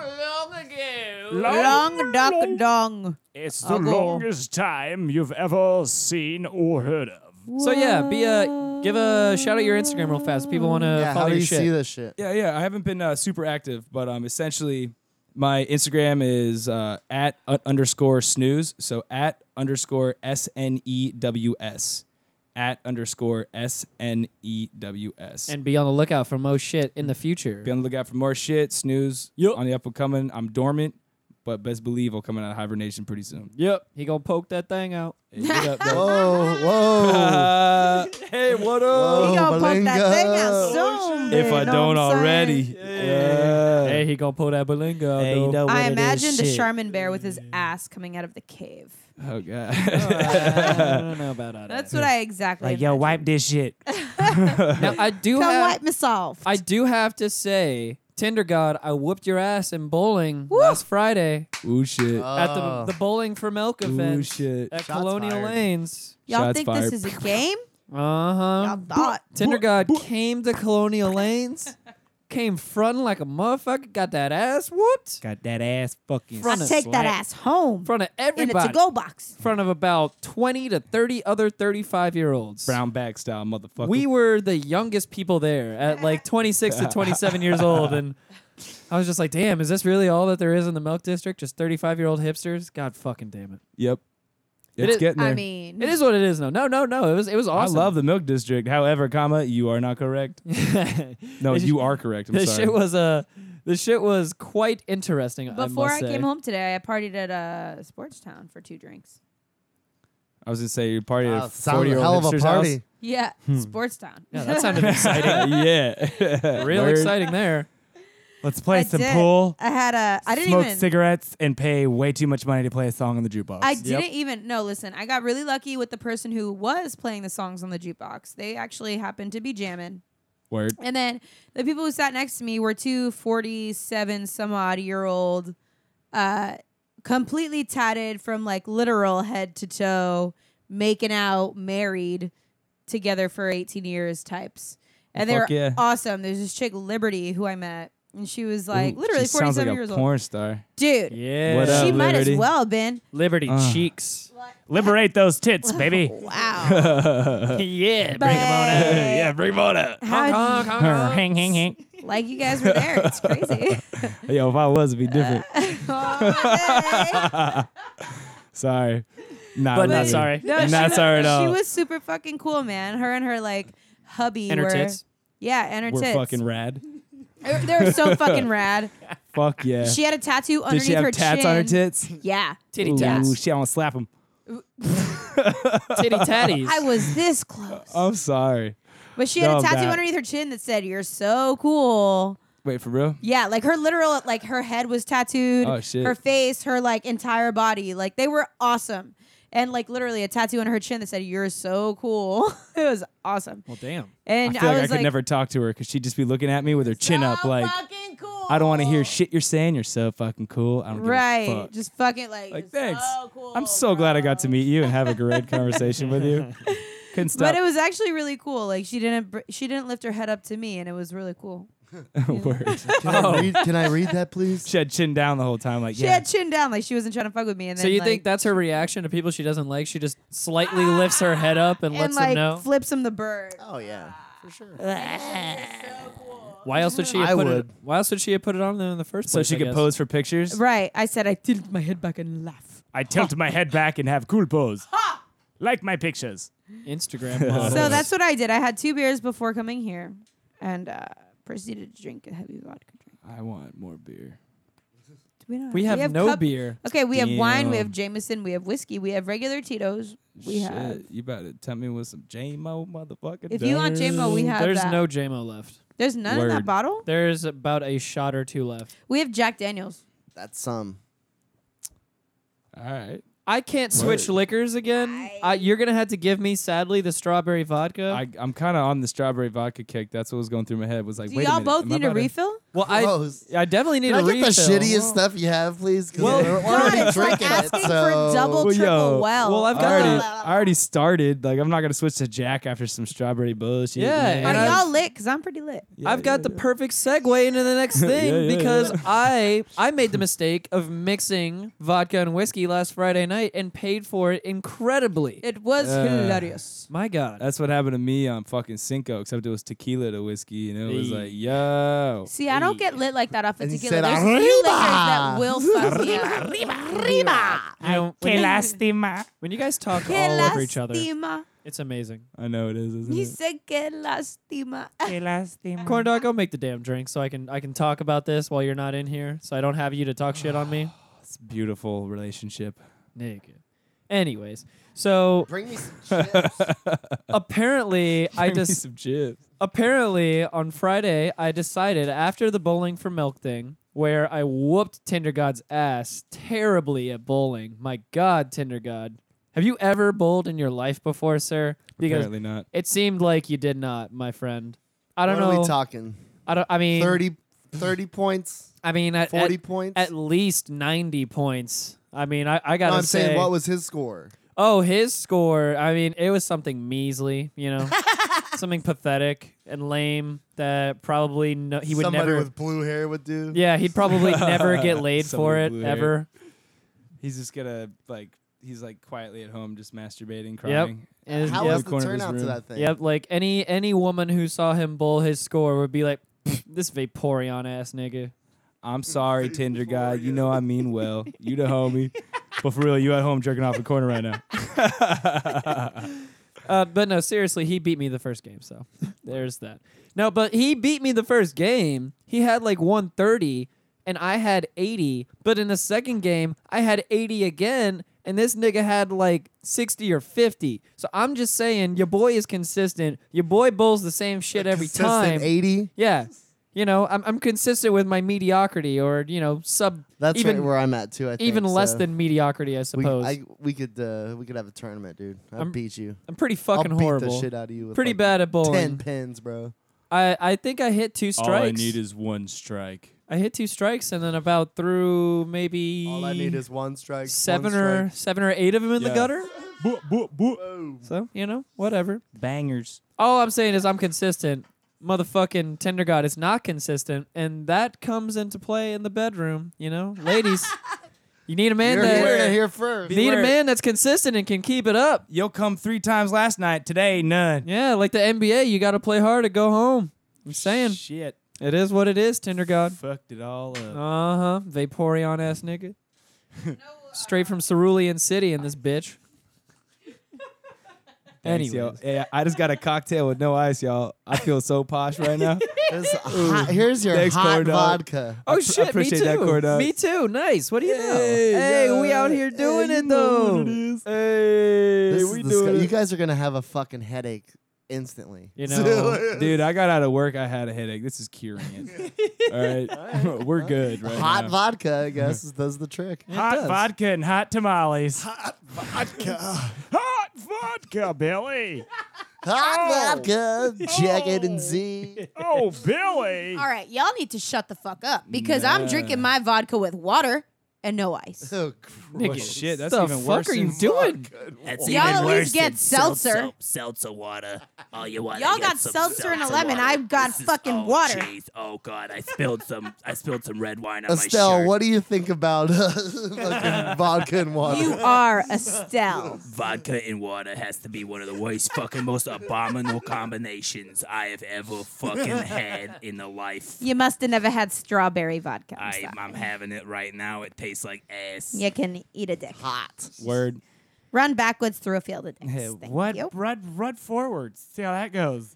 [SPEAKER 2] Long duck dong.
[SPEAKER 4] It's the
[SPEAKER 2] I'll go.
[SPEAKER 4] longest time you've
[SPEAKER 6] Oh,
[SPEAKER 4] ever seen or heard of.
[SPEAKER 1] So yeah, be a give a shout out your Instagram real fast. People want to
[SPEAKER 5] yeah,
[SPEAKER 1] follow
[SPEAKER 5] how do
[SPEAKER 1] your
[SPEAKER 5] you
[SPEAKER 1] shit.
[SPEAKER 5] see this shit?
[SPEAKER 3] Yeah, yeah. I haven't been uh, super active, but um, essentially, my Instagram is uh, at u- underscore snooze. So at underscore s n e w s, at underscore s n e w s. And
[SPEAKER 1] And be on the lookout for most shit in the future.
[SPEAKER 3] be on the lookout for more shit. Snooze on the up and coming. I'm dormant, but best believe I'll come out of hibernation pretty soon.
[SPEAKER 1] Yep. He gonna poke that thing out.
[SPEAKER 3] Hey, get up, bro.
[SPEAKER 5] Whoa, whoa.
[SPEAKER 3] Uh, hey, what up?
[SPEAKER 5] Whoa,
[SPEAKER 2] he gonna poke that thing out
[SPEAKER 5] Belinga.
[SPEAKER 2] soon.
[SPEAKER 3] If
[SPEAKER 2] man,
[SPEAKER 3] I
[SPEAKER 2] know
[SPEAKER 3] don't
[SPEAKER 2] what I'm
[SPEAKER 3] already,
[SPEAKER 2] saying?
[SPEAKER 3] yeah.
[SPEAKER 1] Hey, he gonna pull that belinga out.
[SPEAKER 6] Hey, you
[SPEAKER 1] though.
[SPEAKER 6] know what
[SPEAKER 2] I
[SPEAKER 6] it is,
[SPEAKER 2] imagined a
[SPEAKER 6] shit.
[SPEAKER 2] Charmin bear with his ass coming out of the cave.
[SPEAKER 3] oh god.
[SPEAKER 1] I don't know about all that.
[SPEAKER 2] That's what I exactly.
[SPEAKER 6] Like, yo,
[SPEAKER 2] imagined.
[SPEAKER 6] wipe this shit.
[SPEAKER 1] Now, I do
[SPEAKER 2] Come
[SPEAKER 1] have
[SPEAKER 2] wipe me soft.
[SPEAKER 1] I do have to say, Tinder God, I whooped your ass in bowling
[SPEAKER 2] Woo!
[SPEAKER 1] last Friday
[SPEAKER 3] Ooh shit.
[SPEAKER 1] at
[SPEAKER 5] Oh.
[SPEAKER 1] the, the bowling for milk
[SPEAKER 3] Ooh,
[SPEAKER 1] event
[SPEAKER 3] shit.
[SPEAKER 1] at
[SPEAKER 5] Shots
[SPEAKER 1] Colonial
[SPEAKER 5] fired.
[SPEAKER 1] Lanes.
[SPEAKER 2] Y'all
[SPEAKER 3] Shots
[SPEAKER 2] think
[SPEAKER 3] fired.
[SPEAKER 2] this is a game?
[SPEAKER 1] Uh huh.
[SPEAKER 2] Y'all thought.
[SPEAKER 1] Tinder God came to Colonial Lanes, came fronting like a motherfucker, got that ass whooped
[SPEAKER 6] Got that ass fucking.
[SPEAKER 1] Front
[SPEAKER 2] I
[SPEAKER 1] of-
[SPEAKER 2] take that
[SPEAKER 1] slap.
[SPEAKER 2] ass home
[SPEAKER 1] in front of
[SPEAKER 2] in a
[SPEAKER 1] everybody, in
[SPEAKER 2] to-go box.
[SPEAKER 1] front of about twenty to thirty other thirty-five year olds.
[SPEAKER 3] Brown bag style motherfucker.
[SPEAKER 1] We were the youngest people there at like 26 to 27 years old. And I was just like, damn, is this really all that there is in the milk district? Just 35 year old hipsters? God fucking damn it.
[SPEAKER 3] Yep.
[SPEAKER 1] It
[SPEAKER 3] It's
[SPEAKER 1] is-
[SPEAKER 3] getting there.
[SPEAKER 2] I mean,
[SPEAKER 1] It is what it is, though. No, no, no. It was, it was awesome.
[SPEAKER 3] I love the milk district. However, comma, you are not correct. No,
[SPEAKER 1] This-
[SPEAKER 3] you are correct. I'm
[SPEAKER 1] this
[SPEAKER 3] sorry.
[SPEAKER 1] shit was uh, this shit was quite interesting.
[SPEAKER 2] Before I,
[SPEAKER 1] must say.
[SPEAKER 2] came home today, I partied at a sports town for two drinks.
[SPEAKER 3] I was gonna say your party
[SPEAKER 5] Wow,
[SPEAKER 3] at
[SPEAKER 5] sounds
[SPEAKER 3] forty
[SPEAKER 5] a
[SPEAKER 3] year
[SPEAKER 5] hell
[SPEAKER 3] old
[SPEAKER 5] of a party.
[SPEAKER 2] Yeah, sports town.
[SPEAKER 1] Yeah, that sounded exciting.
[SPEAKER 3] yeah.
[SPEAKER 1] Real
[SPEAKER 3] Word.
[SPEAKER 1] exciting there.
[SPEAKER 6] Let's play
[SPEAKER 2] I
[SPEAKER 6] some
[SPEAKER 2] did.
[SPEAKER 6] pool,
[SPEAKER 2] I had a. I didn't
[SPEAKER 6] smoke
[SPEAKER 2] even.
[SPEAKER 6] cigarettes, and pay way too much money to play a song on the jukebox.
[SPEAKER 2] I didn't even. No, listen. I got really lucky with the person who was playing the songs on the jukebox. They actually happened to be jamming.
[SPEAKER 3] Word.
[SPEAKER 2] And then the people who sat next to me were two 47 some odd year old, uh, completely tatted from like literal head to toe, making out, married, together for 18 years types. And they were
[SPEAKER 3] Fuck yeah.
[SPEAKER 2] awesome. There's this chick, Liberty, who I met. And she was like
[SPEAKER 3] Ooh,
[SPEAKER 2] literally
[SPEAKER 3] she sounds
[SPEAKER 2] 47
[SPEAKER 3] like a
[SPEAKER 2] years old.
[SPEAKER 3] porn star.
[SPEAKER 2] Dude,
[SPEAKER 1] Yeah.
[SPEAKER 3] What
[SPEAKER 2] she
[SPEAKER 3] up? Uh.
[SPEAKER 2] might as
[SPEAKER 3] Liberty?
[SPEAKER 2] well have been.
[SPEAKER 1] Liberty cheeks.
[SPEAKER 6] Liberate those tits, baby.
[SPEAKER 2] Wow.
[SPEAKER 1] yeah.
[SPEAKER 2] But
[SPEAKER 6] bring them on up.
[SPEAKER 1] Honk,
[SPEAKER 2] how'd-
[SPEAKER 1] honk, honk, honk.
[SPEAKER 6] Hang, hang, hang.
[SPEAKER 2] like you guys were there. It's crazy.
[SPEAKER 3] Yo, if I was, it'd be different.
[SPEAKER 2] Oh, hey.
[SPEAKER 3] sorry. Nah,
[SPEAKER 1] But
[SPEAKER 3] I'm
[SPEAKER 1] not sorry.
[SPEAKER 2] No,
[SPEAKER 3] I'm
[SPEAKER 2] she
[SPEAKER 3] not
[SPEAKER 2] was,
[SPEAKER 3] sorry at
[SPEAKER 2] She
[SPEAKER 3] all.
[SPEAKER 2] was super fucking cool, man. Her and her like hubby
[SPEAKER 1] And her
[SPEAKER 2] were
[SPEAKER 1] tits.
[SPEAKER 2] yeah, and her
[SPEAKER 3] We're
[SPEAKER 2] tits.
[SPEAKER 3] fucking rad.
[SPEAKER 2] They were- they were so fucking rad.
[SPEAKER 3] Fuck yeah.
[SPEAKER 2] She had a tattoo underneath
[SPEAKER 3] Did she have
[SPEAKER 2] her
[SPEAKER 3] tats
[SPEAKER 2] chin.
[SPEAKER 3] on her tits?
[SPEAKER 2] Yeah,
[SPEAKER 1] Titty tats.
[SPEAKER 3] Ooh, she don't slap him.
[SPEAKER 1] Titty tatties.
[SPEAKER 2] I was this close,
[SPEAKER 3] I'm sorry.
[SPEAKER 2] but she had
[SPEAKER 3] no,
[SPEAKER 2] a
[SPEAKER 3] I'm
[SPEAKER 2] tattoo
[SPEAKER 3] not.
[SPEAKER 2] underneath her chin that said "You're so cool."
[SPEAKER 3] Wait for real.
[SPEAKER 2] Yeah, like her literal, like her head was tattooed,
[SPEAKER 3] Oh, shit.
[SPEAKER 2] her face, her like entire body, like they were awesome, and like literally a tattoo on her chin that said "You're so cool." it was awesome,
[SPEAKER 1] well, damn.
[SPEAKER 2] and
[SPEAKER 3] I feel like I
[SPEAKER 2] was
[SPEAKER 3] could never talk to her because she'd just be looking at me with her chin up,
[SPEAKER 2] "So
[SPEAKER 3] like
[SPEAKER 2] fucking cool.
[SPEAKER 3] I don't want to hear shit you're saying. You're so fucking cool. I don't give a
[SPEAKER 2] Right.
[SPEAKER 3] fuck."
[SPEAKER 2] Just fucking like,
[SPEAKER 3] Like,
[SPEAKER 2] just
[SPEAKER 3] thanks.
[SPEAKER 2] So cool,
[SPEAKER 3] I'm so glad I got to
[SPEAKER 2] bro.
[SPEAKER 3] meet you and have a great conversation with you. Couldn't stop.
[SPEAKER 2] But it was actually really cool. Like she didn't br- she didn't lift her head up to me and it was really cool.
[SPEAKER 3] Word.
[SPEAKER 5] Can, I read, can I read that, please?
[SPEAKER 3] She had chin down the whole time, like
[SPEAKER 2] She
[SPEAKER 3] yeah.
[SPEAKER 2] had chin down like she wasn't trying to fuck with me and
[SPEAKER 1] So
[SPEAKER 2] then
[SPEAKER 1] you
[SPEAKER 2] like,
[SPEAKER 1] think that's her reaction to people she doesn't like? She just slightly lifts her head up and,
[SPEAKER 2] and
[SPEAKER 1] lets them
[SPEAKER 2] like
[SPEAKER 1] know.
[SPEAKER 2] flips him the bird.
[SPEAKER 5] Oh yeah, for sure.
[SPEAKER 1] why else would she? Have
[SPEAKER 5] I
[SPEAKER 1] put It,
[SPEAKER 5] would.
[SPEAKER 1] why else would she have put it on there in the first
[SPEAKER 3] so
[SPEAKER 1] place?
[SPEAKER 3] she
[SPEAKER 1] I
[SPEAKER 3] could
[SPEAKER 1] guess?
[SPEAKER 3] pose for pictures.
[SPEAKER 2] Right. I said I tilted my head back and laugh.
[SPEAKER 6] I tilt my head back and have cool pose. Like my pictures.
[SPEAKER 1] Instagram. models.
[SPEAKER 2] So that's what I did. I had two beers before coming here and uh proceeded to drink a heavy vodka drink.
[SPEAKER 3] I want more beer.
[SPEAKER 2] Do we, not
[SPEAKER 1] we have, no
[SPEAKER 2] cup-
[SPEAKER 1] beer.
[SPEAKER 2] Okay, we have wine, we
[SPEAKER 3] Damn.
[SPEAKER 2] have Jameson, we have whiskey, we have regular Tito's, we
[SPEAKER 3] Shit,
[SPEAKER 2] have
[SPEAKER 3] you better tell me with some JMO motherfucker.
[SPEAKER 2] If you want JMO, we have
[SPEAKER 1] There's
[SPEAKER 2] that.
[SPEAKER 1] no JMO left.
[SPEAKER 2] There's none in that
[SPEAKER 3] Word.
[SPEAKER 2] bottle.
[SPEAKER 1] There's about a shot or two left.
[SPEAKER 2] We have Jack Daniels.
[SPEAKER 5] That's some.
[SPEAKER 3] All right.
[SPEAKER 1] I can't switch liquors again. I, you're gonna have to give me, sadly, the strawberry vodka.
[SPEAKER 3] I, I'm kind of on the strawberry vodka kick. That's what was going through my head. Was like,
[SPEAKER 2] Do
[SPEAKER 3] wait
[SPEAKER 2] y'all
[SPEAKER 3] a minute,
[SPEAKER 2] both
[SPEAKER 3] am I
[SPEAKER 2] need a
[SPEAKER 3] about to-
[SPEAKER 2] refill?
[SPEAKER 1] well, I,
[SPEAKER 5] Gross.
[SPEAKER 1] I definitely need
[SPEAKER 5] Can I
[SPEAKER 1] a
[SPEAKER 5] get the
[SPEAKER 1] refill.
[SPEAKER 5] shittiest stuff you have, please? Because
[SPEAKER 3] Well,
[SPEAKER 5] we're
[SPEAKER 2] God,
[SPEAKER 5] already
[SPEAKER 2] it's like
[SPEAKER 5] drinking it.
[SPEAKER 2] asking
[SPEAKER 5] so-
[SPEAKER 2] for double,
[SPEAKER 3] Well,
[SPEAKER 2] triple
[SPEAKER 3] yo,
[SPEAKER 2] well.
[SPEAKER 1] well, I've
[SPEAKER 3] I
[SPEAKER 1] got
[SPEAKER 3] already,
[SPEAKER 1] the-
[SPEAKER 3] I already started. Like, I'm not gonna switch to Jack after some strawberry bullshit.
[SPEAKER 1] Yeah,
[SPEAKER 3] man.
[SPEAKER 1] and
[SPEAKER 2] Are
[SPEAKER 1] I-
[SPEAKER 2] y'all lit? Because I'm pretty lit.
[SPEAKER 3] Yeah,
[SPEAKER 1] I've got
[SPEAKER 3] yeah,
[SPEAKER 1] the perfect segue into the next thing
[SPEAKER 3] Yeah, yeah,
[SPEAKER 1] because
[SPEAKER 3] yeah.
[SPEAKER 1] I I made the mistake of mixing vodka and whiskey last Friday night and paid for it incredibly.
[SPEAKER 2] It was
[SPEAKER 3] Uh,
[SPEAKER 2] hilarious.
[SPEAKER 1] My God.
[SPEAKER 3] That's what happened to me on fucking Cinco, except it was tequila to whiskey, you know? It was
[SPEAKER 1] Hey.
[SPEAKER 3] like, yo.
[SPEAKER 2] See, I don't get lit like that off of
[SPEAKER 5] And he
[SPEAKER 2] tequila.
[SPEAKER 5] said,
[SPEAKER 2] There's a few liquors that
[SPEAKER 5] "Arriba!"
[SPEAKER 2] will fuck me up.
[SPEAKER 1] You know,
[SPEAKER 4] Que
[SPEAKER 1] when, you,
[SPEAKER 4] lástima.
[SPEAKER 1] when you guys talk
[SPEAKER 2] Que
[SPEAKER 1] all over each other,
[SPEAKER 2] lastima.
[SPEAKER 1] it's amazing.
[SPEAKER 5] Mm-hmm.
[SPEAKER 3] I know it is, isn't
[SPEAKER 2] He
[SPEAKER 3] it?
[SPEAKER 2] said que lastima.
[SPEAKER 4] Que lástima.
[SPEAKER 1] Corn dog, go make the damn drink so I can I can talk about this while you're not in here, so I don't have you to talk shit on me.
[SPEAKER 3] It's a beautiful relationship.
[SPEAKER 1] Nigga. Anyways, so
[SPEAKER 5] Bring me some chips.
[SPEAKER 1] apparently I
[SPEAKER 3] Bring me
[SPEAKER 1] just
[SPEAKER 3] some chips.
[SPEAKER 1] apparently on Friday I decided after the bowling for milk thing where I whooped Tinder God's ass terribly at bowling. My God, Tinder God, have you ever bowled in your life before, sir? Because
[SPEAKER 3] Apparently not.
[SPEAKER 1] it seemed like you did not, my friend. I don't
[SPEAKER 5] what
[SPEAKER 1] know.
[SPEAKER 5] are we talking?
[SPEAKER 1] I don't. I mean,
[SPEAKER 5] 30, 30 points?
[SPEAKER 1] I mean, at,
[SPEAKER 5] 40
[SPEAKER 1] at,
[SPEAKER 5] points?
[SPEAKER 1] at least ninety points. I mean, I, I
[SPEAKER 5] no,
[SPEAKER 1] gotta
[SPEAKER 5] I'm
[SPEAKER 1] say,
[SPEAKER 5] saying, what was his score?
[SPEAKER 1] oh, his score. I mean, it was something measly, you know, something pathetic and lame that probably no, he would
[SPEAKER 5] Somebody
[SPEAKER 1] never.
[SPEAKER 5] with blue hair would do.
[SPEAKER 1] yeah, he'd probably never get laid for
[SPEAKER 3] Somebody
[SPEAKER 1] it
[SPEAKER 3] blew hair.
[SPEAKER 1] ever.
[SPEAKER 3] He's just gonna, like, he's like quietly at home just masturbating,
[SPEAKER 1] Yep.
[SPEAKER 3] crying.
[SPEAKER 1] And,
[SPEAKER 5] How
[SPEAKER 1] yep,
[SPEAKER 5] was
[SPEAKER 3] the
[SPEAKER 5] the
[SPEAKER 3] corner of his
[SPEAKER 5] turnout to
[SPEAKER 3] room.
[SPEAKER 5] that thing?
[SPEAKER 1] yep, like any any woman who saw him bowl his score would be like, "Pfft, this Vaporeon ass nigga.
[SPEAKER 3] I'm sorry, Tinder God. You know I mean well. You the homie. But for real, you at home jerking off the corner right now.
[SPEAKER 1] Uh, but no, seriously, he beat me the first game, so there's that. No, but he beat me the first game. He had like 130, and I had 80. But in the second game, I had 80 again, and this nigga had like 60 or 50. So I'm just saying, your boy is consistent. Your boy bowls the same shit every
[SPEAKER 5] Consistent
[SPEAKER 1] time.
[SPEAKER 5] 80?
[SPEAKER 1] Yeah. You know, I'm, I'm consistent with my mediocrity or, you know, sub.
[SPEAKER 5] That's
[SPEAKER 1] even,
[SPEAKER 5] right where I'm at, too. I think.
[SPEAKER 1] even less
[SPEAKER 5] so.
[SPEAKER 1] than mediocrity, I
[SPEAKER 5] We,
[SPEAKER 1] suppose.
[SPEAKER 5] I- we could uh, we could have a tournament, dude. I'll
[SPEAKER 1] I'm
[SPEAKER 5] beat you.
[SPEAKER 1] I'm pretty fucking
[SPEAKER 5] I'll beat
[SPEAKER 1] horrible.
[SPEAKER 5] the shit out of you. With
[SPEAKER 1] Pretty
[SPEAKER 5] like
[SPEAKER 1] bad at bowling.
[SPEAKER 5] Ten pins, bro.
[SPEAKER 1] I, I think I hit two strikes.
[SPEAKER 3] All I need is one strike.
[SPEAKER 1] I hit two strikes, and then about through maybe
[SPEAKER 5] All I need is one strike.
[SPEAKER 1] seven
[SPEAKER 5] one
[SPEAKER 1] or seven or eight of them in the
[SPEAKER 3] Yeah.
[SPEAKER 1] gutter.
[SPEAKER 3] Boop, boop, boop.
[SPEAKER 5] strike.
[SPEAKER 1] So you know, whatever.
[SPEAKER 3] Bangers.
[SPEAKER 1] All I'm saying is I'm consistent. Motherfucking Tinder God is not consistent, and that comes into play in the bedroom. You know, ladies, you need a man
[SPEAKER 5] You're
[SPEAKER 1] that
[SPEAKER 5] here to hear first.
[SPEAKER 1] you need a
[SPEAKER 3] Beware.
[SPEAKER 1] man that's consistent and can keep it up.
[SPEAKER 3] Yo come three times last night. Today, none.
[SPEAKER 1] Yeah, like the NBA, you got to play hard to go home. I'm saying
[SPEAKER 3] Shit.
[SPEAKER 1] it is what it is. Tinder God.
[SPEAKER 3] Fucked it all up.
[SPEAKER 1] Uh huh. Vaporeon ass nigga. Straight from Cerulean City in this bitch.
[SPEAKER 3] Thanks,
[SPEAKER 1] Anyways.
[SPEAKER 3] yo. Hey, I just got a cocktail with no ice, y'all. I feel so posh right now.
[SPEAKER 5] Here's, hot, here's your
[SPEAKER 3] Thanks,
[SPEAKER 5] hot
[SPEAKER 3] Cordo.
[SPEAKER 5] vodka.
[SPEAKER 1] Oh
[SPEAKER 3] I pr-
[SPEAKER 1] shit,
[SPEAKER 3] appreciate
[SPEAKER 1] me
[SPEAKER 3] that,
[SPEAKER 1] too.
[SPEAKER 3] Cordax.
[SPEAKER 1] me too. Nice. What do you know?
[SPEAKER 3] Hey,
[SPEAKER 1] Hey,
[SPEAKER 3] yeah.
[SPEAKER 1] we out here doing
[SPEAKER 3] Hey, you
[SPEAKER 1] it
[SPEAKER 3] know
[SPEAKER 1] though.
[SPEAKER 3] what it is. Hey,
[SPEAKER 5] This
[SPEAKER 3] we
[SPEAKER 5] is
[SPEAKER 3] doing
[SPEAKER 5] disgu-
[SPEAKER 3] it.
[SPEAKER 5] you guys are gonna have a fucking headache instantly. uh,
[SPEAKER 1] You know,
[SPEAKER 3] Oh, Dude, I got out of work. I had a headache. This is curing it. all right, we're good. Right
[SPEAKER 5] hot
[SPEAKER 3] now.
[SPEAKER 5] vodka, I guess, is- does the trick.
[SPEAKER 4] Hot vodka and hot tamales.
[SPEAKER 5] vodka.
[SPEAKER 4] Hot vodka, Billy.
[SPEAKER 5] Hot vodka. Jack it and Z.
[SPEAKER 4] Oh, Billy.
[SPEAKER 2] All right, y'all need to shut the fuck up because I'm
[SPEAKER 3] Nah.
[SPEAKER 2] drinking my vodka with water and no ice.
[SPEAKER 5] Oh,
[SPEAKER 1] nigga,
[SPEAKER 5] gross.
[SPEAKER 3] Well, shit, that's
[SPEAKER 1] the
[SPEAKER 3] even
[SPEAKER 1] fuck
[SPEAKER 3] worse
[SPEAKER 1] are you
[SPEAKER 3] than
[SPEAKER 1] doing?
[SPEAKER 6] That's
[SPEAKER 2] Y'all
[SPEAKER 6] even
[SPEAKER 2] at
[SPEAKER 6] worse
[SPEAKER 2] least get
[SPEAKER 6] than
[SPEAKER 2] seltzer.
[SPEAKER 6] seltzer. Seltzer water. All you want.
[SPEAKER 2] Y'all got seltzer and a lemon. I've got fucking
[SPEAKER 6] oh,
[SPEAKER 2] water.
[SPEAKER 6] jeez. Oh god, I spilled some. I spilled some red wine on my
[SPEAKER 5] Estelle,
[SPEAKER 6] shirt.
[SPEAKER 5] what do you think about uh, fucking vodka and water?
[SPEAKER 2] You are Estelle.
[SPEAKER 6] Vodka and water has to be one of the worst, fucking, most abominable combinations I have ever fucking had in the life.
[SPEAKER 2] You must have never had strawberry vodka. I'm
[SPEAKER 6] I,
[SPEAKER 2] sorry.
[SPEAKER 6] I'm having it right now. It tastes like ass.
[SPEAKER 2] You can eat a dick.
[SPEAKER 5] hot.
[SPEAKER 3] Word.
[SPEAKER 2] Run backwards through a field of dicks. Thank
[SPEAKER 4] what?
[SPEAKER 2] you.
[SPEAKER 4] Run, run forward. See how that goes.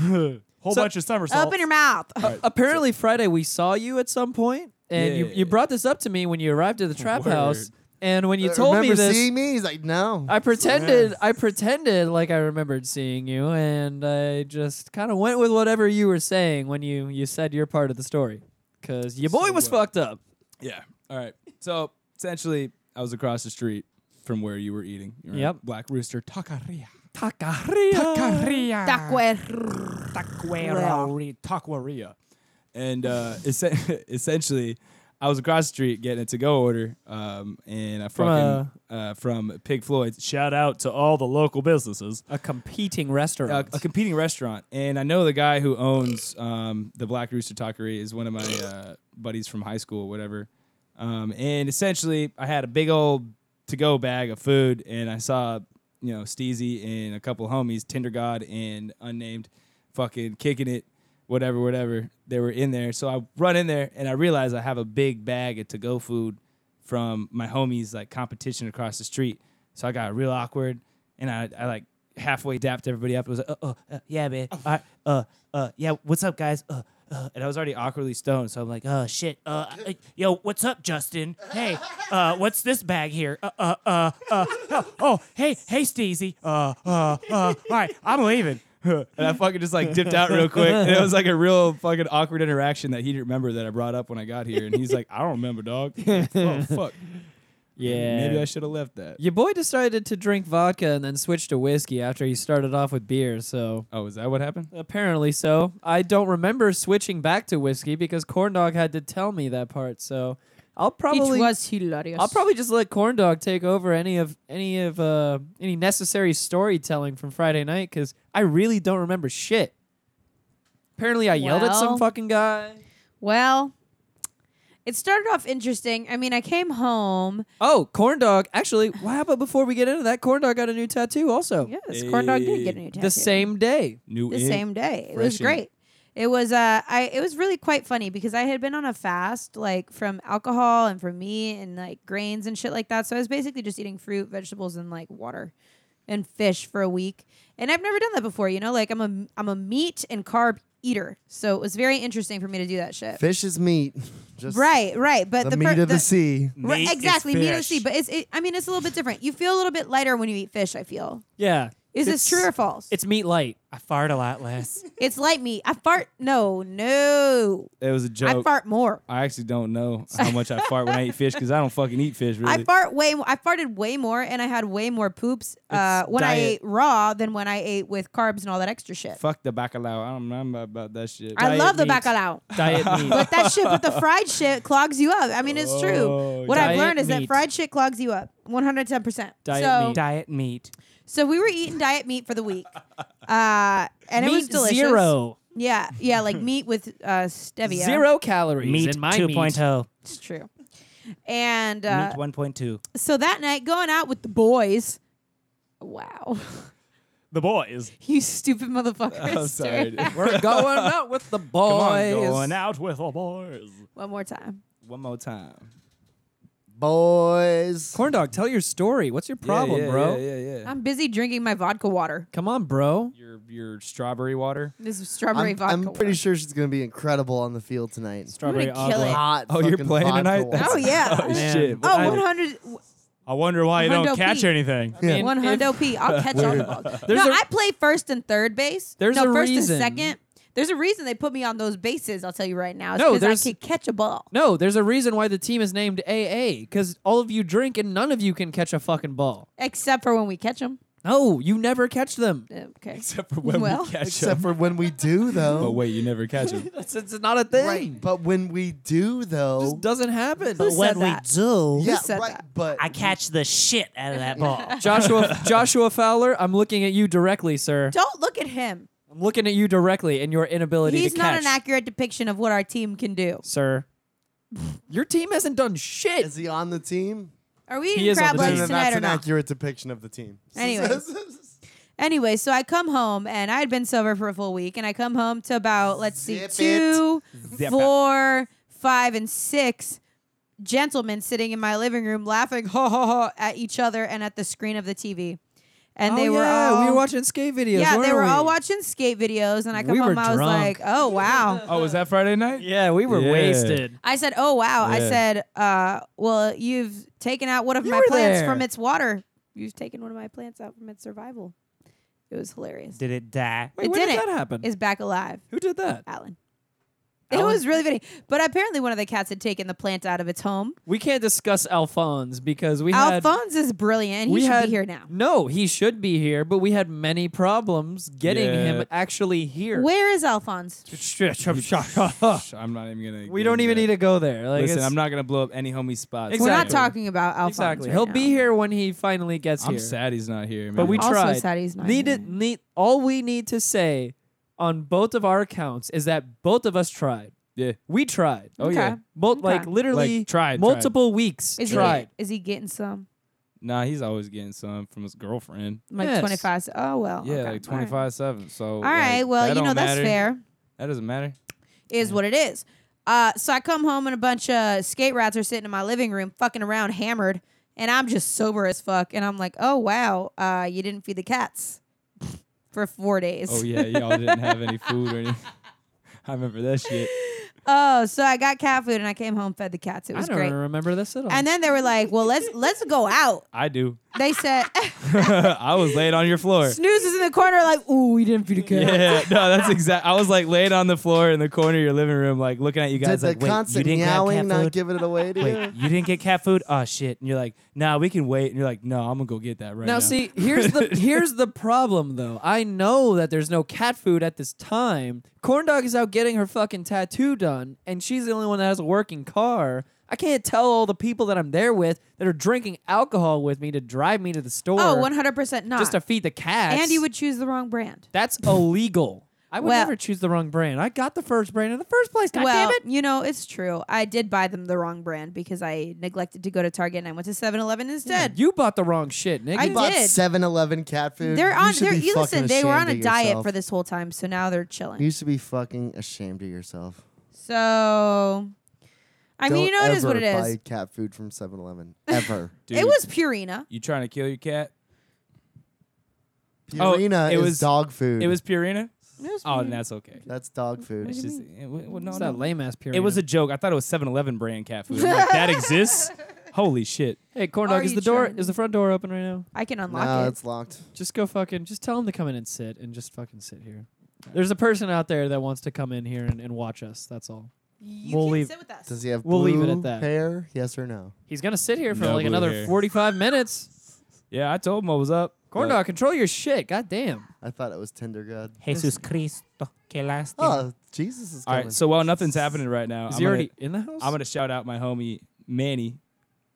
[SPEAKER 4] Whole
[SPEAKER 1] So-
[SPEAKER 4] bunch of somersaults.
[SPEAKER 2] Open your mouth.
[SPEAKER 1] Apparently Friday we saw you at some point, and you,
[SPEAKER 3] Yeah.
[SPEAKER 1] you brought this up to me when you arrived at the trap
[SPEAKER 3] Word.
[SPEAKER 1] house, and when you told
[SPEAKER 5] Remember
[SPEAKER 1] me this.
[SPEAKER 5] seeing me? He's like, no.
[SPEAKER 1] I pretended I pretended like I remembered seeing you and I just kind of went with whatever you were saying when you you said your part of the story cuz your boy was fucked up.
[SPEAKER 3] Yeah. All right. So essentially, I was across the street from where you were eating. You were at
[SPEAKER 1] Yep.
[SPEAKER 3] Black Rooster Taqueria.
[SPEAKER 4] Taqueria.
[SPEAKER 2] Taquer-
[SPEAKER 4] Taqueria.
[SPEAKER 3] Taqueria. And uh, essen- essentially, I was across the street getting a to-go order, um, and I
[SPEAKER 4] From
[SPEAKER 3] fucking uh, from Pig Floyd's. Shout out to all the local businesses.
[SPEAKER 1] A competing
[SPEAKER 3] a,
[SPEAKER 1] restaurant.
[SPEAKER 3] a competing restaurant, and I know the guy who owns um, the Black Rooster Taqueria is one of my uh, buddies from high school, whatever. Um, and essentially, I had a big old to-go bag of food, and I saw you know Steezy and a couple homies, Tinder God and unnamed, fucking kicking it, whatever, whatever. They were in there, so I run in there, and I realize I have a big bag of to-go food from my homies like competition across the street. So I got real awkward and I, I like halfway dapped everybody up. It was like, uh, uh, uh, yeah, man. Uh, uh, uh, yeah, what's up, guys? Uh, uh, and I was already awkwardly stoned. So I'm like, oh, shit. Uh, uh, yo, what's up, Justin? Hey, uh, what's this bag here? Uh, uh, uh, uh, oh, oh, hey, hey, Steezy. Uh, uh, uh, all right, I'm leaving. and I fucking just like dipped out real quick. And it was like a real fucking awkward interaction that he didn't remember that I brought up when I got here. And he's like, I don't remember, dog. oh, fuck.
[SPEAKER 1] yeah.
[SPEAKER 3] Maybe I should have left that.
[SPEAKER 1] Your boy decided to drink vodka and then switch to whiskey after he started off with beer, so
[SPEAKER 3] Oh, is that what happened?
[SPEAKER 1] apparently so. I don't remember switching back to whiskey because Corn Dog had to tell me that part, so I'll probably
[SPEAKER 2] it was hilarious.
[SPEAKER 1] I'll probably just let Corn Dog take over any of any of uh any necessary storytelling from Friday night cuz I really don't remember shit. Apparently I yelled at some
[SPEAKER 2] Well.
[SPEAKER 1] fucking guy.
[SPEAKER 2] Well, it started off interesting. I mean, I came home.
[SPEAKER 1] Oh, Corn Dog. Actually, wow, but before we get into that, Corn Dog got a new tattoo also.
[SPEAKER 2] Yes, corn dog did get a new tattoo.
[SPEAKER 1] The same day.
[SPEAKER 3] New
[SPEAKER 2] the
[SPEAKER 3] ink.
[SPEAKER 2] same day. It was
[SPEAKER 3] Fresh ink.
[SPEAKER 2] great. It was uh I it was really quite funny because I had been on a fast like from alcohol and from meat and like grains and shit like that. So I was basically just eating fruit, vegetables and like water and fish for a week. And I've never done that before, you know? Like I'm a I'm a meat and carb eater. So it was very interesting for me to do that shit.
[SPEAKER 5] Fish is meat. Just
[SPEAKER 2] Right, right. But
[SPEAKER 5] The,
[SPEAKER 2] the,
[SPEAKER 5] meat
[SPEAKER 2] per-
[SPEAKER 5] of the, sea.
[SPEAKER 2] Right,
[SPEAKER 4] Meat is
[SPEAKER 2] exactly, meat of the
[SPEAKER 4] fish.
[SPEAKER 2] sea. But it's it, I mean it's a little bit different. You feel a little bit lighter when you eat fish, I feel.
[SPEAKER 1] Yeah.
[SPEAKER 2] Is this true or false?
[SPEAKER 1] It's meat light.
[SPEAKER 4] I fart a lot less.
[SPEAKER 2] it's light meat. I fart no, no.
[SPEAKER 3] It was a joke.
[SPEAKER 2] I fart more.
[SPEAKER 3] I actually don't know how much I fart when I eat fish because I don't fucking eat fish really.
[SPEAKER 2] I fart way. mo- I farted way more, and I had way more poops uh, when I
[SPEAKER 3] diet.
[SPEAKER 2] ate raw than when I ate with carbs and all that extra shit.
[SPEAKER 3] Fuck the bacalao. I don't remember about that shit.
[SPEAKER 2] I
[SPEAKER 1] diet
[SPEAKER 2] love the
[SPEAKER 1] meat.
[SPEAKER 2] bacalao,
[SPEAKER 1] Diet meat.
[SPEAKER 2] but that shit with the fried shit clogs you up. I mean, it's
[SPEAKER 3] Oh,
[SPEAKER 2] true. What I've
[SPEAKER 1] diet
[SPEAKER 2] learned is that
[SPEAKER 1] meat.
[SPEAKER 2] fried shit clogs you up, one hundred ten percent.
[SPEAKER 1] Diet
[SPEAKER 2] so,
[SPEAKER 1] meat.
[SPEAKER 4] Diet meat.
[SPEAKER 2] So we were eating diet meat for the week, uh, and it was
[SPEAKER 1] meat
[SPEAKER 2] delicious.
[SPEAKER 1] zero.
[SPEAKER 2] Yeah, yeah, like meat with uh, stevia.
[SPEAKER 1] Zero calories
[SPEAKER 4] Meat
[SPEAKER 1] in my
[SPEAKER 4] 2.0.
[SPEAKER 2] It's true. And uh,
[SPEAKER 4] meat 1.2.
[SPEAKER 2] so that night, going out with the boys. Wow.
[SPEAKER 4] The boys.
[SPEAKER 2] You stupid motherfuckers.
[SPEAKER 3] I'm sorry. dude.
[SPEAKER 1] We're going out with the boys.
[SPEAKER 4] Come on, going out with the boys.
[SPEAKER 2] One more time.
[SPEAKER 3] One more time.
[SPEAKER 5] Boys.
[SPEAKER 1] Corn Dog, tell your story. What's your
[SPEAKER 3] Yeah,
[SPEAKER 1] problem,
[SPEAKER 3] yeah,
[SPEAKER 1] bro?
[SPEAKER 3] Yeah, yeah, yeah.
[SPEAKER 2] I'm busy drinking my vodka water.
[SPEAKER 1] Come on, bro.
[SPEAKER 3] Your your strawberry water.
[SPEAKER 2] This is strawberry
[SPEAKER 5] I'm,
[SPEAKER 2] vodka.
[SPEAKER 5] I'm pretty
[SPEAKER 2] water.
[SPEAKER 5] sure she's gonna be incredible on the field tonight.
[SPEAKER 2] gonna
[SPEAKER 1] Strawberry
[SPEAKER 2] kill
[SPEAKER 1] agua.
[SPEAKER 2] it.
[SPEAKER 5] Hot.
[SPEAKER 3] Oh, you're
[SPEAKER 5] fucking
[SPEAKER 3] playing
[SPEAKER 5] vodka
[SPEAKER 3] tonight?
[SPEAKER 5] water.
[SPEAKER 2] Oh yeah.
[SPEAKER 3] Oh
[SPEAKER 1] man.
[SPEAKER 3] shit.
[SPEAKER 2] Oh,
[SPEAKER 3] I,
[SPEAKER 2] 100,
[SPEAKER 3] I wonder why you
[SPEAKER 2] Hundo
[SPEAKER 3] don't catch
[SPEAKER 2] P.
[SPEAKER 3] anything.
[SPEAKER 5] Yeah.
[SPEAKER 1] And
[SPEAKER 2] one
[SPEAKER 1] if-
[SPEAKER 2] hundo P. I'll catch all the balls.
[SPEAKER 1] There's
[SPEAKER 2] no,
[SPEAKER 1] a-
[SPEAKER 2] I play first and third base.
[SPEAKER 1] There's
[SPEAKER 2] no,
[SPEAKER 1] a
[SPEAKER 2] first
[SPEAKER 1] reason.
[SPEAKER 2] and second. There's a reason they put me on those bases. I'll tell you right now. It's
[SPEAKER 1] No,
[SPEAKER 2] because
[SPEAKER 1] there's-
[SPEAKER 2] I can catch a ball.
[SPEAKER 1] No, there's a reason why the team is named AA because all of you drink and none of you can catch a fucking ball.
[SPEAKER 2] Except for when we catch them.
[SPEAKER 1] No, you never catch them.
[SPEAKER 2] Okay.
[SPEAKER 3] Except for when
[SPEAKER 2] Well.
[SPEAKER 3] we catch them.
[SPEAKER 5] Except for when we do
[SPEAKER 3] But
[SPEAKER 5] though.
[SPEAKER 3] wait, you never catch them.
[SPEAKER 1] It's, it's not a thing.
[SPEAKER 5] right. But when we do
[SPEAKER 1] It
[SPEAKER 5] though.
[SPEAKER 1] just doesn't happen.
[SPEAKER 2] Who said that?
[SPEAKER 4] do,
[SPEAKER 5] yeah.
[SPEAKER 2] said
[SPEAKER 5] right.
[SPEAKER 2] that?
[SPEAKER 5] But
[SPEAKER 4] catch the shit out of that ball.
[SPEAKER 1] Joshua Joshua Fowler, I'm looking at you directly, sir.
[SPEAKER 2] Don't look at him.
[SPEAKER 1] I'm looking at you directly and your inability
[SPEAKER 2] He's
[SPEAKER 1] to
[SPEAKER 2] not
[SPEAKER 1] catch,
[SPEAKER 2] an accurate depiction of what our team can do.
[SPEAKER 1] sir. Your team hasn't done shit.
[SPEAKER 5] is he on the team?
[SPEAKER 2] Are we
[SPEAKER 1] He
[SPEAKER 2] eating
[SPEAKER 1] is on
[SPEAKER 2] crab
[SPEAKER 1] the
[SPEAKER 5] No,
[SPEAKER 1] team.
[SPEAKER 2] legs
[SPEAKER 5] no,
[SPEAKER 2] tonight
[SPEAKER 5] that's
[SPEAKER 2] or
[SPEAKER 5] an
[SPEAKER 2] not?
[SPEAKER 5] accurate depiction of the team.
[SPEAKER 2] Anyways. Anyway, so I come home and I had been sober for a full week, and I come home to about let's see,
[SPEAKER 5] Zip
[SPEAKER 2] two,
[SPEAKER 3] Zip
[SPEAKER 2] four, five, and six gentlemen sitting in my living room laughing ha ha ha at each other and at the screen of the TV, and they
[SPEAKER 1] oh,
[SPEAKER 2] were
[SPEAKER 1] yeah,
[SPEAKER 2] all
[SPEAKER 1] we were watching skate videos.
[SPEAKER 2] yeah, they
[SPEAKER 1] weren't
[SPEAKER 2] were
[SPEAKER 1] we?
[SPEAKER 2] all watching skate videos, and I come
[SPEAKER 1] We were
[SPEAKER 2] home, I was
[SPEAKER 1] drunk.
[SPEAKER 2] like, oh wow.
[SPEAKER 3] Oh, was that Friday night?
[SPEAKER 1] Yeah, we were
[SPEAKER 3] Yeah.
[SPEAKER 1] wasted.
[SPEAKER 2] I said, "Oh wow!" I
[SPEAKER 3] Yeah.
[SPEAKER 2] said, uh, "Well, you've taken out one of
[SPEAKER 1] You
[SPEAKER 2] my
[SPEAKER 1] were
[SPEAKER 2] plants
[SPEAKER 1] there.
[SPEAKER 2] from its water. You've taken one of my plants out from its survival." It was hilarious.
[SPEAKER 4] Did it die?
[SPEAKER 1] Wait,
[SPEAKER 2] It
[SPEAKER 1] when did
[SPEAKER 2] didn't.
[SPEAKER 1] that happen?
[SPEAKER 2] It's back alive,
[SPEAKER 1] Who did that?
[SPEAKER 2] Alan. It was really funny. But apparently, one of the cats had taken the plant out of its home.
[SPEAKER 1] We can't discuss Alphonse because we had
[SPEAKER 2] Alphonse is brilliant. He
[SPEAKER 1] we
[SPEAKER 2] should
[SPEAKER 1] had,
[SPEAKER 2] be here now.
[SPEAKER 1] No, he should be here, but we had many problems getting
[SPEAKER 3] Yeah.
[SPEAKER 1] him actually here.
[SPEAKER 2] Where is Alphonse?
[SPEAKER 3] I'm not even gonna.
[SPEAKER 1] we
[SPEAKER 3] get
[SPEAKER 1] don't
[SPEAKER 3] into
[SPEAKER 1] even
[SPEAKER 3] that.
[SPEAKER 1] need to go there. Like,
[SPEAKER 3] Listen,
[SPEAKER 1] it's-
[SPEAKER 3] I'm not gonna blow up any homie spots.
[SPEAKER 2] We're not
[SPEAKER 1] Exactly.
[SPEAKER 2] talking about Alphonse.
[SPEAKER 1] exactly.
[SPEAKER 2] right
[SPEAKER 1] He'll
[SPEAKER 2] now.
[SPEAKER 1] be here when he finally gets
[SPEAKER 3] I'm
[SPEAKER 1] here.
[SPEAKER 3] sad he's not here. Man.
[SPEAKER 1] But we
[SPEAKER 2] Also
[SPEAKER 1] tried.
[SPEAKER 2] sad he's not
[SPEAKER 1] Need
[SPEAKER 2] here.
[SPEAKER 1] it- need- all we need to say on both of our accounts is that both of us tried.
[SPEAKER 3] yeah.
[SPEAKER 1] We tried.
[SPEAKER 3] Oh
[SPEAKER 2] Okay.
[SPEAKER 3] yeah.
[SPEAKER 1] Both like
[SPEAKER 2] Okay.
[SPEAKER 1] literally
[SPEAKER 3] Like, tried, tried.
[SPEAKER 1] multiple weeks.
[SPEAKER 2] Is he,
[SPEAKER 1] tried.
[SPEAKER 2] is he getting some?
[SPEAKER 3] Nah, he's always getting some from his girlfriend.
[SPEAKER 2] Like
[SPEAKER 1] Yes.
[SPEAKER 2] 25. Oh, well.
[SPEAKER 3] Yeah,
[SPEAKER 2] okay.
[SPEAKER 3] like 25 seven. So.
[SPEAKER 2] All right. All right, well, you know, that's fair.
[SPEAKER 3] That doesn't matter.
[SPEAKER 1] Mm-hmm.
[SPEAKER 2] is what it is. Uh, so I come home and a bunch of skate rats are sitting in my living room, fucking around, hammered, and I'm just sober as fuck. And I'm like, oh wow, uh, you didn't feed the cats for four days.
[SPEAKER 3] Oh yeah, y'all didn't have any food or anything. I remember that shit.
[SPEAKER 2] Oh, so I got cat food and I came home, fed the cats. It
[SPEAKER 1] I
[SPEAKER 2] was
[SPEAKER 1] don't
[SPEAKER 2] great.
[SPEAKER 1] remember this at all.
[SPEAKER 2] And then they were like, well, let's let's go out.
[SPEAKER 3] I do.
[SPEAKER 2] They said,
[SPEAKER 3] I was laid on your floor.
[SPEAKER 2] Snooze is in the corner, like, ooh, we didn't feed the cats.
[SPEAKER 3] Yeah, no, that's exact. I was like laid on the floor in the corner of your living room, like looking at you
[SPEAKER 5] Did
[SPEAKER 3] guys,
[SPEAKER 5] the
[SPEAKER 3] like, wait, you
[SPEAKER 5] constant
[SPEAKER 3] didn't have cat
[SPEAKER 5] meowing not
[SPEAKER 3] food.
[SPEAKER 5] giving it away to you?
[SPEAKER 3] Wait, you didn't get cat food? Oh shit! And you're like, nah, we can wait. And you're like, no, I'm gonna go get that right now.
[SPEAKER 1] Now, see, here's the here's the problem though. I know that there's no cat food at this time. Corndog is out getting her fucking tattoo done, and she's the only one that has a working car. I can't tell all the people that I'm there with that are drinking alcohol with me to drive me to the store
[SPEAKER 2] Oh, 100% not.
[SPEAKER 1] just to feed the cats.
[SPEAKER 2] and you would choose the wrong brand.
[SPEAKER 1] That's illegal. I would
[SPEAKER 2] Well-
[SPEAKER 1] never choose the wrong brand. I got the first brand in the first place. God
[SPEAKER 2] well,
[SPEAKER 1] damn it!
[SPEAKER 2] you know, it's true. I did buy them the wrong brand because I neglected to go to Target and I went to 7-Eleven instead.
[SPEAKER 1] You bought the wrong shit, nigga.
[SPEAKER 2] I
[SPEAKER 5] You bought
[SPEAKER 2] did.
[SPEAKER 5] 7-Eleven cat food.
[SPEAKER 2] they're
[SPEAKER 5] You
[SPEAKER 2] on.
[SPEAKER 5] should
[SPEAKER 2] They're,
[SPEAKER 5] be
[SPEAKER 2] you
[SPEAKER 5] fucking
[SPEAKER 2] listen. They were
[SPEAKER 5] ashamed
[SPEAKER 2] on a
[SPEAKER 5] of
[SPEAKER 2] diet
[SPEAKER 5] yourself.
[SPEAKER 2] for this whole time, so now they're chilling.
[SPEAKER 5] You should be fucking ashamed of yourself.
[SPEAKER 2] so, I mean, you
[SPEAKER 5] Don't
[SPEAKER 2] know, it is what
[SPEAKER 5] ever
[SPEAKER 2] it is.
[SPEAKER 5] Buy cat food from 7-Eleven ever.
[SPEAKER 3] Dude,
[SPEAKER 2] It was Purina.
[SPEAKER 3] You trying to kill your cat? Oh,
[SPEAKER 5] Purina
[SPEAKER 3] it
[SPEAKER 5] is
[SPEAKER 3] was-
[SPEAKER 5] dog food.
[SPEAKER 3] It was Purina.
[SPEAKER 2] It was
[SPEAKER 3] Oh,
[SPEAKER 2] Purina.
[SPEAKER 3] then that's okay.
[SPEAKER 5] that's dog food.
[SPEAKER 3] It's just, it, wa- well, no,
[SPEAKER 1] It's
[SPEAKER 3] no.
[SPEAKER 1] that lame ass period.
[SPEAKER 3] It was a joke. I thought it was 7-Eleven brand cat food. I'm like, that exists? Holy shit!
[SPEAKER 1] hey
[SPEAKER 2] Are
[SPEAKER 1] corndog. Is the
[SPEAKER 2] you
[SPEAKER 1] door
[SPEAKER 2] trying-
[SPEAKER 1] is the front door open right now?
[SPEAKER 2] I can unlock
[SPEAKER 5] no,
[SPEAKER 2] it.
[SPEAKER 5] it's locked.
[SPEAKER 1] Just go fucking. Just tell them to come in and sit, and just fucking sit here. There's a person out there that wants to come in here and, and watch us. That's all.
[SPEAKER 2] you
[SPEAKER 1] we'll
[SPEAKER 2] can't
[SPEAKER 1] leave-
[SPEAKER 2] sit with us.
[SPEAKER 5] Does he have
[SPEAKER 1] We'll
[SPEAKER 5] blue
[SPEAKER 1] leave it at that.
[SPEAKER 5] hair? Yes or no?
[SPEAKER 1] He's gonna sit here for
[SPEAKER 3] No
[SPEAKER 1] like
[SPEAKER 3] blue
[SPEAKER 1] another
[SPEAKER 3] hair.
[SPEAKER 1] 45 minutes.
[SPEAKER 3] Yeah, I told him what was up.
[SPEAKER 1] Corn dog, control your shit. God damn.
[SPEAKER 5] I thought it was Tinder God.
[SPEAKER 6] Jesus Cristo, que lástima.
[SPEAKER 5] Oh, Jesus is
[SPEAKER 3] All
[SPEAKER 5] coming.
[SPEAKER 3] right, so while nothing's happening right now,
[SPEAKER 1] Is
[SPEAKER 3] I'm
[SPEAKER 1] he
[SPEAKER 3] gonna-
[SPEAKER 1] already in the house?
[SPEAKER 3] I'm gonna shout out my homie Manny,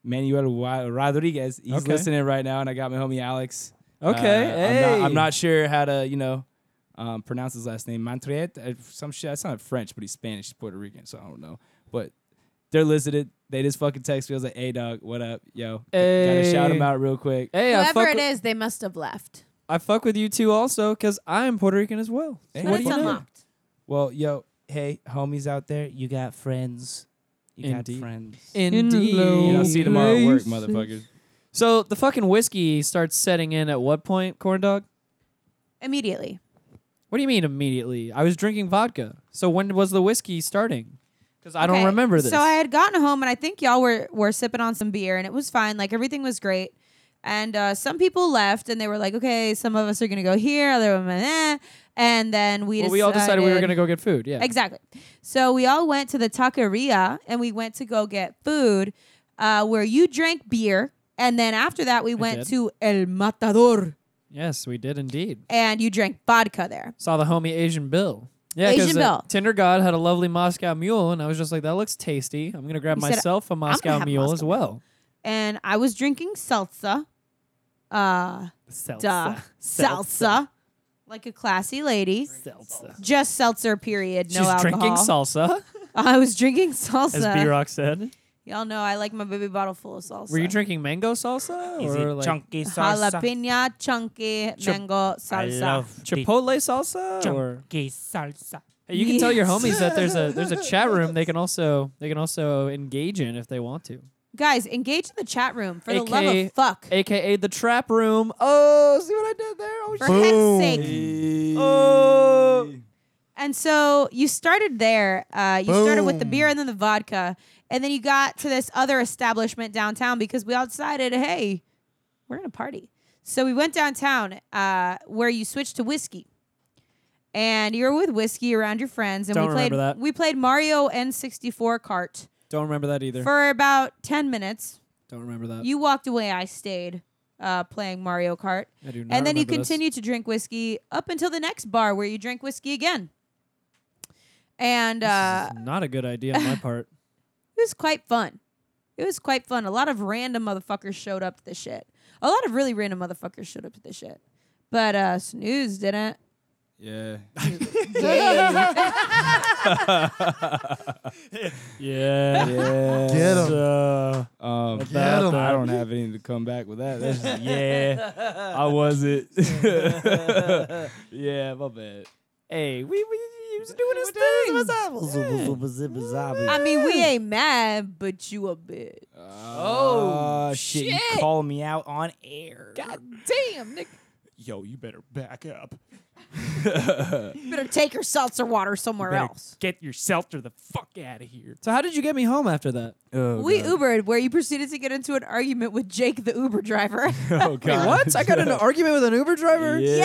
[SPEAKER 3] Manuel Wa- Rodriguez. He's
[SPEAKER 1] Okay.
[SPEAKER 3] listening right now, and I got my homie Alex. Uh,
[SPEAKER 1] Okay,
[SPEAKER 3] I'm,
[SPEAKER 1] hey.
[SPEAKER 3] not, I'm not sure how to, you know, um, pronounce his last name. Mantriet, uh, some shit. That's not French, but he's Spanish, he's Puerto Rican, so I don't know. But they're listening. They just fucking text me. I was like, "Hey, dog, what up, yo?" Gotta
[SPEAKER 1] Hey.
[SPEAKER 3] shout him out real quick.
[SPEAKER 1] hey, I
[SPEAKER 2] Whoever
[SPEAKER 1] fuck,
[SPEAKER 2] it
[SPEAKER 1] with,
[SPEAKER 2] is, they must have left.
[SPEAKER 1] I fuck with you too also because I'm Puerto Rican as well.
[SPEAKER 3] Hey,
[SPEAKER 2] But
[SPEAKER 3] what
[SPEAKER 2] it's
[SPEAKER 3] do you know?
[SPEAKER 2] unlocked.
[SPEAKER 3] Well, yo, hey, homies out there, you got friends. You got
[SPEAKER 1] Indeed.
[SPEAKER 3] friends.
[SPEAKER 1] Indeed.
[SPEAKER 3] You know, see you tomorrow at work, motherfuckers.
[SPEAKER 1] So the fucking whiskey starts setting in at what point, corn dog?
[SPEAKER 2] Immediately.
[SPEAKER 1] What do you mean immediately? I was drinking vodka. So when was the whiskey starting? Because I don't
[SPEAKER 2] Okay,
[SPEAKER 1] remember this.
[SPEAKER 2] So I had gotten home and I think y'all were were sipping on some beer and it was fine. Like everything was great. And uh, some people left and they were like, okay, some of us are gonna go here, other one, eh. and then we
[SPEAKER 1] well, we all decided we were
[SPEAKER 2] decided-
[SPEAKER 1] gonna go get food. Yeah.
[SPEAKER 2] Exactly. So we all went to the taqueria and we went to go get food uh, where you drank beer. And then after that, we went
[SPEAKER 1] did.
[SPEAKER 2] to El Matador
[SPEAKER 1] Yes, we did indeed.
[SPEAKER 2] and you drank vodka there.
[SPEAKER 1] Saw the homie Asian Bill. Yeah,
[SPEAKER 2] Asian
[SPEAKER 1] 'cause, uh,
[SPEAKER 2] Bill.
[SPEAKER 1] Tinder God had a lovely Moscow Mule, and I was just like, that looks tasty. I'm gonna grab
[SPEAKER 2] You said,
[SPEAKER 1] myself a Moscow
[SPEAKER 2] have a
[SPEAKER 1] Mule as
[SPEAKER 2] Moscow
[SPEAKER 1] well.
[SPEAKER 2] And I was drinking salsa. Uh, duh. Salsa. Like a classy lady.
[SPEAKER 1] Seltzer.
[SPEAKER 2] Just seltzer, period. No
[SPEAKER 1] She's
[SPEAKER 2] alcohol.
[SPEAKER 1] drinking salsa,
[SPEAKER 2] I was drinking
[SPEAKER 1] as
[SPEAKER 2] salsa.
[SPEAKER 1] B Rock said.
[SPEAKER 2] Y'all know I like my baby bottle full of salsa.
[SPEAKER 1] Were you drinking mango salsa
[SPEAKER 6] Is
[SPEAKER 1] or
[SPEAKER 6] it
[SPEAKER 1] like
[SPEAKER 6] chunky salsa?
[SPEAKER 2] Jalapeno, chunky, mango,
[SPEAKER 6] I
[SPEAKER 2] salsa.
[SPEAKER 6] love the
[SPEAKER 1] chipotle salsa? Or
[SPEAKER 6] chunky salsa.
[SPEAKER 1] Hey, you can tell your
[SPEAKER 2] Yes.
[SPEAKER 1] homies that there's a there's a chat room they can also they can also engage in if they want to.
[SPEAKER 2] Guys, engage in the chat room for the love
[SPEAKER 1] AKA
[SPEAKER 2] of fuck.
[SPEAKER 1] AKA the trap room. Oh, see what I did there? Oh,
[SPEAKER 2] for
[SPEAKER 1] shit.
[SPEAKER 2] heck's sake.
[SPEAKER 1] oh.
[SPEAKER 2] And so you started there. Uh, you started with the beer and then the vodka. And then you got to this other establishment downtown because we all decided, hey, we're going to party. So we went downtown uh, where you switched to whiskey. and you were with whiskey around your friends, and
[SPEAKER 1] Don't
[SPEAKER 2] we played
[SPEAKER 1] remember that.
[SPEAKER 2] we played Mario N64 Kart
[SPEAKER 1] Don't remember that either.
[SPEAKER 2] for about ten minutes.
[SPEAKER 1] Don't remember that.
[SPEAKER 2] You walked away. I stayed uh, playing Mario Kart,
[SPEAKER 1] I do not
[SPEAKER 2] and then you
[SPEAKER 1] remember this.
[SPEAKER 2] continued to drink whiskey up until the next bar where you drank whiskey again. And uh,
[SPEAKER 1] This is not a good idea on my part.
[SPEAKER 2] it was quite fun. It was quite fun. A lot of random motherfuckers showed up to this shit. A lot of really random motherfuckers showed up to this shit. But uh, Snooze didn't.
[SPEAKER 3] Yeah.
[SPEAKER 1] Yeah.
[SPEAKER 3] Yeah.
[SPEAKER 5] Get him.
[SPEAKER 1] So,
[SPEAKER 3] Um,
[SPEAKER 5] Get 'em.
[SPEAKER 3] I don't have anything to come back with that. That's just,
[SPEAKER 1] yeah.
[SPEAKER 3] I wasn't. yeah, my bad.
[SPEAKER 1] Hey, we, we he was doing his
[SPEAKER 5] Zip,
[SPEAKER 1] thing.
[SPEAKER 5] zap, zip, zip, zip, zap.
[SPEAKER 2] I mean, we ain't mad, but you a bitch.
[SPEAKER 1] Oh,
[SPEAKER 3] Ah,
[SPEAKER 1] shit.
[SPEAKER 3] You call me out on air.
[SPEAKER 2] God damn, Nick.
[SPEAKER 3] Yo, you better back up.
[SPEAKER 2] You better take your seltzer water somewhere
[SPEAKER 4] Better
[SPEAKER 2] else.
[SPEAKER 4] Get your seltzer the fuck out of here.
[SPEAKER 1] So how did you get me home after that?
[SPEAKER 3] Oh,
[SPEAKER 2] we
[SPEAKER 3] God.
[SPEAKER 2] Ubered where you proceeded to get into an argument with Jake the Uber driver
[SPEAKER 3] Oh, God.
[SPEAKER 1] What? I got in an argument with an Uber driver?
[SPEAKER 3] Yeah.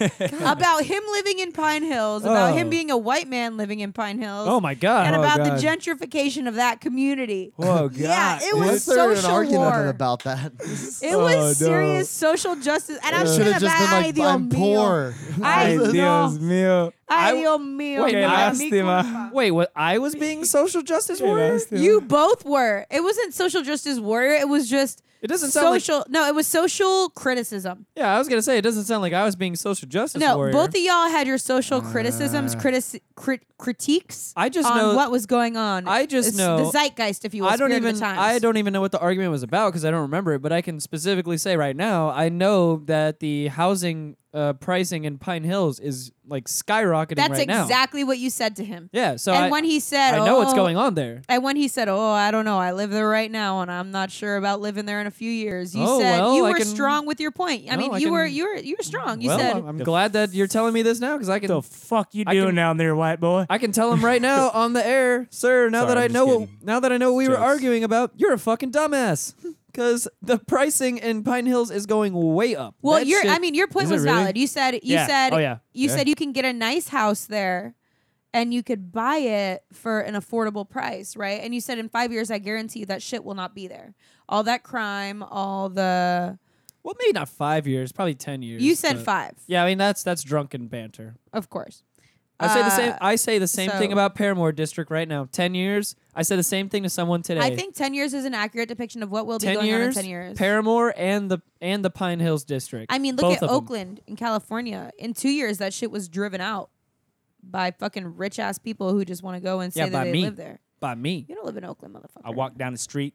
[SPEAKER 2] Yes. about him living in Pine Hills, about
[SPEAKER 1] Oh.
[SPEAKER 2] him being a white man living in Pine Hills,
[SPEAKER 1] Oh my
[SPEAKER 2] and
[SPEAKER 1] god.
[SPEAKER 3] Oh,
[SPEAKER 2] about
[SPEAKER 3] God.
[SPEAKER 2] the gentrification of that community.
[SPEAKER 3] Oh, God.
[SPEAKER 2] Yeah, it was
[SPEAKER 5] Let's start an
[SPEAKER 2] social
[SPEAKER 5] argument
[SPEAKER 2] war.
[SPEAKER 5] about that.
[SPEAKER 2] It
[SPEAKER 3] Oh,
[SPEAKER 2] was
[SPEAKER 3] no.
[SPEAKER 2] serious social justice, and I'm
[SPEAKER 5] Should
[SPEAKER 2] gonna
[SPEAKER 5] have just been
[SPEAKER 2] buy
[SPEAKER 5] like,
[SPEAKER 2] the
[SPEAKER 5] I'm
[SPEAKER 2] meal.
[SPEAKER 5] poor.
[SPEAKER 2] Ay,
[SPEAKER 3] Ay, Dios mío.
[SPEAKER 2] Ay, Dios mío.
[SPEAKER 1] Wait,
[SPEAKER 2] no
[SPEAKER 1] I
[SPEAKER 3] asked
[SPEAKER 2] me
[SPEAKER 3] him, uh,
[SPEAKER 2] culpa.
[SPEAKER 1] Wait, what? I was being social justice warrior?
[SPEAKER 2] You both were. It wasn't social justice warrior. It was just
[SPEAKER 1] It doesn't sound like.
[SPEAKER 2] social. no, it was social criticism.
[SPEAKER 1] Yeah, I was gonna say it doesn't sound like I was being social justice
[SPEAKER 2] No,
[SPEAKER 1] warrior.
[SPEAKER 2] both of y'all had your social criticisms, critis- crit- critiques
[SPEAKER 1] I just
[SPEAKER 2] on
[SPEAKER 1] know-
[SPEAKER 2] what was going on.
[SPEAKER 1] I just
[SPEAKER 2] It's
[SPEAKER 1] know-
[SPEAKER 2] the zeitgeist, if you will.
[SPEAKER 1] I don't
[SPEAKER 2] spirit of
[SPEAKER 1] even
[SPEAKER 2] The times.
[SPEAKER 1] I don't even know what the argument was about because I don't remember it. But I can specifically say right now I know that the housing uh, pricing in Pine Hills is like skyrocketing
[SPEAKER 2] That's
[SPEAKER 1] right now.
[SPEAKER 2] exactly what you said to him.
[SPEAKER 1] Yeah. So
[SPEAKER 2] and
[SPEAKER 1] I,
[SPEAKER 2] when he said,
[SPEAKER 1] I know
[SPEAKER 2] oh,
[SPEAKER 1] what's going on there.
[SPEAKER 2] And when he said, "Oh, I don't know, I live there right now, and I'm not sure about living there in a few years," you
[SPEAKER 1] Oh,
[SPEAKER 2] said
[SPEAKER 1] well,
[SPEAKER 2] you
[SPEAKER 1] I
[SPEAKER 2] were
[SPEAKER 1] can-
[SPEAKER 2] strong with your point. I
[SPEAKER 1] No,
[SPEAKER 2] mean,
[SPEAKER 1] I
[SPEAKER 2] you were
[SPEAKER 1] can-
[SPEAKER 2] you were you were strong. You
[SPEAKER 1] well,
[SPEAKER 2] said,
[SPEAKER 1] I'm glad that you're telling me this now because I can
[SPEAKER 4] The fuck you
[SPEAKER 1] I
[SPEAKER 4] doing
[SPEAKER 1] can-
[SPEAKER 4] down there, white boy?
[SPEAKER 1] I can tell him right now on the air, sir. Now
[SPEAKER 3] Sorry,
[SPEAKER 1] that
[SPEAKER 3] I'm
[SPEAKER 1] I
[SPEAKER 3] just
[SPEAKER 1] know what,
[SPEAKER 3] kidding.
[SPEAKER 1] now that I know what we were
[SPEAKER 3] Jokes.
[SPEAKER 1] arguing about, you're a fucking dumbass because the pricing in Pine Hills is going way up.
[SPEAKER 2] "Well,
[SPEAKER 1] That
[SPEAKER 2] your
[SPEAKER 1] shit-
[SPEAKER 2] I mean, your point
[SPEAKER 1] Is it
[SPEAKER 2] was
[SPEAKER 1] really?
[SPEAKER 2] valid. You said you
[SPEAKER 4] Yeah.
[SPEAKER 2] said
[SPEAKER 4] Oh, yeah.
[SPEAKER 2] you
[SPEAKER 3] Yeah.
[SPEAKER 2] said you can get a nice house there." And you could buy it for an affordable price, right? And you said in five years, I guarantee you that shit will not be there. All that crime, all the.
[SPEAKER 1] well, maybe not five years, probably ten years.
[SPEAKER 2] You said
[SPEAKER 1] but-
[SPEAKER 2] five,
[SPEAKER 1] Yeah, I mean that's that's drunken banter.
[SPEAKER 2] of course.
[SPEAKER 1] I say the same.
[SPEAKER 2] Uh,
[SPEAKER 1] I say the same thing
[SPEAKER 2] so-
[SPEAKER 1] about Paramore District right now. Ten years. I said the same thing to someone today.
[SPEAKER 2] I think 10 years is an accurate depiction of what will be
[SPEAKER 1] ten
[SPEAKER 2] going on in
[SPEAKER 1] years.
[SPEAKER 2] 10 years.
[SPEAKER 1] Paramore and the and the Pine Hills District.
[SPEAKER 2] I mean, look
[SPEAKER 1] Both
[SPEAKER 2] at
[SPEAKER 1] of 'em.
[SPEAKER 2] Oakland in California. In two years, that shit was driven out by fucking rich ass people who just want to go and say
[SPEAKER 1] Yeah,
[SPEAKER 2] that
[SPEAKER 1] by
[SPEAKER 2] they
[SPEAKER 1] me.
[SPEAKER 2] live there.
[SPEAKER 1] By me,
[SPEAKER 2] You don't live in Oakland, motherfucker.
[SPEAKER 4] I walked down the street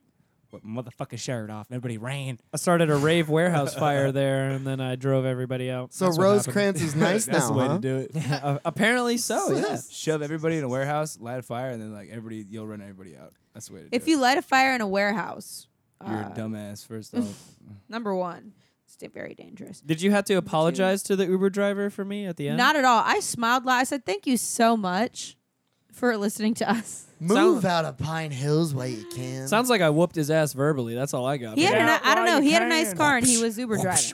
[SPEAKER 4] with my motherfucking shirt off. and Everybody ran.
[SPEAKER 1] I started a rave warehouse fire there, and then I drove everybody out.
[SPEAKER 5] So
[SPEAKER 1] That's what happened.
[SPEAKER 5] Rosecrans is nice
[SPEAKER 3] That's
[SPEAKER 5] now,
[SPEAKER 3] the way
[SPEAKER 5] huh?
[SPEAKER 3] to do it.
[SPEAKER 1] Uh, apparently so. Yeah.
[SPEAKER 3] Shove everybody in a warehouse, light a fire, and then like everybody, you'll run everybody out. That's the way to do
[SPEAKER 2] If
[SPEAKER 3] it.
[SPEAKER 2] you light a fire in a warehouse,
[SPEAKER 3] You're
[SPEAKER 1] Ah.
[SPEAKER 2] uh,
[SPEAKER 3] a dumbass, first off.
[SPEAKER 2] number one, it's da- very dangerous.
[SPEAKER 1] Did you have to apologize to the Uber driver for me at the end?
[SPEAKER 2] Not at all. I smiled. loud. I said, thank you so much for listening to us.
[SPEAKER 5] Move out of Pine Hills while you can.
[SPEAKER 1] Sounds like I whooped his ass verbally. That's all I got.
[SPEAKER 2] He had a,
[SPEAKER 4] Yeah,
[SPEAKER 2] ni- I don't
[SPEAKER 4] well,
[SPEAKER 2] know.
[SPEAKER 4] you
[SPEAKER 2] He had a nice
[SPEAKER 4] can.
[SPEAKER 2] car and he was Uber driving.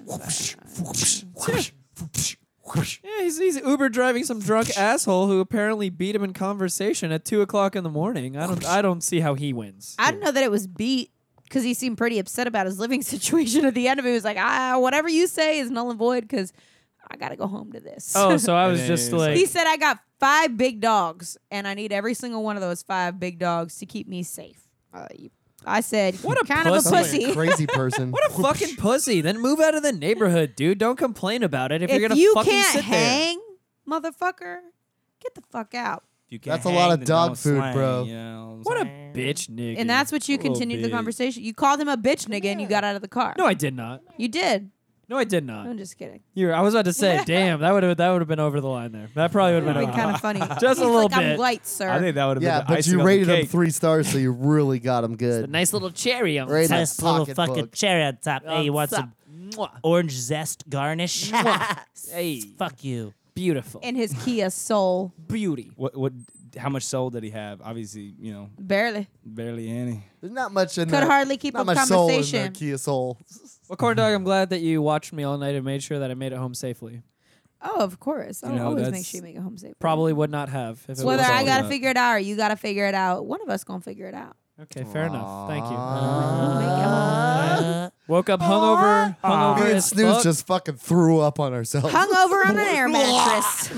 [SPEAKER 1] yeah, he's, he's Uber driving some drunk asshole who apparently beat him in conversation at two o'clock in the morning. I don't. I don't see how he wins.
[SPEAKER 2] I don't know that it was beat because he seemed pretty upset about his living situation at the end of it. He was like, ah, whatever you say is null and void because I got to go home to this.
[SPEAKER 1] oh, so I was
[SPEAKER 3] It
[SPEAKER 1] just
[SPEAKER 3] is.
[SPEAKER 1] like.
[SPEAKER 2] he said, I got five big dogs and I need every single one of those five big dogs to keep me safe. Uh, you- I said, what
[SPEAKER 1] a
[SPEAKER 2] kind of a
[SPEAKER 1] pussy.
[SPEAKER 2] pussy.
[SPEAKER 5] crazy person.
[SPEAKER 1] What a fucking pussy! Then move out of the neighborhood, dude. Don't complain about it if, you're
[SPEAKER 2] if
[SPEAKER 1] gonna
[SPEAKER 2] you
[SPEAKER 1] fucking
[SPEAKER 2] can't
[SPEAKER 1] sit
[SPEAKER 2] hang, motherfucker, get the fuck out.
[SPEAKER 3] If you
[SPEAKER 5] That's
[SPEAKER 3] can't
[SPEAKER 5] a lot
[SPEAKER 3] hang,
[SPEAKER 5] of
[SPEAKER 3] then
[SPEAKER 5] dog
[SPEAKER 3] don't
[SPEAKER 5] food,
[SPEAKER 3] slang,
[SPEAKER 5] bro.
[SPEAKER 3] you know
[SPEAKER 1] there. What a
[SPEAKER 3] saying?
[SPEAKER 1] bitch, nigga.
[SPEAKER 2] And that's what you
[SPEAKER 3] Little
[SPEAKER 2] continued the
[SPEAKER 3] bitch.
[SPEAKER 2] conversation. You called him a bitch nigga and you got out of the car.
[SPEAKER 1] no, I did not.
[SPEAKER 2] you did.
[SPEAKER 1] No, I did not.
[SPEAKER 2] I'm just kidding.
[SPEAKER 1] You're, I was about to say, damn, that would have that would have been over the line there. That probably would
[SPEAKER 2] It would
[SPEAKER 1] have
[SPEAKER 2] have
[SPEAKER 1] been
[SPEAKER 2] been
[SPEAKER 1] over.
[SPEAKER 2] kind of funny.
[SPEAKER 1] Just a
[SPEAKER 2] He's
[SPEAKER 1] little
[SPEAKER 2] like, I'm
[SPEAKER 1] bit.
[SPEAKER 2] light, sir.
[SPEAKER 3] I think that would have
[SPEAKER 5] yeah,
[SPEAKER 3] been the
[SPEAKER 5] but
[SPEAKER 3] icing
[SPEAKER 5] you
[SPEAKER 3] on
[SPEAKER 5] rated
[SPEAKER 3] the
[SPEAKER 5] him
[SPEAKER 3] cake.
[SPEAKER 5] three stars, so you really got him
[SPEAKER 1] a
[SPEAKER 5] good.
[SPEAKER 1] nice little cherry on
[SPEAKER 5] Right in
[SPEAKER 1] top.
[SPEAKER 5] his
[SPEAKER 8] Nice little fucking
[SPEAKER 5] pocketbook.
[SPEAKER 8] cherry on top. Hey, you want some
[SPEAKER 1] Mwah.
[SPEAKER 8] orange zest garnish?
[SPEAKER 1] Hey,
[SPEAKER 8] Fuck you.
[SPEAKER 1] beautiful
[SPEAKER 2] in his Kia Soul.
[SPEAKER 1] beauty.
[SPEAKER 3] What? What? How much soul did he have? Obviously, you know,
[SPEAKER 2] Barely.
[SPEAKER 3] barely any.
[SPEAKER 5] There's not much in
[SPEAKER 2] Could
[SPEAKER 5] that-
[SPEAKER 2] hardly keep
[SPEAKER 5] not
[SPEAKER 2] up
[SPEAKER 5] much soul in
[SPEAKER 2] conversation.
[SPEAKER 5] that Kia Soul.
[SPEAKER 1] Well, corn dog, I'm glad that you watched me all night and made sure that I made it home safely.
[SPEAKER 2] Oh, of course. I'll
[SPEAKER 3] know,
[SPEAKER 2] always make
[SPEAKER 3] that's
[SPEAKER 2] sure you make a home safe.
[SPEAKER 1] Probably would not have. If it
[SPEAKER 2] Whether
[SPEAKER 1] was
[SPEAKER 2] I
[SPEAKER 1] all
[SPEAKER 2] gotta
[SPEAKER 1] that.
[SPEAKER 2] figure it out or you gotta figure it out, one of us gonna figure it out.
[SPEAKER 1] Okay, fair enough. Thank you.
[SPEAKER 2] Oh
[SPEAKER 8] Uh,
[SPEAKER 1] Woke up hungover, hungover
[SPEAKER 5] Me and
[SPEAKER 1] as
[SPEAKER 5] Snooze
[SPEAKER 1] fuck.
[SPEAKER 5] just fucking threw up on ourselves.
[SPEAKER 2] Hung over on an air mattress.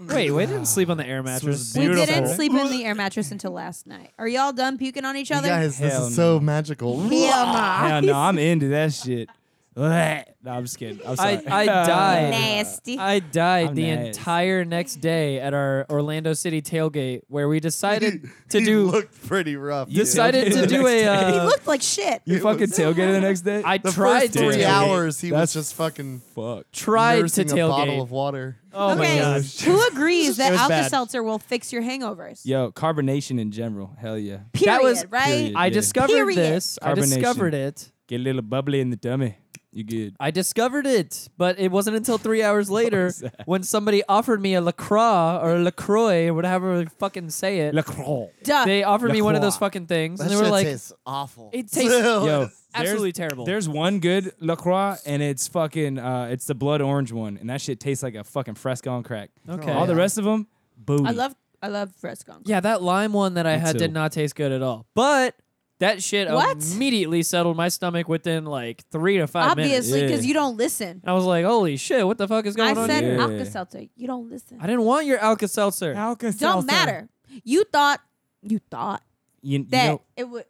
[SPEAKER 1] Wait, we didn't sleep on the air mattress.
[SPEAKER 2] we didn't sleep in the air mattress until last night. Are y'all done puking on each other?
[SPEAKER 5] Guys, this
[SPEAKER 3] Hell
[SPEAKER 5] is so magical.
[SPEAKER 2] Hell no.
[SPEAKER 3] Hell no, I'm into that shit. no, I'm just kidding. I'm sorry.
[SPEAKER 1] I, I died.
[SPEAKER 2] Nasty.
[SPEAKER 1] I died
[SPEAKER 3] I'm
[SPEAKER 1] the
[SPEAKER 3] nice.
[SPEAKER 1] entire next day at our Orlando City tailgate where we decided to
[SPEAKER 5] He
[SPEAKER 1] do
[SPEAKER 5] looked pretty rough. dude.
[SPEAKER 1] decided to
[SPEAKER 3] the
[SPEAKER 1] do
[SPEAKER 3] next
[SPEAKER 1] a.
[SPEAKER 2] he
[SPEAKER 1] Uh,
[SPEAKER 2] looked like shit.
[SPEAKER 3] you fucking tailgated the next day.
[SPEAKER 1] I
[SPEAKER 5] the
[SPEAKER 1] tried
[SPEAKER 5] first
[SPEAKER 1] to
[SPEAKER 5] three
[SPEAKER 1] tailgate.
[SPEAKER 5] hours he
[SPEAKER 3] That's
[SPEAKER 5] was just fucking
[SPEAKER 3] fuck.
[SPEAKER 1] Tried to
[SPEAKER 5] nursing a bottle
[SPEAKER 1] tailgate.
[SPEAKER 5] of water.
[SPEAKER 1] Oh my
[SPEAKER 2] okay,
[SPEAKER 1] gosh.
[SPEAKER 2] who agrees that
[SPEAKER 3] was
[SPEAKER 2] Alka
[SPEAKER 3] bad.
[SPEAKER 2] Seltzer will fix your hangovers?
[SPEAKER 3] Yo, carbonation in general. Hell yeah.
[SPEAKER 2] Period,
[SPEAKER 1] That was-
[SPEAKER 2] right?
[SPEAKER 3] Period.
[SPEAKER 1] I
[SPEAKER 3] Yeah.
[SPEAKER 1] discovered
[SPEAKER 2] Period.
[SPEAKER 1] this. I
[SPEAKER 3] Carbonation.
[SPEAKER 1] discovered it.
[SPEAKER 3] Get a little bubbly in the tummy. You good?
[SPEAKER 1] I discovered it, but it wasn't until three hours later
[SPEAKER 3] was that?
[SPEAKER 1] when somebody offered me a LaCroix or a LaCroix or whatever they fucking say it.
[SPEAKER 3] LaCroix.
[SPEAKER 2] Duh.
[SPEAKER 1] They offered me one of those
[SPEAKER 3] LaCroix.
[SPEAKER 1] fucking things,
[SPEAKER 5] That
[SPEAKER 1] and they were
[SPEAKER 5] shit
[SPEAKER 1] like,
[SPEAKER 5] tastes awful.
[SPEAKER 1] "It tastes
[SPEAKER 3] Yo,
[SPEAKER 1] Oh, absolutely
[SPEAKER 3] there's-
[SPEAKER 1] terrible."
[SPEAKER 3] There's one good LaCroix, and it's fucking, uh, it's the blood orange one, and that shit tastes like a fucking fresco on crack.
[SPEAKER 1] Okay.
[SPEAKER 3] All the rest of them, booty.
[SPEAKER 2] I love I love Fresco.
[SPEAKER 1] yeah, that lime one that I
[SPEAKER 3] Me
[SPEAKER 1] had
[SPEAKER 3] too.
[SPEAKER 1] did not taste good at all. But that shit
[SPEAKER 2] What?
[SPEAKER 1] immediately settled my stomach within like three to five minutes.
[SPEAKER 2] Obviously, because
[SPEAKER 3] Yeah.
[SPEAKER 2] you don't listen.
[SPEAKER 1] I was like, "Holy shit, what the fuck is
[SPEAKER 2] I
[SPEAKER 1] going on
[SPEAKER 2] said
[SPEAKER 1] here?"
[SPEAKER 3] Yeah.
[SPEAKER 2] Alka Seltzer. You don't listen.
[SPEAKER 1] I didn't want your Alka Seltzer.
[SPEAKER 2] Don't matter. You thought you thought
[SPEAKER 3] You, you
[SPEAKER 2] that
[SPEAKER 3] know,
[SPEAKER 2] it would.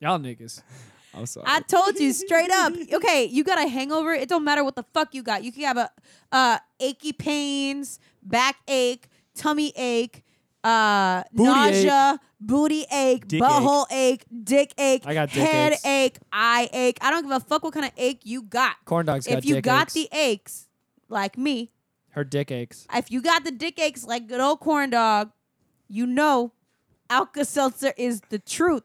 [SPEAKER 1] Y'all niggas.
[SPEAKER 3] I'm sorry.
[SPEAKER 2] I told you straight up. Okay, you got a hangover. It don't matter what the fuck you got. You can have a uh, achy pains, backache, tummy ache, uh,
[SPEAKER 1] Booty
[SPEAKER 2] nausea, booty ache,
[SPEAKER 3] Dick
[SPEAKER 2] butthole ache. dick ache,
[SPEAKER 1] I got dick
[SPEAKER 2] head
[SPEAKER 1] aches.
[SPEAKER 2] ache, eye ache. I don't give a fuck what kind of ache you got.
[SPEAKER 1] Corn dogs got
[SPEAKER 2] if you
[SPEAKER 1] dick
[SPEAKER 2] got
[SPEAKER 1] aches.
[SPEAKER 2] the aches, like me,
[SPEAKER 1] her dick aches.
[SPEAKER 2] if you got the dick aches like good old corn dog, you know Alka Seltzer is the truth.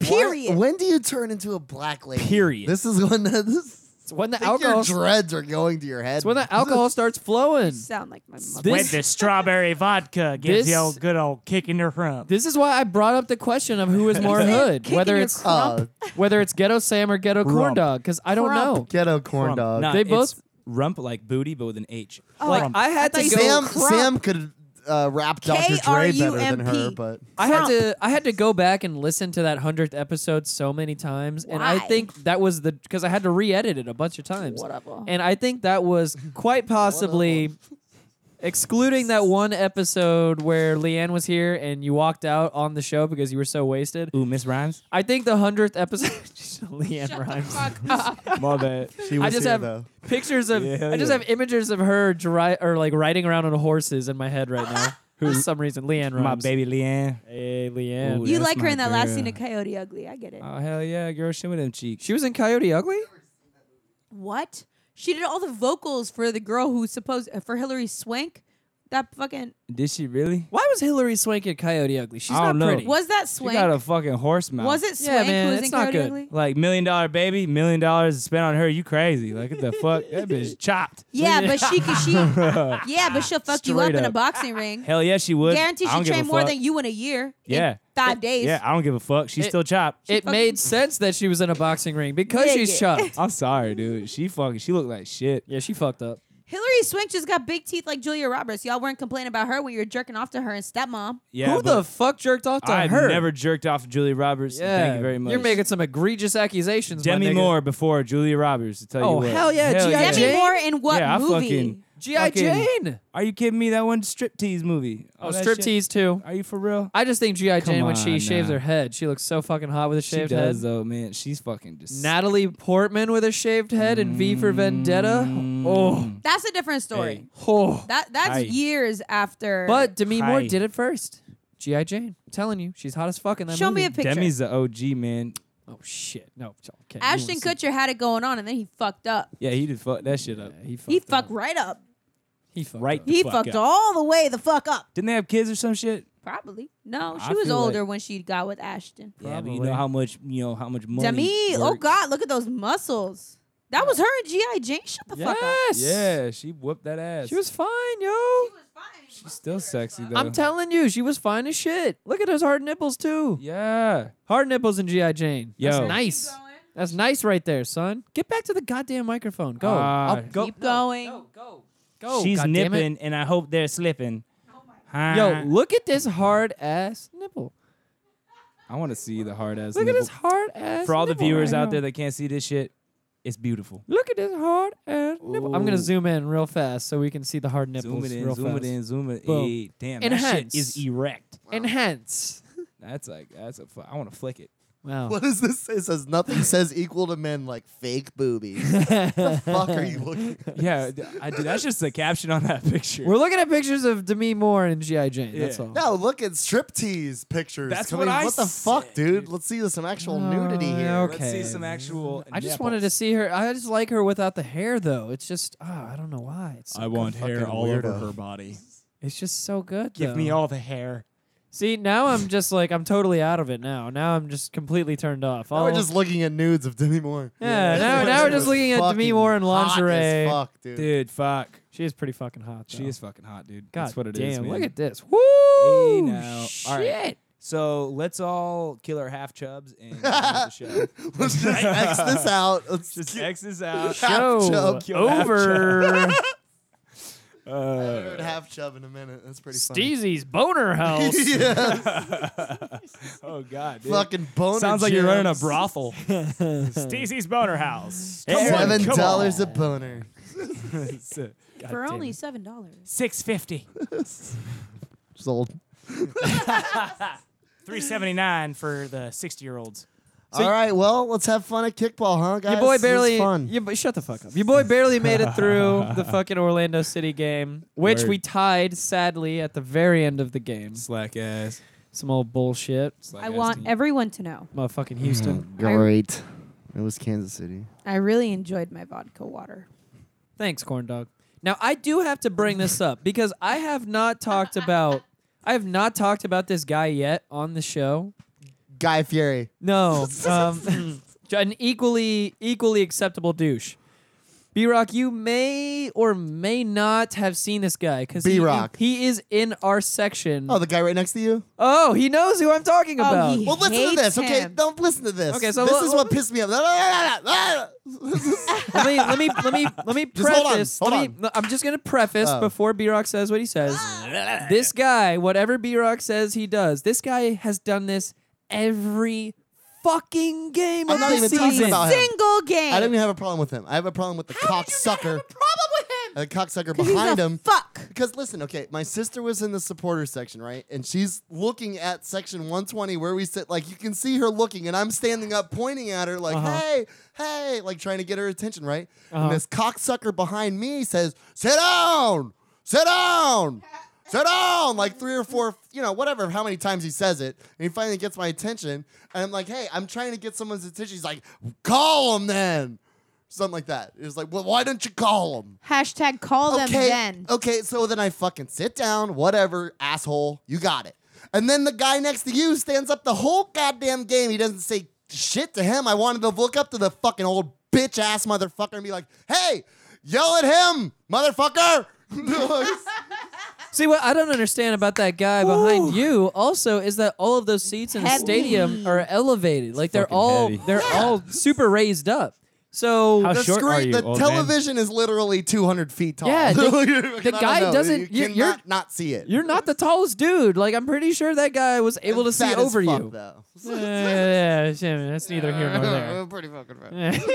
[SPEAKER 2] Period.
[SPEAKER 5] When do you turn into a black lady?
[SPEAKER 3] Period.
[SPEAKER 5] This is when the, this,
[SPEAKER 1] It's when the
[SPEAKER 5] I think your
[SPEAKER 1] alcohol.
[SPEAKER 5] dreads are going to your head.
[SPEAKER 1] it's when the alcohol starts flowing.
[SPEAKER 2] Sound like my mother.
[SPEAKER 8] when
[SPEAKER 1] This-
[SPEAKER 8] the strawberry vodka gives
[SPEAKER 1] this-
[SPEAKER 8] you a good old kick in the rump.
[SPEAKER 1] This is why I brought up the question of who is more hood,
[SPEAKER 2] Kicking
[SPEAKER 1] whether
[SPEAKER 2] your
[SPEAKER 1] it's
[SPEAKER 5] uh,
[SPEAKER 1] whether it's Ghetto Sam or Ghetto Corn
[SPEAKER 3] Rump.
[SPEAKER 1] Dog, because I don't
[SPEAKER 2] Crump.
[SPEAKER 1] know.
[SPEAKER 5] ghetto corn
[SPEAKER 3] Crump.
[SPEAKER 5] dog.
[SPEAKER 3] Nah,
[SPEAKER 1] Uh, They
[SPEAKER 3] it's
[SPEAKER 1] both-
[SPEAKER 3] rump like booty, but with an H.
[SPEAKER 2] Oh,
[SPEAKER 1] Like
[SPEAKER 2] crump.
[SPEAKER 1] I had
[SPEAKER 2] I
[SPEAKER 1] to
[SPEAKER 2] thought
[SPEAKER 1] go.
[SPEAKER 2] you said
[SPEAKER 5] Sam Sam could uh, rap Dr. Dre better than her,
[SPEAKER 2] K-R-U-M-P.
[SPEAKER 5] but
[SPEAKER 1] I had
[SPEAKER 2] Crump.
[SPEAKER 1] to I had to go back and listen to that hundredth episode so many times, and I
[SPEAKER 2] Why?
[SPEAKER 1] think that was the because I had to re-edit it a bunch of times,
[SPEAKER 2] Whatever.
[SPEAKER 1] and I think that was quite possibly. Excluding that one episode where Leanne was here and you walked out on the show because you were so wasted,
[SPEAKER 3] Ooh, Miss Rhymes.
[SPEAKER 1] I think the hundredth episode. Leanne rhymes.
[SPEAKER 3] My bad.
[SPEAKER 5] she was
[SPEAKER 1] I just
[SPEAKER 5] here
[SPEAKER 1] have
[SPEAKER 5] though.
[SPEAKER 1] pictures of.
[SPEAKER 3] Yeah, hell
[SPEAKER 1] I just
[SPEAKER 3] yeah.
[SPEAKER 1] have images of her dri- or like riding around on horses in my head right now. Who, for some reason, Leanne
[SPEAKER 3] My
[SPEAKER 1] rhymes.
[SPEAKER 3] baby Leanne.
[SPEAKER 1] Hey, Leanne.
[SPEAKER 3] Ooh,
[SPEAKER 2] you
[SPEAKER 3] that's
[SPEAKER 2] like her
[SPEAKER 3] my
[SPEAKER 2] in that last scene
[SPEAKER 3] girl.
[SPEAKER 2] of Coyote Ugly. I get it.
[SPEAKER 3] Oh, hell yeah, girl. Show me them cheeks.
[SPEAKER 1] She was in Coyote Ugly.
[SPEAKER 2] what? She did all the vocals for the girl who supposed uh, for Hillary Swank. That fucking
[SPEAKER 3] Did she really?
[SPEAKER 1] Why was Hillary Swank in Coyote Ugly? She's
[SPEAKER 3] I
[SPEAKER 1] not
[SPEAKER 3] don't know.
[SPEAKER 1] pretty.
[SPEAKER 2] was that
[SPEAKER 3] She
[SPEAKER 2] Swank?
[SPEAKER 3] got a fucking horse mouth.
[SPEAKER 2] was it
[SPEAKER 1] Yeah,
[SPEAKER 2] Swank
[SPEAKER 1] man,
[SPEAKER 2] who was
[SPEAKER 1] it's
[SPEAKER 2] in
[SPEAKER 1] not
[SPEAKER 2] Coyote
[SPEAKER 1] good.
[SPEAKER 2] Ugly?
[SPEAKER 3] Like million dollar baby, million dollars is spent on her. You crazy? Like what the fuck? That bitch chopped.
[SPEAKER 2] Yeah, but she could she. Yeah, but she'll fuck you up,
[SPEAKER 3] Straight
[SPEAKER 2] in a
[SPEAKER 3] up.
[SPEAKER 2] boxing ring.
[SPEAKER 3] Hell yeah, she would.
[SPEAKER 2] Guarantee
[SPEAKER 3] I
[SPEAKER 2] she
[SPEAKER 3] don't give a
[SPEAKER 2] trained more
[SPEAKER 3] fuck.
[SPEAKER 2] than you in a year. in
[SPEAKER 3] Yeah.
[SPEAKER 2] five days.
[SPEAKER 3] Yeah, I don't give a fuck. She's
[SPEAKER 1] It-
[SPEAKER 3] still chopped.
[SPEAKER 1] it made sense that she was in a boxing ring because
[SPEAKER 2] Dig
[SPEAKER 1] she's
[SPEAKER 2] it.
[SPEAKER 1] chucked.
[SPEAKER 3] I'm sorry, dude. She fucking. She looked like shit.
[SPEAKER 1] yeah, she fucked up.
[SPEAKER 2] Hillary Swank just got big teeth like Julia Roberts. Y'all weren't complaining about her when you were jerking off to her and stepmom.
[SPEAKER 3] Yeah.
[SPEAKER 1] Who
[SPEAKER 3] but
[SPEAKER 1] the fuck jerked off to
[SPEAKER 3] I've
[SPEAKER 1] her?
[SPEAKER 3] never jerked off to Julia Roberts.
[SPEAKER 1] yeah,
[SPEAKER 3] Thank you very much.
[SPEAKER 1] You're making some egregious accusations. my
[SPEAKER 3] Demi
[SPEAKER 1] nigga.
[SPEAKER 3] Moore before Julia Roberts. To tell
[SPEAKER 1] Oh,
[SPEAKER 3] you what.
[SPEAKER 1] hell yeah, G.I.
[SPEAKER 2] Demi
[SPEAKER 1] Jane?
[SPEAKER 2] Moore in what
[SPEAKER 3] Yeah, I
[SPEAKER 2] movie?
[SPEAKER 3] fucking.
[SPEAKER 1] G.I.
[SPEAKER 3] fucking-
[SPEAKER 1] Jane.
[SPEAKER 3] Are you kidding me? That one striptease movie.
[SPEAKER 1] Oh,
[SPEAKER 3] All that shit.
[SPEAKER 1] striptease too.
[SPEAKER 3] Are you for real?
[SPEAKER 1] I just think G.I.
[SPEAKER 3] Come
[SPEAKER 1] Jane when she
[SPEAKER 3] on
[SPEAKER 1] shaves
[SPEAKER 3] now.
[SPEAKER 1] her head, she looks so fucking hot with a
[SPEAKER 3] She
[SPEAKER 1] shaved head.
[SPEAKER 3] does though, man. She's fucking just.
[SPEAKER 1] Natalie Portman with a shaved head and V for Vendetta.
[SPEAKER 3] Mm.
[SPEAKER 1] Oh,
[SPEAKER 2] That's a different story.
[SPEAKER 3] Hey.
[SPEAKER 1] oh.
[SPEAKER 2] That that's
[SPEAKER 3] Aye.
[SPEAKER 2] years after.
[SPEAKER 1] But Demi Moore
[SPEAKER 3] Hi.
[SPEAKER 1] did it first. G.I. Jane. I'm telling you, she's hot as fuck in that
[SPEAKER 2] show
[SPEAKER 1] movie.
[SPEAKER 2] me a picture.
[SPEAKER 3] Demi's the OG man.
[SPEAKER 1] Oh, shit. No. Okay, you wanna
[SPEAKER 2] Ashton
[SPEAKER 1] see-
[SPEAKER 2] Kutcher had it going on, and then he fucked up.
[SPEAKER 3] Yeah, he did fuck that shit up.
[SPEAKER 1] Yeah, he fucked.
[SPEAKER 2] He
[SPEAKER 1] up.
[SPEAKER 2] fucked right up.
[SPEAKER 1] He fucked.
[SPEAKER 3] Right.
[SPEAKER 1] up.
[SPEAKER 3] The
[SPEAKER 2] He
[SPEAKER 3] fuck
[SPEAKER 2] fucked
[SPEAKER 3] up.
[SPEAKER 2] all the way the fuck up.
[SPEAKER 3] Didn't they have kids or some shit?
[SPEAKER 2] Probably. No,
[SPEAKER 3] I
[SPEAKER 2] she was
[SPEAKER 3] feel
[SPEAKER 2] older when she got with Ashton.
[SPEAKER 3] Yeah, but you
[SPEAKER 1] Probably.
[SPEAKER 3] know how much you know how much money.
[SPEAKER 2] Demi, oh
[SPEAKER 3] works.
[SPEAKER 2] God, look at those muscles. That was her and G.I. Jane. Shut the fuck up.
[SPEAKER 1] Yes.
[SPEAKER 3] Yeah, she whooped that ass.
[SPEAKER 1] She was fine, yo.
[SPEAKER 3] She's still sexy though.
[SPEAKER 1] I'm telling you, she was fine as shit. Look at those hard nipples too.
[SPEAKER 3] Yeah.
[SPEAKER 1] Hard nipples in G.I. Jane. That's
[SPEAKER 3] Yo.
[SPEAKER 1] nice. That's nice right there, son. Get back to the goddamn microphone. Go.
[SPEAKER 3] Ah.
[SPEAKER 1] I'll go.
[SPEAKER 2] Keep going.
[SPEAKER 1] Go. Go.
[SPEAKER 8] She's
[SPEAKER 1] God damn it.
[SPEAKER 8] nipping, and I hope they're slipping.
[SPEAKER 1] Yo, look at this hard ass nipple.
[SPEAKER 3] I want to see the hard ass.
[SPEAKER 1] Look at
[SPEAKER 3] nipple.
[SPEAKER 1] this hard ass.
[SPEAKER 3] For all the
[SPEAKER 1] nipple
[SPEAKER 3] viewers
[SPEAKER 1] right
[SPEAKER 3] out there
[SPEAKER 1] here.
[SPEAKER 3] that can't see this shit, it's beautiful.
[SPEAKER 1] Look at this hard ass nipple. I'm gonna zoom in real fast so we can see the hard nipples.
[SPEAKER 3] Zoom it in,
[SPEAKER 1] real
[SPEAKER 3] zoom
[SPEAKER 1] fast.
[SPEAKER 3] it in, zoom it
[SPEAKER 1] Boom.
[SPEAKER 3] in. Damn,
[SPEAKER 1] Enhance.
[SPEAKER 3] that shit is erect.
[SPEAKER 1] Enhance.
[SPEAKER 3] That's like that's a. Fu- I want to flick it.
[SPEAKER 1] Wow.
[SPEAKER 5] What does this say? It says nothing says equal to men like fake boobies. what the fuck are you looking at?
[SPEAKER 3] Yeah, d- I, dude, that's just the caption on that picture.
[SPEAKER 1] We're looking at pictures of Demi Moore and G.I. Jane. That's
[SPEAKER 3] Yeah.
[SPEAKER 1] all.
[SPEAKER 5] No, look at striptease pictures.
[SPEAKER 3] That's
[SPEAKER 5] Come
[SPEAKER 3] what
[SPEAKER 5] in.
[SPEAKER 3] I
[SPEAKER 5] What the
[SPEAKER 3] said,
[SPEAKER 5] fuck, dude?
[SPEAKER 3] dude.
[SPEAKER 5] Let's see some actual
[SPEAKER 1] Uh,
[SPEAKER 5] nudity here.
[SPEAKER 1] okay.
[SPEAKER 3] Let's see some actual.
[SPEAKER 1] I just wanted to see her. I just like her without the hair, though. It's just ah, I don't know why. It's so
[SPEAKER 5] want hair all over her
[SPEAKER 3] body.
[SPEAKER 1] it's just so good.
[SPEAKER 8] Give
[SPEAKER 1] though.
[SPEAKER 8] me all the hair.
[SPEAKER 1] See, now I'm just like I'm totally out of it now. Now I'm just completely turned off. Oh,
[SPEAKER 5] Now we're
[SPEAKER 1] All-
[SPEAKER 5] just looking at nudes of Demi Moore.
[SPEAKER 1] Yeah, now- now we're just looking at Demi
[SPEAKER 5] Fucking
[SPEAKER 1] Moore in
[SPEAKER 5] hot as
[SPEAKER 1] lingerie.
[SPEAKER 5] fuck, dude.
[SPEAKER 3] Dude, fuck.
[SPEAKER 1] she is pretty fucking hot.
[SPEAKER 3] She
[SPEAKER 1] though.
[SPEAKER 3] is fucking hot, dude.
[SPEAKER 1] God
[SPEAKER 3] that's what it is.
[SPEAKER 1] damn, look
[SPEAKER 3] man.
[SPEAKER 1] at this. Woo!
[SPEAKER 3] Hey, now.
[SPEAKER 1] Shit.
[SPEAKER 3] All right. So let's all kill our half chubs and start the show.
[SPEAKER 5] Let's just X this out. Let's
[SPEAKER 3] Just
[SPEAKER 5] just
[SPEAKER 3] X this out.
[SPEAKER 5] Half
[SPEAKER 1] Show
[SPEAKER 5] chub,
[SPEAKER 1] over.
[SPEAKER 3] Uh,
[SPEAKER 5] half chub in a minute. That's pretty funny.
[SPEAKER 1] Steezy's boner house.
[SPEAKER 5] yeah,
[SPEAKER 3] oh god, dude.
[SPEAKER 5] fucking boner.
[SPEAKER 3] Sounds like you're running a
[SPEAKER 5] gyms.
[SPEAKER 3] brothel.
[SPEAKER 4] Steezy's Boner House.
[SPEAKER 3] Come on,
[SPEAKER 5] Seven
[SPEAKER 3] come
[SPEAKER 5] dollars a boner.
[SPEAKER 3] on.
[SPEAKER 2] For only seven dollars.
[SPEAKER 8] Six fifty.
[SPEAKER 5] Sold.
[SPEAKER 8] Three seventy nine for the sixty year olds.
[SPEAKER 5] All right, well, let's have fun at kickball, huh, guys?
[SPEAKER 1] Your boy
[SPEAKER 5] This is
[SPEAKER 1] barely.
[SPEAKER 5] fun.
[SPEAKER 1] Your boy, shut the fuck up. Your boy barely made it through the fucking Orlando City game, which
[SPEAKER 3] Word.
[SPEAKER 1] we tied sadly at the very end of the game.
[SPEAKER 3] Slack ass.
[SPEAKER 1] Some old bullshit,
[SPEAKER 3] Slack
[SPEAKER 2] I
[SPEAKER 3] ass
[SPEAKER 2] want
[SPEAKER 3] team.
[SPEAKER 2] everyone to know.
[SPEAKER 1] motherfucking
[SPEAKER 3] Mm-hmm.
[SPEAKER 1] Houston.
[SPEAKER 5] Mm, Great. It was Kansas City.
[SPEAKER 2] I really enjoyed my vodka water.
[SPEAKER 1] Thanks, corn dog. Now I do have to bring this up because I have not talked about. I have not talked about this guy yet on the show.
[SPEAKER 5] Guy Fury.
[SPEAKER 1] No,
[SPEAKER 5] Hmm.
[SPEAKER 1] um, an equally equally acceptable douche. B Rock, you may or may not have seen this guy because
[SPEAKER 5] B-Rock.
[SPEAKER 1] he, is in our section.
[SPEAKER 5] Oh, the guy right next to you?
[SPEAKER 1] Oh, he knows who I'm talking
[SPEAKER 2] Oh,
[SPEAKER 1] about.
[SPEAKER 2] he-
[SPEAKER 5] Well, listen to
[SPEAKER 2] Hates
[SPEAKER 5] this, okay?
[SPEAKER 2] him.
[SPEAKER 5] Don't listen to this.
[SPEAKER 1] Okay, so
[SPEAKER 5] this
[SPEAKER 1] what-
[SPEAKER 5] is what pissed me off.
[SPEAKER 1] let me let me let me let me
[SPEAKER 5] Just hold on,
[SPEAKER 1] preface.
[SPEAKER 5] hold
[SPEAKER 1] let me, no, I'm just gonna preface
[SPEAKER 5] Oh.
[SPEAKER 1] before B Rock says what he says. this guy, whatever B Rock says, he does. This guy has done this every fucking game
[SPEAKER 5] I'm
[SPEAKER 1] of
[SPEAKER 5] not
[SPEAKER 1] the
[SPEAKER 5] even
[SPEAKER 1] season.
[SPEAKER 5] talking about him.
[SPEAKER 2] Single game.
[SPEAKER 5] I don't even have a problem with him. I have a problem with the cocksucker.
[SPEAKER 2] problem with him.
[SPEAKER 5] The cocksucker
[SPEAKER 2] 'Cause he's
[SPEAKER 5] behind
[SPEAKER 2] a
[SPEAKER 5] him.
[SPEAKER 2] Fuck.
[SPEAKER 5] Because listen, okay, my sister was in the supporter section, right? And she's looking at section 120 where we sit. Like you can see her looking, and I'm standing up pointing at her, like, hey, hey, like trying to get her attention, right? And this cocksucker behind me says, sit down, sit down, sit down, like three or four, you know, whatever, how many times he says it. And he finally gets my attention. And I'm like, hey, I'm trying to get someone's attention. He's like, call him then. Something like that. It was like, well, why don't you call him?
[SPEAKER 2] Hashtag call them
[SPEAKER 5] okay,
[SPEAKER 2] then.
[SPEAKER 5] Okay, so then I fucking sit down, whatever, asshole, you got it. And then the guy next to you stands up the whole goddamn game. He doesn't say shit to him. I wanted to look up to the fucking old bitch ass motherfucker and be like, hey, yell at him, motherfucker.
[SPEAKER 1] See what I don't understand about that guy behind you also is that all of those seats in the
[SPEAKER 2] Heavy.
[SPEAKER 1] stadium are elevated. Like they're
[SPEAKER 3] fucking
[SPEAKER 1] all
[SPEAKER 3] heavy.
[SPEAKER 1] they're all super raised up. So
[SPEAKER 3] How
[SPEAKER 5] the
[SPEAKER 3] short are
[SPEAKER 5] screen,
[SPEAKER 3] you,
[SPEAKER 5] the
[SPEAKER 3] old man?
[SPEAKER 5] television is literally 200 feet tall.
[SPEAKER 1] Yeah, the-
[SPEAKER 5] Like,
[SPEAKER 1] the
[SPEAKER 5] I
[SPEAKER 1] guy
[SPEAKER 5] don't know.
[SPEAKER 1] doesn't-
[SPEAKER 5] You
[SPEAKER 1] you're- you're-
[SPEAKER 5] cannot not see it.
[SPEAKER 1] you're not the tallest dude. Like I'm pretty sure that guy was able to see
[SPEAKER 5] Fat as
[SPEAKER 1] over
[SPEAKER 5] fuck,
[SPEAKER 1] you.
[SPEAKER 5] Though.
[SPEAKER 1] Yeah, yeah, yeah, shit, that's neither here nor there.
[SPEAKER 5] Pretty fucking fat.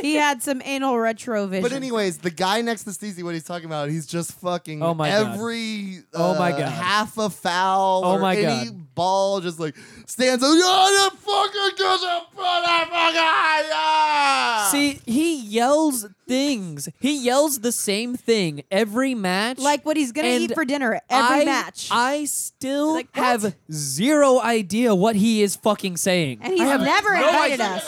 [SPEAKER 2] He had some anal retrovision.
[SPEAKER 5] But anyways, the guy next to Steezy, what he's talking about, he's just fucking
[SPEAKER 1] Oh my God.
[SPEAKER 5] every
[SPEAKER 1] Oh
[SPEAKER 5] uh,
[SPEAKER 1] my God.
[SPEAKER 5] half a foul
[SPEAKER 1] Oh
[SPEAKER 5] or
[SPEAKER 1] my
[SPEAKER 5] any
[SPEAKER 1] God.
[SPEAKER 5] ball just like stands up. "Yeah, the fucking goes up, motherfucker, yeah!"
[SPEAKER 1] See, he yells things. He yells the same thing every match.
[SPEAKER 2] like what he's gonna
[SPEAKER 1] And
[SPEAKER 2] eat for dinner every
[SPEAKER 1] I,
[SPEAKER 2] match.
[SPEAKER 1] I still
[SPEAKER 2] Like, what?
[SPEAKER 1] have zero idea what he is fucking saying.
[SPEAKER 2] and he's
[SPEAKER 1] I have
[SPEAKER 2] never
[SPEAKER 1] no
[SPEAKER 2] invited
[SPEAKER 1] idea.
[SPEAKER 2] us.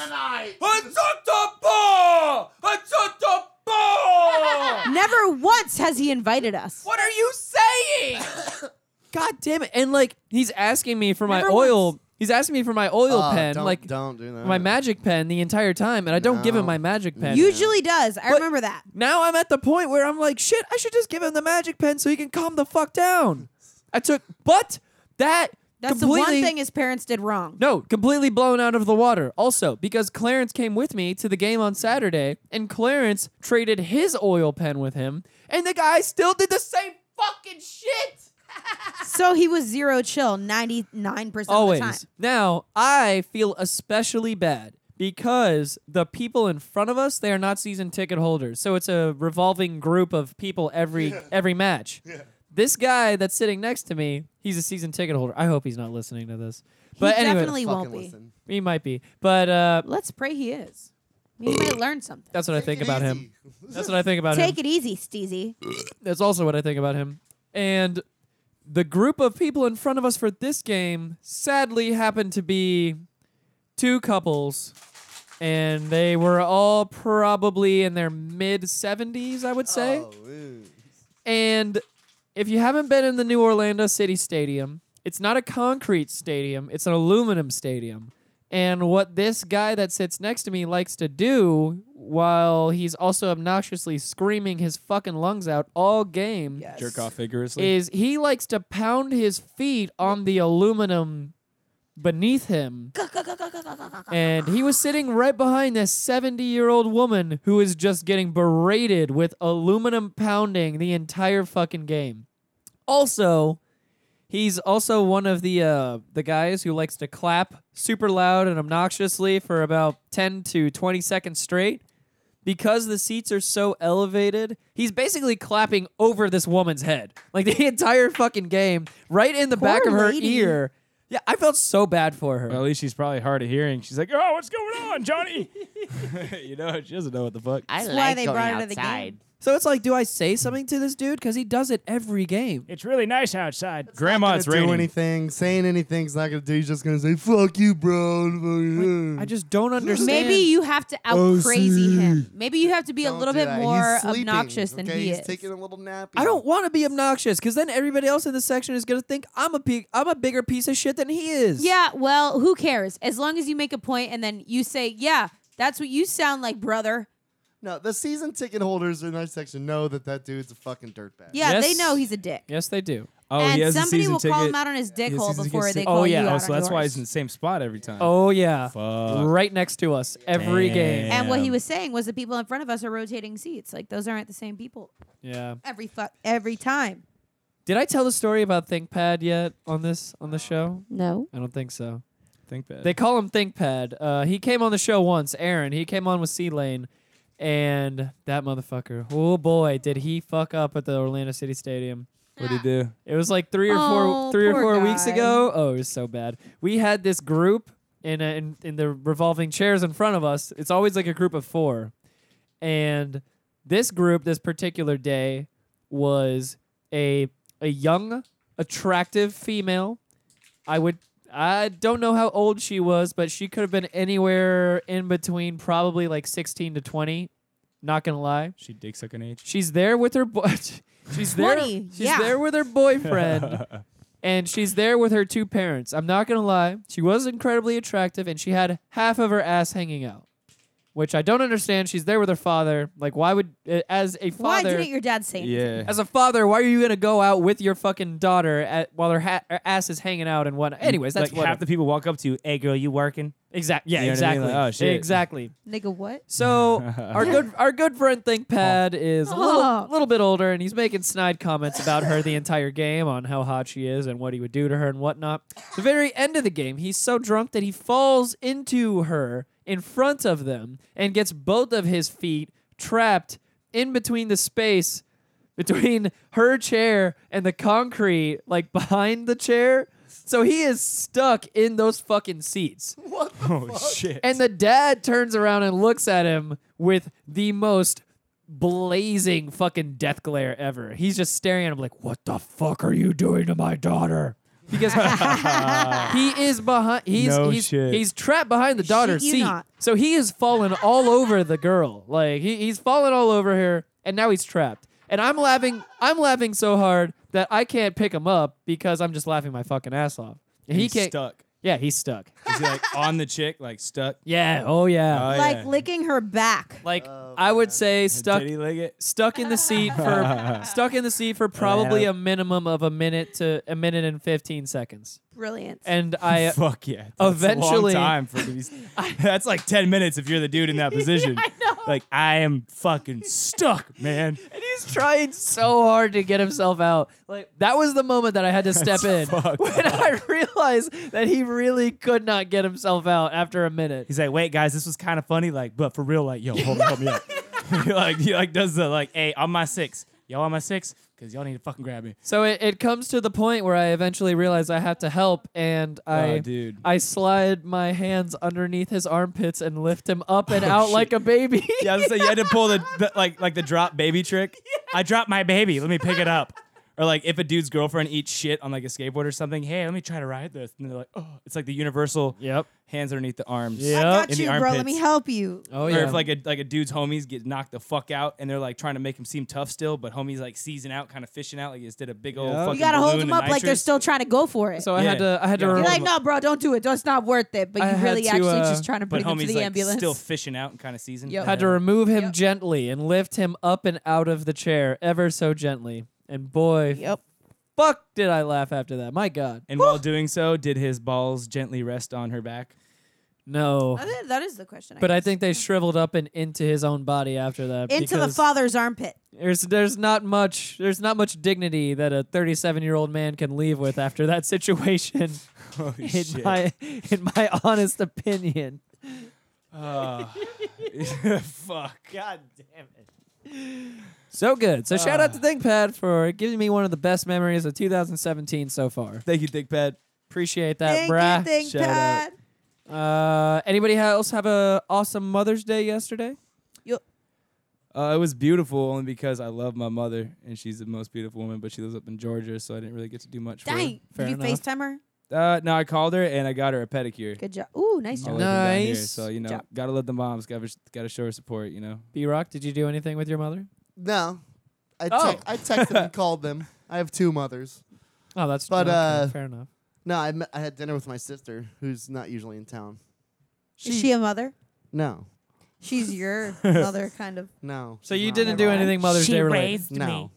[SPEAKER 2] Never once has he invited us.
[SPEAKER 1] What are you saying? God damn it. And like he's asking me for my
[SPEAKER 2] Never
[SPEAKER 1] oil. He's asking me for my oil
[SPEAKER 5] Uh,
[SPEAKER 1] pen,
[SPEAKER 5] don't,
[SPEAKER 1] like
[SPEAKER 5] don't do that.
[SPEAKER 1] my magic pen the entire time and I don't give him
[SPEAKER 5] No.
[SPEAKER 1] my magic pen.
[SPEAKER 2] Usually does. I remember that.
[SPEAKER 1] now I'm at the point where I'm like, shit, I should just give him the magic pen so he can calm the fuck down. I took but that
[SPEAKER 2] That's the
[SPEAKER 1] completely-
[SPEAKER 2] one thing his parents did wrong.
[SPEAKER 1] No, completely blown out of the water. Also, because Clarence came with me to the game on Saturday, and Clarence traded his oil pen with him, and the guy still did the same fucking shit.
[SPEAKER 2] So he was zero chill 99%
[SPEAKER 1] Always.
[SPEAKER 2] of the time.
[SPEAKER 1] Now, I feel especially bad because the people in front of us, they are not season ticket holders. So it's a revolving group of people every every match. This guy that's sitting next to me, he's a season ticket holder. I hope he's not listening to this. But
[SPEAKER 2] he
[SPEAKER 1] anyway,
[SPEAKER 2] definitely won't
[SPEAKER 5] Fucking
[SPEAKER 2] be.
[SPEAKER 5] listen.
[SPEAKER 1] he might be. But uh,
[SPEAKER 2] Let's pray he is. He might learn something.
[SPEAKER 1] that's what I think about him. That's what I think about him.
[SPEAKER 2] Take it easy, Steezy.
[SPEAKER 1] That's also what I think about him. And the group of people in front of us for this game sadly happened to be two couples. And they were all probably in their mid 70s, I
[SPEAKER 5] Oh,
[SPEAKER 1] would say. And if you haven't been in the New Orlando City Stadium, it's not a concrete stadium, it's an aluminum stadium. And what this guy that sits next to me likes to do while he's also obnoxiously screaming his fucking lungs out all game
[SPEAKER 3] Jerk off vigorously.
[SPEAKER 1] is he likes to pound his feet on the aluminum beneath him. and he was sitting right behind this 70 year old woman who is just getting berated with aluminum pounding the entire fucking game. Also, he's also one of the uh, the guys who likes to clap super loud and obnoxiously for about 10 to 20 seconds straight because the seats are so elevated, he's basically clapping over this woman's head. Like the entire fucking game, right in the back of her
[SPEAKER 2] lady.
[SPEAKER 1] ear. Yeah, I felt so bad for her.
[SPEAKER 3] Well, at least she's probably hard of hearing. She's like, oh, what's going on, Johnny? you know, she doesn't know what the fuck.
[SPEAKER 9] I
[SPEAKER 2] That's why
[SPEAKER 9] like
[SPEAKER 2] they
[SPEAKER 9] going
[SPEAKER 2] brought her to the game.
[SPEAKER 9] outside.
[SPEAKER 1] so it's like, do I say something to this dude? Because he does it every game.
[SPEAKER 4] It's really nice outside.
[SPEAKER 3] Grandma,
[SPEAKER 5] Not
[SPEAKER 3] Oh, it's
[SPEAKER 5] gonna do
[SPEAKER 3] raining.
[SPEAKER 5] anything. Saying anything's not gonna do. He's just gonna say "fuck you, bro."
[SPEAKER 1] I just don't understand.
[SPEAKER 2] Maybe you have to out crazy him. Maybe you have to be a
[SPEAKER 5] Oh, Don't
[SPEAKER 2] little
[SPEAKER 5] do
[SPEAKER 2] bit
[SPEAKER 5] that.
[SPEAKER 2] more
[SPEAKER 5] He's sleeping,
[SPEAKER 2] obnoxious than
[SPEAKER 5] okay?
[SPEAKER 2] he
[SPEAKER 5] He's
[SPEAKER 2] is.
[SPEAKER 5] taking a little nap.
[SPEAKER 1] I don't want to be obnoxious because then everybody else in this section is gonna think I'm a pe- I'm a bigger piece of shit than he is.
[SPEAKER 2] yeah, well, who cares? As long as you make a point and then you say, yeah, that's what you sound like, brother.
[SPEAKER 5] No, the season ticket holders in that section know that that dude's a fucking dirtbag.
[SPEAKER 2] Yeah, they
[SPEAKER 3] Yes.
[SPEAKER 2] know he's a dick.
[SPEAKER 1] Yes, they do.
[SPEAKER 3] Oh,
[SPEAKER 2] and
[SPEAKER 3] he has a
[SPEAKER 2] somebody
[SPEAKER 3] season
[SPEAKER 2] will
[SPEAKER 3] ticket.
[SPEAKER 2] call him out on his dick
[SPEAKER 3] He has
[SPEAKER 2] hole
[SPEAKER 3] season ticket
[SPEAKER 2] before they
[SPEAKER 3] si-
[SPEAKER 2] call
[SPEAKER 3] oh,
[SPEAKER 2] you
[SPEAKER 3] yeah.
[SPEAKER 2] out
[SPEAKER 3] oh,
[SPEAKER 2] on
[SPEAKER 3] so that's why
[SPEAKER 2] yours.
[SPEAKER 3] he's in the same spot every time.
[SPEAKER 1] Oh yeah.
[SPEAKER 3] Fuck.
[SPEAKER 1] Right next to us every game.
[SPEAKER 2] And what
[SPEAKER 3] Damn.
[SPEAKER 2] he was saying was the people in front of us are rotating seats. Like those aren't the same people
[SPEAKER 1] Yeah.
[SPEAKER 2] every fu- every time.
[SPEAKER 1] Did I tell the story about ThinkPad yet on this on the show?
[SPEAKER 2] No.
[SPEAKER 1] I don't think so.
[SPEAKER 3] Think bad.
[SPEAKER 1] They call him ThinkPad. Uh, he came on the show once, Aaron. He came on with C Lane, and that motherfucker. Oh boy, did he fuck up at the Orlando City Stadium.
[SPEAKER 3] What'd he do?
[SPEAKER 1] It was like three or
[SPEAKER 2] Oh,
[SPEAKER 1] four, three or
[SPEAKER 2] poor
[SPEAKER 1] four weeks
[SPEAKER 2] guy.
[SPEAKER 1] ago. Oh, it was so bad. We had this group in, a, in in the revolving chairs in front of us. It's always like a group of four, and this group, this particular day, was a a young, attractive female. I would. I don't know how old she was, but she could have been anywhere in between, probably like 16 to 20. Not gonna lie.
[SPEAKER 3] She dick sucking age.
[SPEAKER 1] She's there with her boy. she's there.
[SPEAKER 2] 20,
[SPEAKER 1] she's
[SPEAKER 2] yeah.
[SPEAKER 1] there with her boyfriend, and she's there with her two parents. I'm not gonna lie. She was incredibly attractive, and she had half of her ass hanging out, which I don't understand. She's there with her father. Like, why would uh, as a
[SPEAKER 2] Why
[SPEAKER 1] father?
[SPEAKER 2] didn't your dad say anything?
[SPEAKER 3] Yeah.
[SPEAKER 1] as a father, why are you gonna go out with your fucking daughter at, while her, ha- her ass is hanging out and what? Anyways, that's
[SPEAKER 3] like
[SPEAKER 1] what
[SPEAKER 3] half the people walk up to you. Hey, girl, you working?
[SPEAKER 1] exactly. Yeah,
[SPEAKER 3] You know what I mean?
[SPEAKER 1] exactly.
[SPEAKER 3] Like, oh, shit.
[SPEAKER 1] Exactly.
[SPEAKER 2] Nigga, what?
[SPEAKER 1] So our good our good friend ThinkPad is a
[SPEAKER 2] Oh.
[SPEAKER 1] little, little bit older, and he's making snide comments about her the entire game on how hot she is and what he would do to her and whatnot. The very end of the game, he's so drunk that he falls into her in front of them and gets both of his feet trapped in between the space between her chair and the concrete, like behind the chair. So he is stuck in those fucking seats.
[SPEAKER 3] Oh shit.
[SPEAKER 1] And the dad turns around and looks at him with the most blazing fucking death glare ever. He's just staring at him like, "What the fuck are you doing to my daughter?" Because he is behind he's
[SPEAKER 3] No
[SPEAKER 1] he's,
[SPEAKER 3] shit.
[SPEAKER 1] he's trapped behind the daughter's
[SPEAKER 2] you
[SPEAKER 1] seat.
[SPEAKER 2] not.
[SPEAKER 1] So he is falling all over the girl. Like he, he's falling all over her and now he's trapped. And I'm laughing I'm laughing so hard that I can't pick him up because I'm just laughing my fucking ass off. And he
[SPEAKER 3] He's
[SPEAKER 1] can't
[SPEAKER 3] stuck.
[SPEAKER 1] Yeah, he's stuck.
[SPEAKER 3] Is he like on the chick, like stuck?
[SPEAKER 1] Yeah, oh yeah.
[SPEAKER 3] Oh,
[SPEAKER 2] like
[SPEAKER 3] yeah.
[SPEAKER 2] licking her back.
[SPEAKER 1] Like I would say stuck
[SPEAKER 3] Did he lick it?
[SPEAKER 1] stuck in the seat
[SPEAKER 3] Oh,
[SPEAKER 1] for stuck in the seat for probably a minimum of a minute to a minute and 15 seconds.
[SPEAKER 2] brilliant.
[SPEAKER 1] And I
[SPEAKER 3] Fuck yeah.
[SPEAKER 1] Eventually-
[SPEAKER 3] That's a long time for these. that's like 10 minutes if you're the dude in that position. Like, I am fucking stuck, man.
[SPEAKER 1] and he's trying so hard to get himself out. Like that was the moment that I had to step in
[SPEAKER 3] fucked
[SPEAKER 1] when I realized that he really could not get himself out after a minute.
[SPEAKER 8] He's like, wait, guys, this was kind of funny. Like, but for real, like, yo, hold on, help me up. he like, he like does the like, hey, on my six, y'all on my six, cause y'all need to fucking grab me.
[SPEAKER 1] So it, it comes to the point where I eventually realize I have to help, and I
[SPEAKER 3] Oh, dude.
[SPEAKER 1] I slide my hands underneath his armpits and lift him up and out like a baby.
[SPEAKER 3] Oh, Yeah, I was gonna say you had to pull the, the like like the drop baby trick. I dropped my baby. Let me pick it up. Or like if a dude's girlfriend eats shit on like a skateboard or something. Hey, let me try to ride this. And they're like, oh, it's like the universal
[SPEAKER 8] Yep.
[SPEAKER 3] hands underneath the arms.
[SPEAKER 2] I
[SPEAKER 8] Yeah.
[SPEAKER 2] got
[SPEAKER 3] in the
[SPEAKER 2] you, bro. Let me
[SPEAKER 3] armpits.
[SPEAKER 2] help you.
[SPEAKER 1] Oh
[SPEAKER 3] Or if like a like a dude's homies get knocked the fuck out and they're like trying to make him seem tough still, but homies like seizing out, kind of fishing out, like he just did a big old. You
[SPEAKER 2] You
[SPEAKER 3] fucking
[SPEAKER 2] gotta hold
[SPEAKER 3] balloon
[SPEAKER 2] them
[SPEAKER 3] of
[SPEAKER 2] up like they're
[SPEAKER 3] nitrous.
[SPEAKER 2] still trying to go for it.
[SPEAKER 1] so I had
[SPEAKER 3] Yeah.
[SPEAKER 1] to I had to
[SPEAKER 3] Yeah.
[SPEAKER 2] You're
[SPEAKER 1] remove
[SPEAKER 2] like, no, bro, don't do it. It's not worth it. But
[SPEAKER 1] Um, I
[SPEAKER 2] you
[SPEAKER 1] had
[SPEAKER 2] really
[SPEAKER 1] to,
[SPEAKER 2] actually
[SPEAKER 1] uh,
[SPEAKER 2] just trying to
[SPEAKER 3] But
[SPEAKER 2] bring him to
[SPEAKER 3] homies
[SPEAKER 2] the
[SPEAKER 3] like
[SPEAKER 2] ambulance.
[SPEAKER 3] still fishing out and kind of seizing.
[SPEAKER 2] Yep.
[SPEAKER 1] had to remove him
[SPEAKER 2] Yep.
[SPEAKER 1] gently and lift him up and out of the chair ever so gently. And boy,
[SPEAKER 2] Yep.
[SPEAKER 1] fuck did I laugh after that. My God.
[SPEAKER 3] And while doing so, did his balls gently rest on her back?
[SPEAKER 1] No.
[SPEAKER 2] I think that is the question.
[SPEAKER 1] But I
[SPEAKER 2] guess.
[SPEAKER 1] think they shriveled up and into his own body after that.
[SPEAKER 2] into the
[SPEAKER 1] because
[SPEAKER 2] father's armpit.
[SPEAKER 1] There's there's not much there's not much dignity that a 37 year old man can leave with after that situation.
[SPEAKER 3] Holy
[SPEAKER 1] in my in my honest opinion.
[SPEAKER 3] Ah. fuck.
[SPEAKER 8] God damn it.
[SPEAKER 1] So good. So shout out to ThinkPad for giving me one of the best memories of 2017 so far.
[SPEAKER 3] Thank you, Dick Pad.
[SPEAKER 1] Appreciate that,
[SPEAKER 2] Thank
[SPEAKER 1] brah.
[SPEAKER 2] you, thank
[SPEAKER 3] shout
[SPEAKER 2] Pat.
[SPEAKER 3] out.
[SPEAKER 1] Uh, anybody else have a awesome Mother's Day yesterday?
[SPEAKER 3] Uh, it was beautiful only because I love my mother and she's the most beautiful woman, but she lives up in Georgia, so I didn't really get to do much. for her.
[SPEAKER 2] Dang.
[SPEAKER 1] Fair
[SPEAKER 2] Did you
[SPEAKER 1] enough.
[SPEAKER 2] FaceTime her?
[SPEAKER 3] Uh, no, I called her and I got her a pedicure.
[SPEAKER 2] Good job. Ooh, nice
[SPEAKER 3] All
[SPEAKER 2] job.
[SPEAKER 3] the way from down here,
[SPEAKER 1] Nice
[SPEAKER 3] So you know,
[SPEAKER 2] job.
[SPEAKER 3] gotta love the moms. Gotta gotta show her support. You know.
[SPEAKER 1] B Rock, did you do anything with your mother?
[SPEAKER 5] No, I
[SPEAKER 1] Oh.
[SPEAKER 5] text, I texted and called them. I have two mothers.
[SPEAKER 1] Oh, that's
[SPEAKER 5] But,
[SPEAKER 1] okay,
[SPEAKER 5] uh,
[SPEAKER 1] fair enough.
[SPEAKER 5] No, I, met, I had dinner with my sister, who's not usually in town.
[SPEAKER 2] Is she a mother?
[SPEAKER 5] No,
[SPEAKER 2] She's your mother, kind of.
[SPEAKER 5] no.
[SPEAKER 1] So
[SPEAKER 5] she's
[SPEAKER 1] you
[SPEAKER 5] not.
[SPEAKER 1] didn't do anything Oh. Mother's
[SPEAKER 8] she
[SPEAKER 1] Day related.
[SPEAKER 8] raised me.
[SPEAKER 5] No.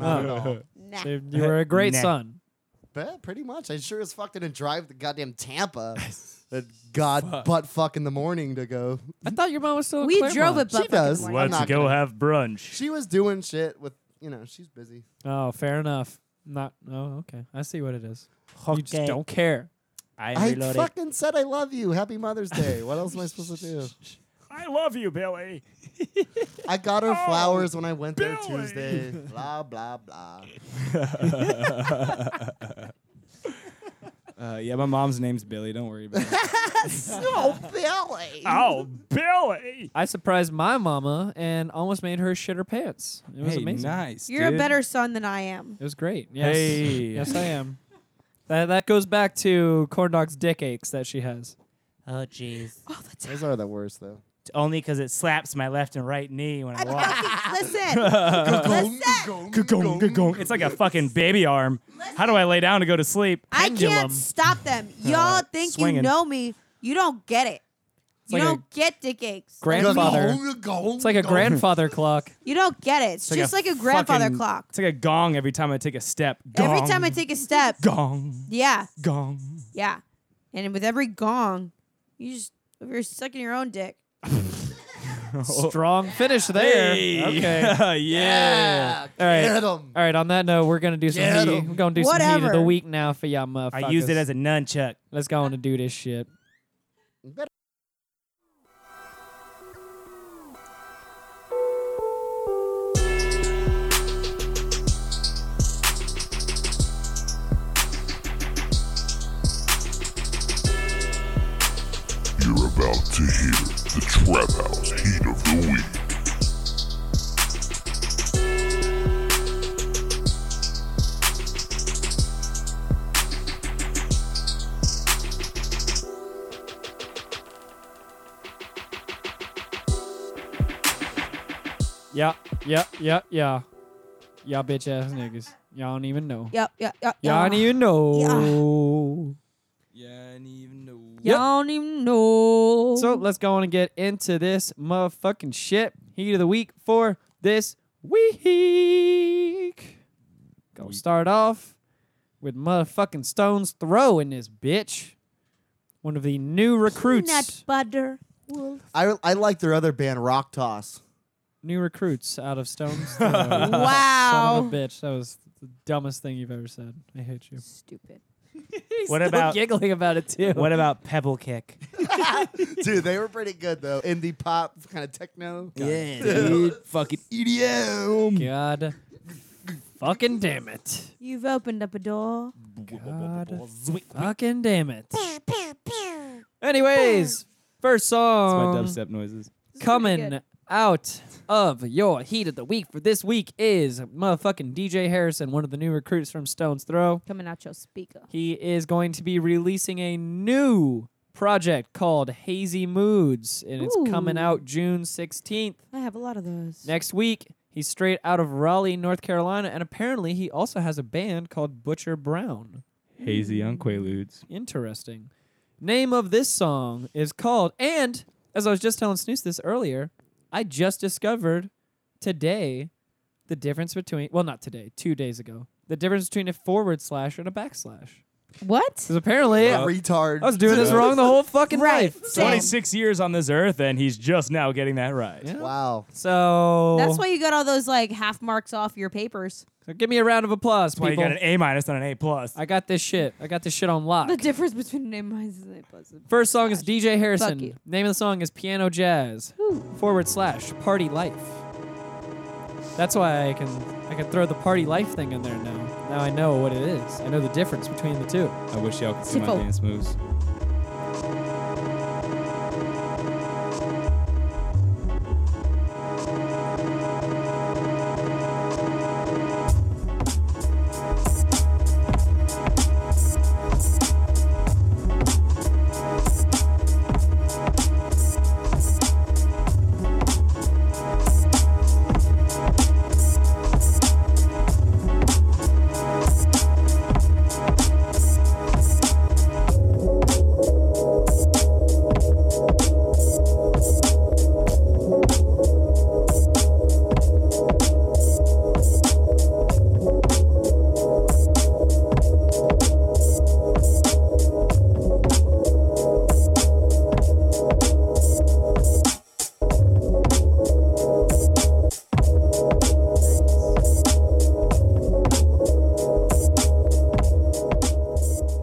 [SPEAKER 5] Not at all.
[SPEAKER 2] Nah.
[SPEAKER 1] So You were a great
[SPEAKER 8] Nah.
[SPEAKER 1] son.
[SPEAKER 5] Yeah, pretty much. I sure as fuck didn't drive to goddamn Tampa. that god butt fuck in the morning to go.
[SPEAKER 1] I thought your mom was still. in
[SPEAKER 2] We
[SPEAKER 1] Claremont.
[SPEAKER 2] drove a bus.
[SPEAKER 5] She does. I'm not gonna-
[SPEAKER 8] have brunch.
[SPEAKER 5] She was doing shit with you know. She's busy.
[SPEAKER 1] Oh, fair enough. Not. Oh, okay. I see what it is. You just
[SPEAKER 8] Okay.
[SPEAKER 1] don't care.
[SPEAKER 8] I,
[SPEAKER 5] I
[SPEAKER 8] reloaded.
[SPEAKER 5] fucking said I love you. Happy Mother's Day. What else am I supposed to do?
[SPEAKER 8] I love you, Billy.
[SPEAKER 5] I got her flowers when I went there Tuesday. blah blah blah.
[SPEAKER 3] Uh, yeah, my mom's name's Billy. Don't worry about it.
[SPEAKER 5] so Billy.
[SPEAKER 8] Oh, Billy.
[SPEAKER 1] I surprised my mama and almost made her shit her pants. It was
[SPEAKER 3] hey,
[SPEAKER 1] amazing.
[SPEAKER 3] nice.
[SPEAKER 2] You're a
[SPEAKER 3] dude.
[SPEAKER 2] better son than I am.
[SPEAKER 1] It was great. Yes.
[SPEAKER 3] Hey.
[SPEAKER 1] Yes, I am. That that goes back to Corn Dog's dick aches that she has.
[SPEAKER 8] Oh, jeez.
[SPEAKER 5] Those are the worst though.
[SPEAKER 8] Only because it slaps my left and right knee when I walk.
[SPEAKER 2] Listen. Listen.
[SPEAKER 8] it's like a fucking baby arm. How do I lay down to go to sleep?
[SPEAKER 2] I
[SPEAKER 1] Pendulum.
[SPEAKER 2] can't stop them. Y'all think you
[SPEAKER 8] swinging.
[SPEAKER 2] know me. You don't get it. You
[SPEAKER 1] like a
[SPEAKER 2] don't get dick aches.
[SPEAKER 1] Grandfather. It's like a grandfather clock.
[SPEAKER 2] You don't get it. It's,
[SPEAKER 3] It's like
[SPEAKER 2] just like a grandfather
[SPEAKER 3] fucking-
[SPEAKER 2] clock.
[SPEAKER 3] It's like a gong every time I take a step.
[SPEAKER 2] Every
[SPEAKER 3] Gong,
[SPEAKER 2] time I take a step,
[SPEAKER 3] gong,
[SPEAKER 2] yeah,
[SPEAKER 3] gong.
[SPEAKER 2] yeah, and with every gong, you just you're sucking your own dick.
[SPEAKER 8] Oh.
[SPEAKER 1] Strong finish there. Okay.
[SPEAKER 3] yeah.
[SPEAKER 5] Yeah.
[SPEAKER 1] All right.
[SPEAKER 5] Get 'em.
[SPEAKER 1] All right. On that note, we're gonna do some.
[SPEAKER 5] Get
[SPEAKER 1] heat.
[SPEAKER 5] 'em.
[SPEAKER 1] We're gonna do some heat of
[SPEAKER 2] Whatever.
[SPEAKER 1] the week now for y'all motherfuckers.
[SPEAKER 8] I used it as a nunchuck.
[SPEAKER 1] Let's go on and do this shit.
[SPEAKER 5] Better-
[SPEAKER 9] You're about to hear the Trap House Heat of the Week.
[SPEAKER 1] Yeah, yeah, yeah, yeah. Y'all bitch ass niggas. Y'all don't even know.
[SPEAKER 2] Yep, yep, yep.
[SPEAKER 1] Y'all don't even know.
[SPEAKER 3] Yeah, I didn't even know.
[SPEAKER 2] Y'all don't even know.
[SPEAKER 1] So let's go on and get into this motherfucking shit. Heat of the week for this week. Gonna start off with motherfucking Stone's Throw in this bitch. One of the new recruits.
[SPEAKER 2] Peanut butter wolf.
[SPEAKER 5] I I like their other band, Rock Toss.
[SPEAKER 1] New recruits out of Stone's Throw. Son
[SPEAKER 2] Wow.
[SPEAKER 1] of a bitch. That was the dumbest thing you've ever said. I hate you.
[SPEAKER 2] Stupid.
[SPEAKER 8] What about
[SPEAKER 1] giggling about it too?
[SPEAKER 8] what about Pebble Kick?
[SPEAKER 5] Dude, they were pretty good though. Indie pop, kind of techno.
[SPEAKER 6] Yeah, dude. Fucking
[SPEAKER 5] EDM.
[SPEAKER 1] God. fucking damn it.
[SPEAKER 2] You've opened up a door.
[SPEAKER 1] God. Fucking damn it. Anyways, first
[SPEAKER 3] That's my
[SPEAKER 1] song
[SPEAKER 3] dubstep noises.
[SPEAKER 1] coming
[SPEAKER 2] good.
[SPEAKER 1] out of your heat of the week for this week is motherfucking DJ Harrison, one of the new recruits from Stone's Throw.
[SPEAKER 2] Coming out your speaker.
[SPEAKER 1] He is going to be releasing a new project called Hazy Moods, and it's coming
[SPEAKER 2] Ooh.
[SPEAKER 1] out June 16th.
[SPEAKER 2] I have a lot of those.
[SPEAKER 1] Next week, he's straight out of Raleigh, North Carolina, and apparently he also has a band called Butcher Brown.
[SPEAKER 3] Hazy on Quaaludes.
[SPEAKER 1] Interesting. Name of this song is called, and as I was just telling Snooze this earlier, I just discovered today the difference between, well, not today, two days ago, the difference between a forward slash and a backslash.
[SPEAKER 2] What?
[SPEAKER 1] Because apparently,
[SPEAKER 5] Retard.
[SPEAKER 1] I was doing this wrong the whole fucking
[SPEAKER 2] Right.
[SPEAKER 1] life.
[SPEAKER 2] Same.
[SPEAKER 8] 26 years on this earth, and he's just now getting that right.
[SPEAKER 1] Yeah.
[SPEAKER 5] Wow.
[SPEAKER 1] So
[SPEAKER 2] That's why you got all those like half marks off your papers.
[SPEAKER 1] So give me a round of applause,
[SPEAKER 8] That's why you
[SPEAKER 1] people.
[SPEAKER 8] got an A minus, not an A plus.
[SPEAKER 1] I got this shit. I got this shit on lock.
[SPEAKER 2] The difference between name mines is name plus.
[SPEAKER 1] First song is DJ
[SPEAKER 2] Fuck you.
[SPEAKER 1] Harrison. Name of the song is Piano Jazz. Forward slash Party Life. That's why I can I can throw the Party Life thing in there now. Now I know what it is. I know the difference between the two.
[SPEAKER 3] I wish y'all could see my
[SPEAKER 2] Tickle.
[SPEAKER 3] dance moves.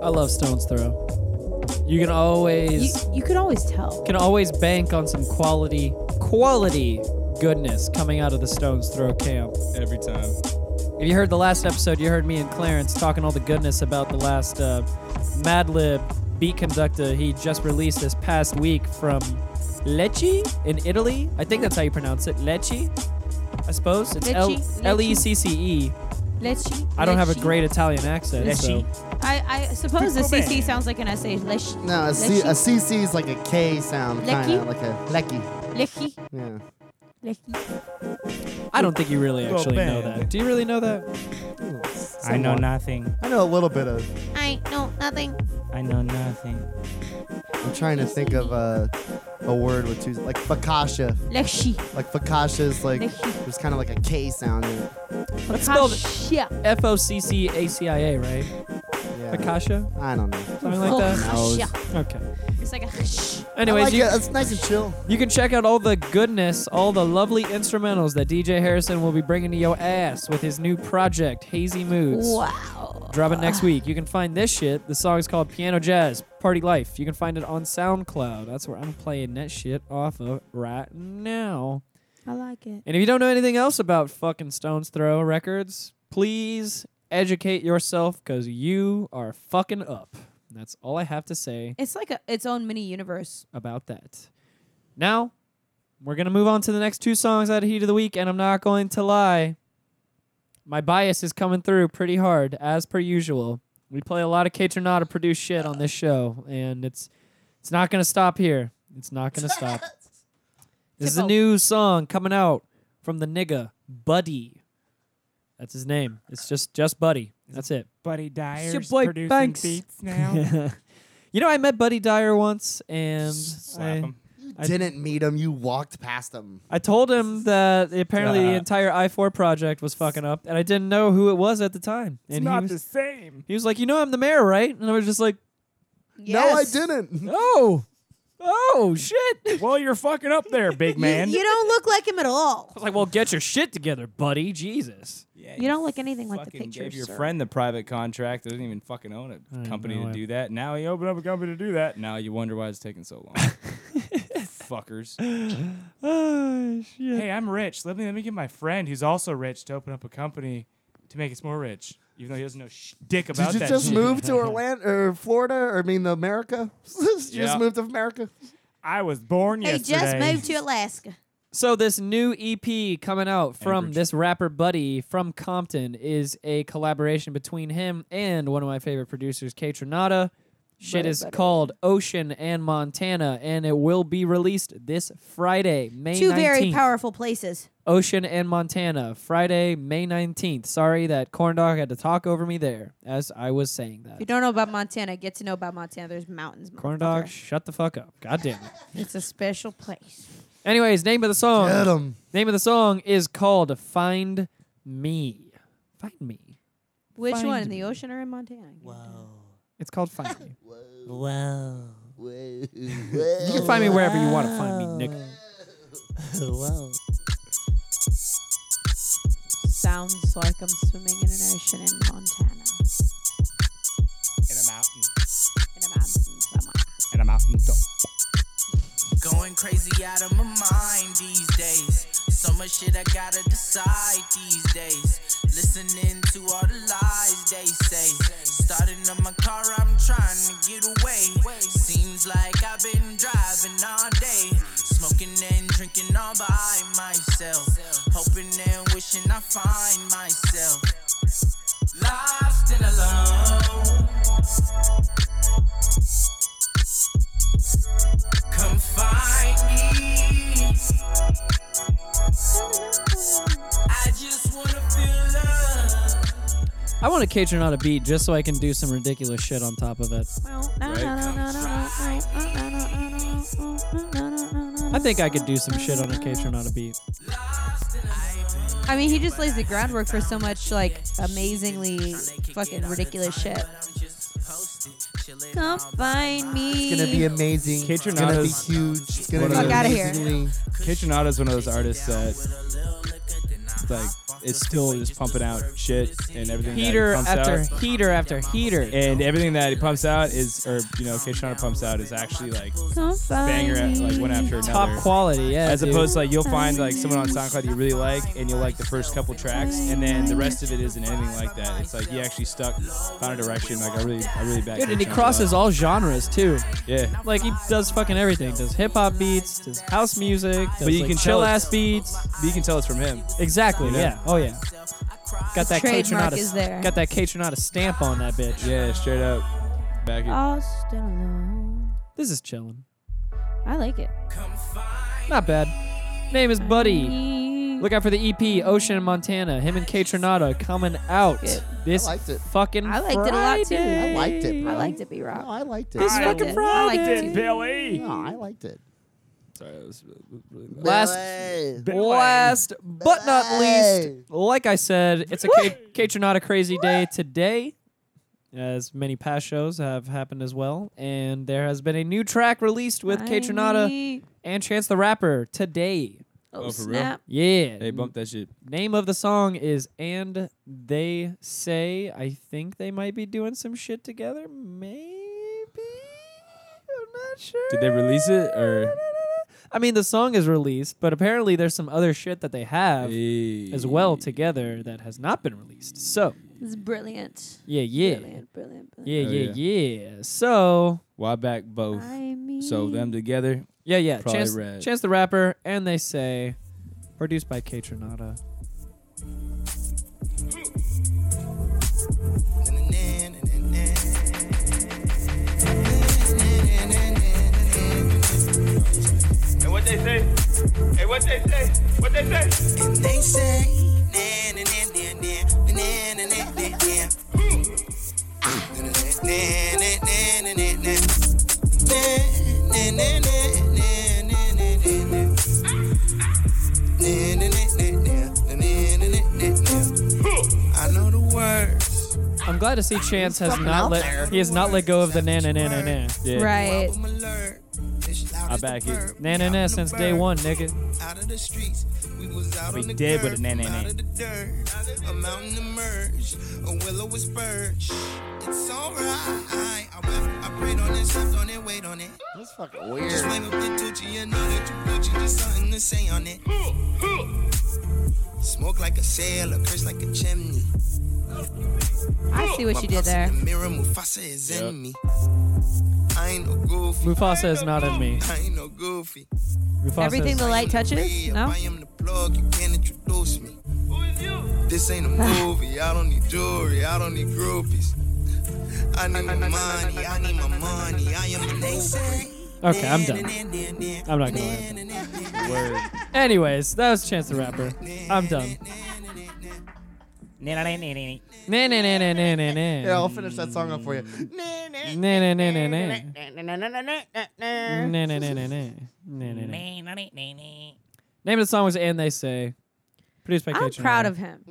[SPEAKER 1] I love Stone's Throw. You can always
[SPEAKER 2] You, you could always tell.
[SPEAKER 1] can always bank on some quality quality goodness coming out of the Stone's Throw camp.
[SPEAKER 3] Every time.
[SPEAKER 1] If you heard the last episode, you heard me and Clarence talking all the goodness about the last uh, Madlib beat conductor he just released this past week from Lecce in Italy. I think that's how you pronounce it. Lecce, I suppose. It's L
[SPEAKER 2] Lecce, Lecce.
[SPEAKER 1] L E C C E.
[SPEAKER 2] Leschi.
[SPEAKER 1] I don't have a
[SPEAKER 2] leschi.
[SPEAKER 1] great Italian accent.
[SPEAKER 8] Lecce.
[SPEAKER 1] So.
[SPEAKER 2] I, I suppose the CC sounds like an SH. Leschi.
[SPEAKER 5] No, a, C- a CC is like a K sound, kind
[SPEAKER 2] Lecky?
[SPEAKER 5] of like a lecky.
[SPEAKER 2] Lecky.
[SPEAKER 5] Yeah.
[SPEAKER 2] Lecky.
[SPEAKER 1] I don't think you really actually know
[SPEAKER 8] band.
[SPEAKER 1] that. Do you really know that?
[SPEAKER 8] I know nothing.
[SPEAKER 5] I know a little bit of.
[SPEAKER 2] I know nothing.
[SPEAKER 8] I know nothing.
[SPEAKER 5] I'm trying to think of a a word with two like fakasha.
[SPEAKER 2] Leschi.
[SPEAKER 5] Like fakasha is like
[SPEAKER 2] Lecky.
[SPEAKER 5] there's kind of like a K sound in it.
[SPEAKER 1] That's spelled
[SPEAKER 2] Yeah.
[SPEAKER 1] F O C C A C I A, right?
[SPEAKER 5] Yeah.
[SPEAKER 1] Akasha,
[SPEAKER 5] I don't know.
[SPEAKER 1] something like that.
[SPEAKER 5] Knows.
[SPEAKER 1] Okay.
[SPEAKER 2] It's like a shh.
[SPEAKER 1] Anyways,
[SPEAKER 5] I like
[SPEAKER 1] you,
[SPEAKER 5] it. It's nice and chill.
[SPEAKER 1] You can check out all the goodness, all the lovely instrumentals that DJ Harrison will be bringing to your ass with his new project, Hazy Moods.
[SPEAKER 2] Wow.
[SPEAKER 1] Dropping next week. You can find this shit. The song's called Piano Jazz Party Life. You can find it on SoundCloud. That's where I'm playing that shit off of right now.
[SPEAKER 2] I like it.
[SPEAKER 1] And if you don't know anything else about fucking Stones Throw Records, please educate yourself because you are fucking up. That's all I have to say
[SPEAKER 2] It's like a, its own mini universe.
[SPEAKER 1] about that. Now, we're going to move on to the next two songs out of Heat of the Week, and I'm not going to lie. My bias is coming through pretty hard, as per usual. We play a lot of Catronata produced shit on this show, and it's it's not going to stop here. It's not going to stop. this is a
[SPEAKER 2] Tickle.
[SPEAKER 1] new song coming out from the nigga Buddy. That's his name. It's just just Buddy. That's it.
[SPEAKER 8] Buddy Dyer's
[SPEAKER 1] your boy
[SPEAKER 8] producing
[SPEAKER 1] Banks.
[SPEAKER 8] beats now.
[SPEAKER 1] you know, I met Buddy Dyer once, and
[SPEAKER 8] Slap
[SPEAKER 1] I-
[SPEAKER 8] him.
[SPEAKER 5] I, didn't meet him. You walked past him.
[SPEAKER 1] I told him that apparently the
[SPEAKER 8] Uh.
[SPEAKER 1] entire I4 project was fucking up, and I didn't know who it was at the time.
[SPEAKER 4] It's
[SPEAKER 1] and he,
[SPEAKER 4] not
[SPEAKER 1] was,
[SPEAKER 4] the same.
[SPEAKER 1] he was like, You know, I'm the mayor, right? And I was just like,
[SPEAKER 5] No, I
[SPEAKER 2] Yes.
[SPEAKER 5] didn't.
[SPEAKER 1] Oh, oh, shit. I
[SPEAKER 4] Well, you're fucking up there, big man.
[SPEAKER 2] You don't look like him at all.
[SPEAKER 1] was like, Well, get your shit together, buddy. Jesus.
[SPEAKER 3] Yeah,
[SPEAKER 2] You don't look anything like the
[SPEAKER 3] fucking
[SPEAKER 2] pictures.
[SPEAKER 3] gave your
[SPEAKER 2] sir.
[SPEAKER 3] friend the private contract. Doesn't even fucking own a company to do that. Now he opened up a company to do that. Now you wonder why it's taking so long. Fuckers.
[SPEAKER 1] Oh, shit.
[SPEAKER 8] Hey, I'm rich. Let me let me get my friend who's also rich to open up a company to make us more rich, even though he doesn't know sh- dick about
[SPEAKER 5] Did you
[SPEAKER 8] that.
[SPEAKER 5] just
[SPEAKER 8] shit.
[SPEAKER 5] move to Orlando or Florida or I mean America? Did you
[SPEAKER 8] Yeah.
[SPEAKER 5] just moved to America?
[SPEAKER 8] I was born
[SPEAKER 2] They
[SPEAKER 8] yesterday.
[SPEAKER 2] just moved to Alaska.
[SPEAKER 1] So, this new EP coming out from
[SPEAKER 3] Ambridge.
[SPEAKER 1] this rapper buddy from Compton is a collaboration between him and one of my favorite producers, K Tronada. Shit is called Ocean and Montana, and it will be released this Friday, May
[SPEAKER 2] Two
[SPEAKER 1] 19th.
[SPEAKER 2] very powerful places.
[SPEAKER 1] Ocean and Montana, Friday, May 19th. Sorry that Corn Dog had to talk over me there as I was saying
[SPEAKER 2] If you
[SPEAKER 1] that.
[SPEAKER 2] don't know about Montana, get to know about Montana. There's mountains.
[SPEAKER 1] Corn Dog,
[SPEAKER 2] motherfucker.
[SPEAKER 1] shut the fuck up. God damn it.
[SPEAKER 2] It's a special place.
[SPEAKER 1] Anyways, name of the song.
[SPEAKER 5] Get him.
[SPEAKER 1] Name of the song is called Find Me. Find Me.
[SPEAKER 2] Which
[SPEAKER 1] Find
[SPEAKER 2] one? In
[SPEAKER 1] me.
[SPEAKER 2] the ocean or in Montana?
[SPEAKER 1] It's called Find Me.
[SPEAKER 7] Wow.
[SPEAKER 1] You can find me wherever you want to find me, Nick.
[SPEAKER 7] Wow.
[SPEAKER 2] Sounds like I'm swimming in an ocean in Montana.
[SPEAKER 4] In a mountain.
[SPEAKER 2] In a mountain somewhere.
[SPEAKER 4] In a mountain. Top.
[SPEAKER 7] Going crazy out of my mind these days. So much shit I gotta decide these days. Listening to all the lies they say. Starting on my car, I'm trying to get away. Seems like I've been driving all day. Smoking and drinking all by myself. Hoping and wishing I find myself. Lost and alone. Come find me. I just wanna feel love.
[SPEAKER 1] I want to cater not a beat just so I can do some ridiculous shit on top of it. I think I could do some shit on a cater not a beat.
[SPEAKER 2] I mean, he just lays the groundwork for so much like amazingly fucking ridiculous shit. Come find me.
[SPEAKER 5] It's gonna be amazing.
[SPEAKER 3] Kate
[SPEAKER 5] it's gonna be
[SPEAKER 3] Renata's-
[SPEAKER 5] huge. It's gonna
[SPEAKER 3] What
[SPEAKER 5] be
[SPEAKER 3] a- Fuck
[SPEAKER 2] outta here.
[SPEAKER 5] amazingly-
[SPEAKER 3] Kitchenada is one of those artists that like is still just pumping out shit and everything. that he
[SPEAKER 1] Heater
[SPEAKER 3] pumps
[SPEAKER 1] after
[SPEAKER 3] out-
[SPEAKER 1] heater after heater.
[SPEAKER 3] and everything that he pumps out is, or you know, Kitchenada pumps out is actually like
[SPEAKER 2] Come
[SPEAKER 3] banger,
[SPEAKER 2] find
[SPEAKER 3] at,
[SPEAKER 2] me.
[SPEAKER 3] like one after another.
[SPEAKER 1] Top quality, yeah.
[SPEAKER 3] As
[SPEAKER 1] dude.
[SPEAKER 3] opposed to like you'll find like someone on SoundCloud you really like and you'll like the first couple tracks and then the rest of it isn't anything like that. It's like he actually stuck, found a direction. Like I really, I really back.
[SPEAKER 1] Dude, and he
[SPEAKER 3] Kitchenada.
[SPEAKER 1] crosses all genres too.
[SPEAKER 3] Yeah.
[SPEAKER 1] Like he does fucking everything. Does hip hop beats, does house music, does
[SPEAKER 3] you
[SPEAKER 1] like,
[SPEAKER 3] can
[SPEAKER 1] chill
[SPEAKER 3] tell
[SPEAKER 1] ass beats.
[SPEAKER 3] But you can tell it's from him.
[SPEAKER 1] Exactly.
[SPEAKER 3] You know?
[SPEAKER 1] Yeah. Oh yeah. Got that K
[SPEAKER 2] Trademark
[SPEAKER 1] Tronada-
[SPEAKER 2] is there.
[SPEAKER 1] Got that K Tronada stamp on that bitch.
[SPEAKER 3] Yeah, straight up. Back it.
[SPEAKER 2] Lost and alone.
[SPEAKER 1] This is chilling.
[SPEAKER 2] I like it.
[SPEAKER 1] Not bad. Name is Buddy. Look out for the EP Ocean in Montana. Him and K Tronada coming out
[SPEAKER 2] Good.
[SPEAKER 1] this
[SPEAKER 5] I liked it.
[SPEAKER 1] fucking
[SPEAKER 2] I liked it a lot, too.
[SPEAKER 1] Friday.
[SPEAKER 5] I liked it, bro.
[SPEAKER 2] I like to be rock.
[SPEAKER 5] No, I liked it.
[SPEAKER 1] This
[SPEAKER 2] I
[SPEAKER 1] fucking
[SPEAKER 2] liked it. I liked
[SPEAKER 1] Friday.
[SPEAKER 2] it too.
[SPEAKER 4] Billy.
[SPEAKER 5] No, I liked it.
[SPEAKER 3] Sorry, that was really- really loud.
[SPEAKER 1] Last
[SPEAKER 5] Billy.
[SPEAKER 1] last but not least,
[SPEAKER 5] Billy.
[SPEAKER 1] like I said, it's a K K Tronada crazy day today. As many past shows have happened as well. And there has been a new track released with K Tronada and Chance the Rapper today.
[SPEAKER 2] Oh,
[SPEAKER 3] Oh, for real?
[SPEAKER 2] snap.
[SPEAKER 1] Yeah.
[SPEAKER 3] They bumped that shit.
[SPEAKER 1] Name of the song is And They Say. I think they might be doing some shit together. Maybe? I'm not sure.
[SPEAKER 3] Did they release it or
[SPEAKER 1] I mean, the song is released, but apparently there's some other shit that they have as well together that has not been released. So,
[SPEAKER 2] This is brilliant.
[SPEAKER 1] yeah, yeah.
[SPEAKER 2] Brilliant, brilliant, brilliant.
[SPEAKER 1] Yeah,
[SPEAKER 3] Oh,
[SPEAKER 1] yeah, yeah. So,
[SPEAKER 3] Why back both?
[SPEAKER 2] I mean,
[SPEAKER 3] So them together.
[SPEAKER 1] yeah, yeah.
[SPEAKER 3] Probably
[SPEAKER 1] Chance,
[SPEAKER 3] red.
[SPEAKER 1] Chance the Rapper, And They Say. Produced by K Tronada.
[SPEAKER 10] And what they say? Hey, what they say? What they say?
[SPEAKER 7] And they say, nah, nah, nah, nah, nah, nah, nah, nah, nah, nah. Nah, nah, nah, nah, nah, nah, nah, nah. Nah, nah, nah, nah, nah, nah, nah,
[SPEAKER 1] I'm glad to see Chance has
[SPEAKER 11] fucking
[SPEAKER 1] not
[SPEAKER 11] out
[SPEAKER 1] let
[SPEAKER 11] there.
[SPEAKER 1] he has not let go of the na na na na na.
[SPEAKER 3] Yeah.
[SPEAKER 2] Right.
[SPEAKER 3] I back it.
[SPEAKER 1] Na na na since day one, nigga.
[SPEAKER 5] Out of the streets, we was out
[SPEAKER 4] We
[SPEAKER 5] on the
[SPEAKER 4] dead with
[SPEAKER 5] curb,
[SPEAKER 4] a na na na.
[SPEAKER 5] Out of the dirt, a mountain emerged, a willow was purged. It's alright. I, wait- I prayed on it, slept on it, wait on it.
[SPEAKER 7] That's fucking
[SPEAKER 5] Just
[SPEAKER 7] weird.
[SPEAKER 5] flame up the Gucci and all that you Gucci, just something to say on it. Smoke like a sailor, curse like a chimney.
[SPEAKER 2] I see what
[SPEAKER 5] My
[SPEAKER 2] you did
[SPEAKER 5] pops in
[SPEAKER 2] there.
[SPEAKER 5] The mirror, Mufasa is
[SPEAKER 1] Yep.
[SPEAKER 5] in me. I ain't no goofy.
[SPEAKER 1] Mufasa is not in me.
[SPEAKER 5] I ain't no goofy.
[SPEAKER 1] Mufasa
[SPEAKER 2] Everything
[SPEAKER 1] is-
[SPEAKER 2] the light touches? No?
[SPEAKER 5] I am the plug, you can't introduce me. This ain't a movie, I don't need jewelry, I don't need groupies. I need my money, I need my money, I am a
[SPEAKER 1] Okay, I'm done. I'm not gonna. Lie. Anyways, that was Chance the Rapper. I'm done. Na na na na na na na.
[SPEAKER 7] Here, I'll finish that song up for you.
[SPEAKER 1] Na na na na na. Na na na na na. Na na na. Name of the song was "And They Say." Produced by
[SPEAKER 2] I'm
[SPEAKER 1] Kate
[SPEAKER 2] proud
[SPEAKER 1] Renata.
[SPEAKER 2] of him.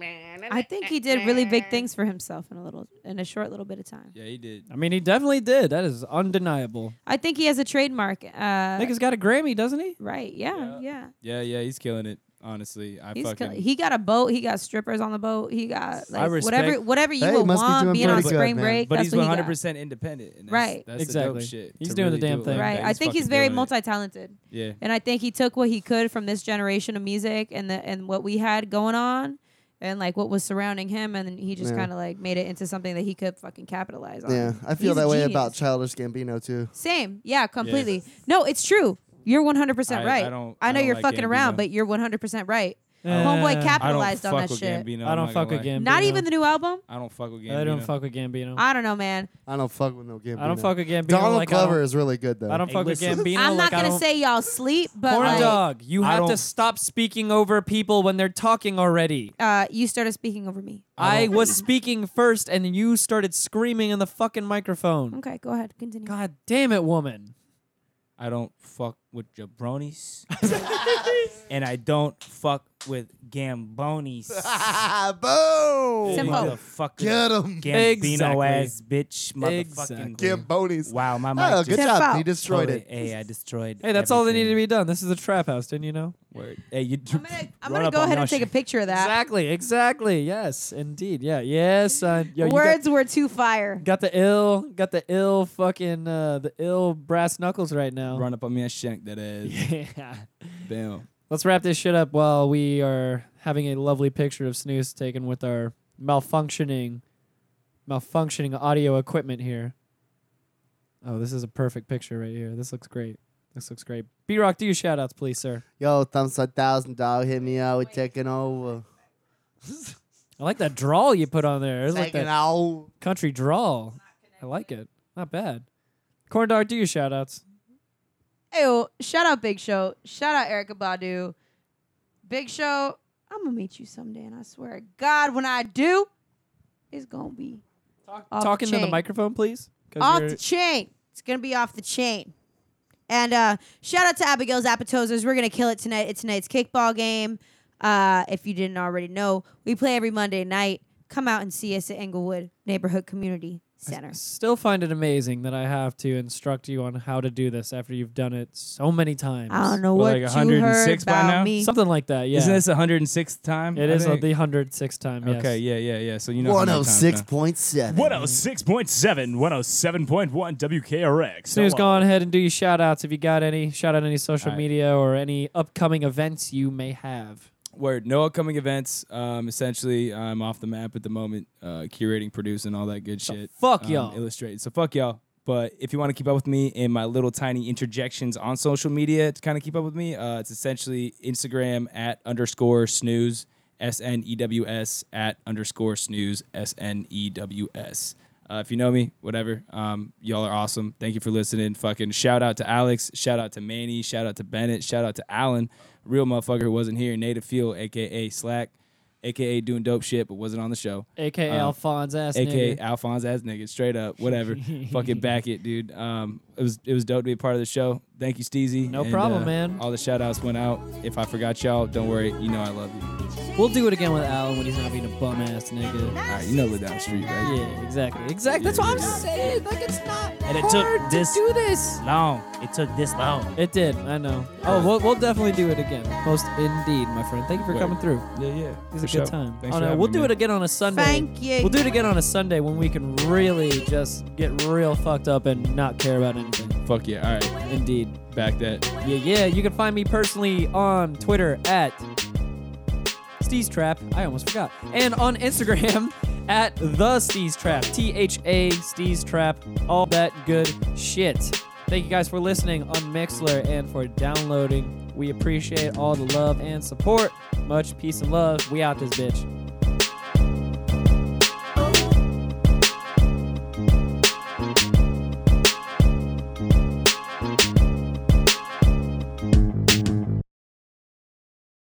[SPEAKER 2] I think he did really big things for himself in a little in a short little bit of time.
[SPEAKER 3] Yeah, he did.
[SPEAKER 1] I mean, he definitely did. That is undeniable.
[SPEAKER 2] I think he has a trademark. Uh,
[SPEAKER 1] I think he's got a Grammy, doesn't he?
[SPEAKER 2] right? Yeah, yeah.
[SPEAKER 3] Yeah, yeah, he's killing it. Honestly, I
[SPEAKER 2] He's
[SPEAKER 3] fucking.
[SPEAKER 2] kill- he got a boat. He got strippers on the boat. He got like,
[SPEAKER 3] respect-
[SPEAKER 2] whatever whatever you
[SPEAKER 7] Hey,
[SPEAKER 2] would
[SPEAKER 7] must be
[SPEAKER 2] want
[SPEAKER 7] doing
[SPEAKER 2] being on
[SPEAKER 7] pretty good,
[SPEAKER 2] spring
[SPEAKER 7] man.
[SPEAKER 2] break.
[SPEAKER 3] but
[SPEAKER 2] that's
[SPEAKER 3] he's
[SPEAKER 2] what he
[SPEAKER 3] 100
[SPEAKER 2] got.
[SPEAKER 3] percent independent. And that's,
[SPEAKER 2] Right.
[SPEAKER 3] That's The
[SPEAKER 1] Exactly.
[SPEAKER 3] dope shit.
[SPEAKER 1] He's
[SPEAKER 3] to
[SPEAKER 1] doing the
[SPEAKER 3] really do
[SPEAKER 1] damn
[SPEAKER 3] it like
[SPEAKER 1] thing.
[SPEAKER 3] that.
[SPEAKER 2] Right. I think
[SPEAKER 3] fucking
[SPEAKER 2] he's very
[SPEAKER 3] killing it.
[SPEAKER 2] multi-talented.
[SPEAKER 3] Yeah.
[SPEAKER 2] And I think he took what he could from this generation of music and the and what we had going on and like what was surrounding him and then he just
[SPEAKER 7] Yeah.
[SPEAKER 2] kind of like made it into something that he could fucking capitalize on.
[SPEAKER 7] Yeah, I
[SPEAKER 2] He's
[SPEAKER 7] feel
[SPEAKER 2] a
[SPEAKER 7] that way
[SPEAKER 2] genius.
[SPEAKER 7] about Childish Gambino too.
[SPEAKER 2] Same. Yeah, completely. No, it's true. You're 100%
[SPEAKER 3] I-
[SPEAKER 2] right.
[SPEAKER 3] I don't-
[SPEAKER 2] I know
[SPEAKER 3] I don't
[SPEAKER 2] you're
[SPEAKER 3] like
[SPEAKER 2] fucking
[SPEAKER 3] Gambino.
[SPEAKER 2] around, but you're 100% right.
[SPEAKER 1] Uh,
[SPEAKER 2] Homeboy
[SPEAKER 3] I don't
[SPEAKER 2] capitalized
[SPEAKER 3] fuck
[SPEAKER 2] on that
[SPEAKER 3] with
[SPEAKER 2] shit.
[SPEAKER 3] Gambino.
[SPEAKER 1] I
[SPEAKER 3] I'm
[SPEAKER 1] don't
[SPEAKER 3] not
[SPEAKER 1] fuck
[SPEAKER 3] gonna
[SPEAKER 1] with
[SPEAKER 3] lie.
[SPEAKER 1] Gambino.
[SPEAKER 2] Not even the new album?
[SPEAKER 3] I don't fuck with Gambino.
[SPEAKER 1] I don't fuck with Gambino.
[SPEAKER 2] I don't know, man.
[SPEAKER 7] I don't fuck with no Gambino.
[SPEAKER 1] I don't fuck with Gambino.
[SPEAKER 7] Donald
[SPEAKER 1] like I
[SPEAKER 7] Glover
[SPEAKER 1] don't-
[SPEAKER 7] is really good though.
[SPEAKER 1] I don't fuck with
[SPEAKER 4] listen.
[SPEAKER 1] Gambino.
[SPEAKER 2] I'm
[SPEAKER 1] like
[SPEAKER 2] not
[SPEAKER 1] I
[SPEAKER 2] going to
[SPEAKER 1] don't-
[SPEAKER 2] say y'all sleep, but
[SPEAKER 1] Corn
[SPEAKER 2] like,
[SPEAKER 1] dog, you
[SPEAKER 3] I
[SPEAKER 1] have to
[SPEAKER 3] don't-
[SPEAKER 1] stop speaking over people when they're talking already.
[SPEAKER 2] Uh, you started speaking over me.
[SPEAKER 1] I was speaking first, and you started screaming in the fucking microphone.
[SPEAKER 2] Okay, go ahead. Continue.
[SPEAKER 1] God damn it, woman!
[SPEAKER 4] I don't fuck with jabronis. and I don't fuck with gambonis.
[SPEAKER 7] Boom!
[SPEAKER 2] Simple.
[SPEAKER 4] Motherfucker.
[SPEAKER 7] Get 'em.
[SPEAKER 4] Gambino
[SPEAKER 1] Exactly.
[SPEAKER 4] ass bitch. Motherfucking.
[SPEAKER 7] Gamboni's.
[SPEAKER 4] Wow, my mic
[SPEAKER 7] Oh,
[SPEAKER 4] just
[SPEAKER 7] good
[SPEAKER 2] Tip
[SPEAKER 7] job.
[SPEAKER 2] out.
[SPEAKER 7] He destroyed
[SPEAKER 4] totally-
[SPEAKER 7] it.
[SPEAKER 4] Hey, I destroyed.
[SPEAKER 1] Hey, that's all that needed to
[SPEAKER 4] everything.
[SPEAKER 1] be done. This is a trap house, didn't you know?
[SPEAKER 4] Word. Hey, you.
[SPEAKER 2] I'm gonna, I'm
[SPEAKER 4] run
[SPEAKER 2] gonna
[SPEAKER 4] up
[SPEAKER 2] go
[SPEAKER 4] on
[SPEAKER 2] ahead and
[SPEAKER 4] Nash.
[SPEAKER 2] take a picture of that.
[SPEAKER 1] Exactly, exactly. Yes, indeed. Yeah, yes, son. Yo, you got-
[SPEAKER 2] Words were too fire.
[SPEAKER 1] Got the ill, got the ill fucking uh, the ill brass knuckles right now.
[SPEAKER 3] Run up on me and shank that ass.
[SPEAKER 1] Yeah.
[SPEAKER 3] Bam.
[SPEAKER 1] Let's wrap this shit up while we are having a lovely picture of Snooze taken with our malfunctioning, malfunctioning audio equipment here. Oh, this is a perfect picture right here. This looks great. This looks great. B Rock, do your shout outs, please, sir.
[SPEAKER 7] Yo, thumbs up, thousand dog. Hit me out. We're taking over.
[SPEAKER 1] I like that drawl you put on there. It's like
[SPEAKER 7] Taking
[SPEAKER 1] that
[SPEAKER 7] out.
[SPEAKER 1] country drawl. I like it. Not bad. Corn Dog, do your shout outs.
[SPEAKER 2] Ayo, shout out Big Show. Shout out Erica Badu. Big Show, I'm gonna meet you someday, and I swear to God, when I do, it's gonna be off
[SPEAKER 1] Talking
[SPEAKER 2] the
[SPEAKER 1] to
[SPEAKER 2] chain.
[SPEAKER 1] the microphone, please. 'cause
[SPEAKER 2] Off
[SPEAKER 1] you're-
[SPEAKER 2] the chain. It's gonna be off the chain. And uh, shout out to Abigail's Appetizers. We're gonna kill it tonight at tonight's kickball game. Uh, if you didn't already know, we play every Monday night. Come out and see us at Englewood Neighborhood Community Center.
[SPEAKER 1] Still find it amazing that I have to instruct you on how to do this after you've done it so many times.
[SPEAKER 2] I don't know
[SPEAKER 3] Well,
[SPEAKER 2] what
[SPEAKER 3] like
[SPEAKER 2] you heard
[SPEAKER 3] 106 by now?
[SPEAKER 2] about me.
[SPEAKER 1] Something like that, yeah.
[SPEAKER 3] Isn't this the 106th time?
[SPEAKER 1] it
[SPEAKER 3] I
[SPEAKER 1] is uh,
[SPEAKER 3] think?
[SPEAKER 1] the hundred sixth time, yes.
[SPEAKER 3] Okay, yeah, yeah, yeah. So you know. how
[SPEAKER 7] One
[SPEAKER 3] many
[SPEAKER 7] oh
[SPEAKER 3] times
[SPEAKER 7] six
[SPEAKER 3] now.
[SPEAKER 7] point seven.
[SPEAKER 4] 106.7, 107.1 WKRX.
[SPEAKER 1] Snooze,
[SPEAKER 4] Hello.
[SPEAKER 1] go on ahead and do your shout outs if you got any. Shout out any social
[SPEAKER 3] All right.
[SPEAKER 1] media or any upcoming events you may have.
[SPEAKER 3] Word. No upcoming events. Um, essentially, I'm off the map at the moment, uh, curating, producing, all that good shit.
[SPEAKER 1] fuck
[SPEAKER 3] um,
[SPEAKER 1] y'all.
[SPEAKER 3] Illustrated. So fuck y'all. But if you want to keep up with me and my little tiny interjections on social media to kind of keep up with me, uh, it's essentially Instagram at underscore snooze, S N E W S, at underscore snooze, S N E W S. Uh, if you know me, whatever. Um, y'all are awesome. Thank you for listening. Fucking shout out to Alex. Shout out to Manny. Shout out to Bennett. Shout out to Alan, real motherfucker who wasn't here. Nate Field, aka Slack, aka doing dope shit, but wasn't on the show.
[SPEAKER 1] AKA
[SPEAKER 3] Um,
[SPEAKER 1] Alphonse ass
[SPEAKER 3] AKA
[SPEAKER 1] nigga.
[SPEAKER 3] Alphonse ass nigga, straight up, whatever. Fucking back it, dude. Um, it was it was dope to be a part of the show. Thank you, Steezy. uh,
[SPEAKER 1] No problem, man.
[SPEAKER 3] All the shout outs went out. If I forgot y'all, don't worry. You know I love you.
[SPEAKER 1] We'll do it again with Alan when he's not being a bum ass nigga.
[SPEAKER 3] All right, you know I live down the street, right?
[SPEAKER 1] Yeah, exactly. Exactly. That's what I'm saying. Like it's not
[SPEAKER 7] And it took
[SPEAKER 1] hard
[SPEAKER 7] this-
[SPEAKER 1] to do this.
[SPEAKER 7] Long. It took this long.
[SPEAKER 1] It did. I know. Oh, we'll, we'll definitely do it again. Most indeed, my friend. Thank you for
[SPEAKER 3] Wait.
[SPEAKER 1] coming through.
[SPEAKER 3] Yeah, yeah.
[SPEAKER 1] It was
[SPEAKER 3] for
[SPEAKER 1] a
[SPEAKER 3] sure.
[SPEAKER 1] good time.
[SPEAKER 3] Thanks
[SPEAKER 1] oh
[SPEAKER 3] for
[SPEAKER 1] no,
[SPEAKER 3] having
[SPEAKER 1] we'll
[SPEAKER 3] me,
[SPEAKER 1] do
[SPEAKER 3] man.
[SPEAKER 1] it again on a Sunday.
[SPEAKER 2] Thank you.
[SPEAKER 1] We'll do it again on a Sunday when we can really just get real fucked up and not care about anything.
[SPEAKER 3] Fuck yeah. All right.
[SPEAKER 1] Indeed.
[SPEAKER 3] Back that.
[SPEAKER 1] Yeah, yeah. You can find me personally on Twitter at Steez Trap. I almost forgot. And on Instagram at the Steez Trap. T H A Steez Trap. All that good shit. Thank you guys for listening on Mixler and for downloading. We appreciate all the love and support. Much peace and love. We out this bitch.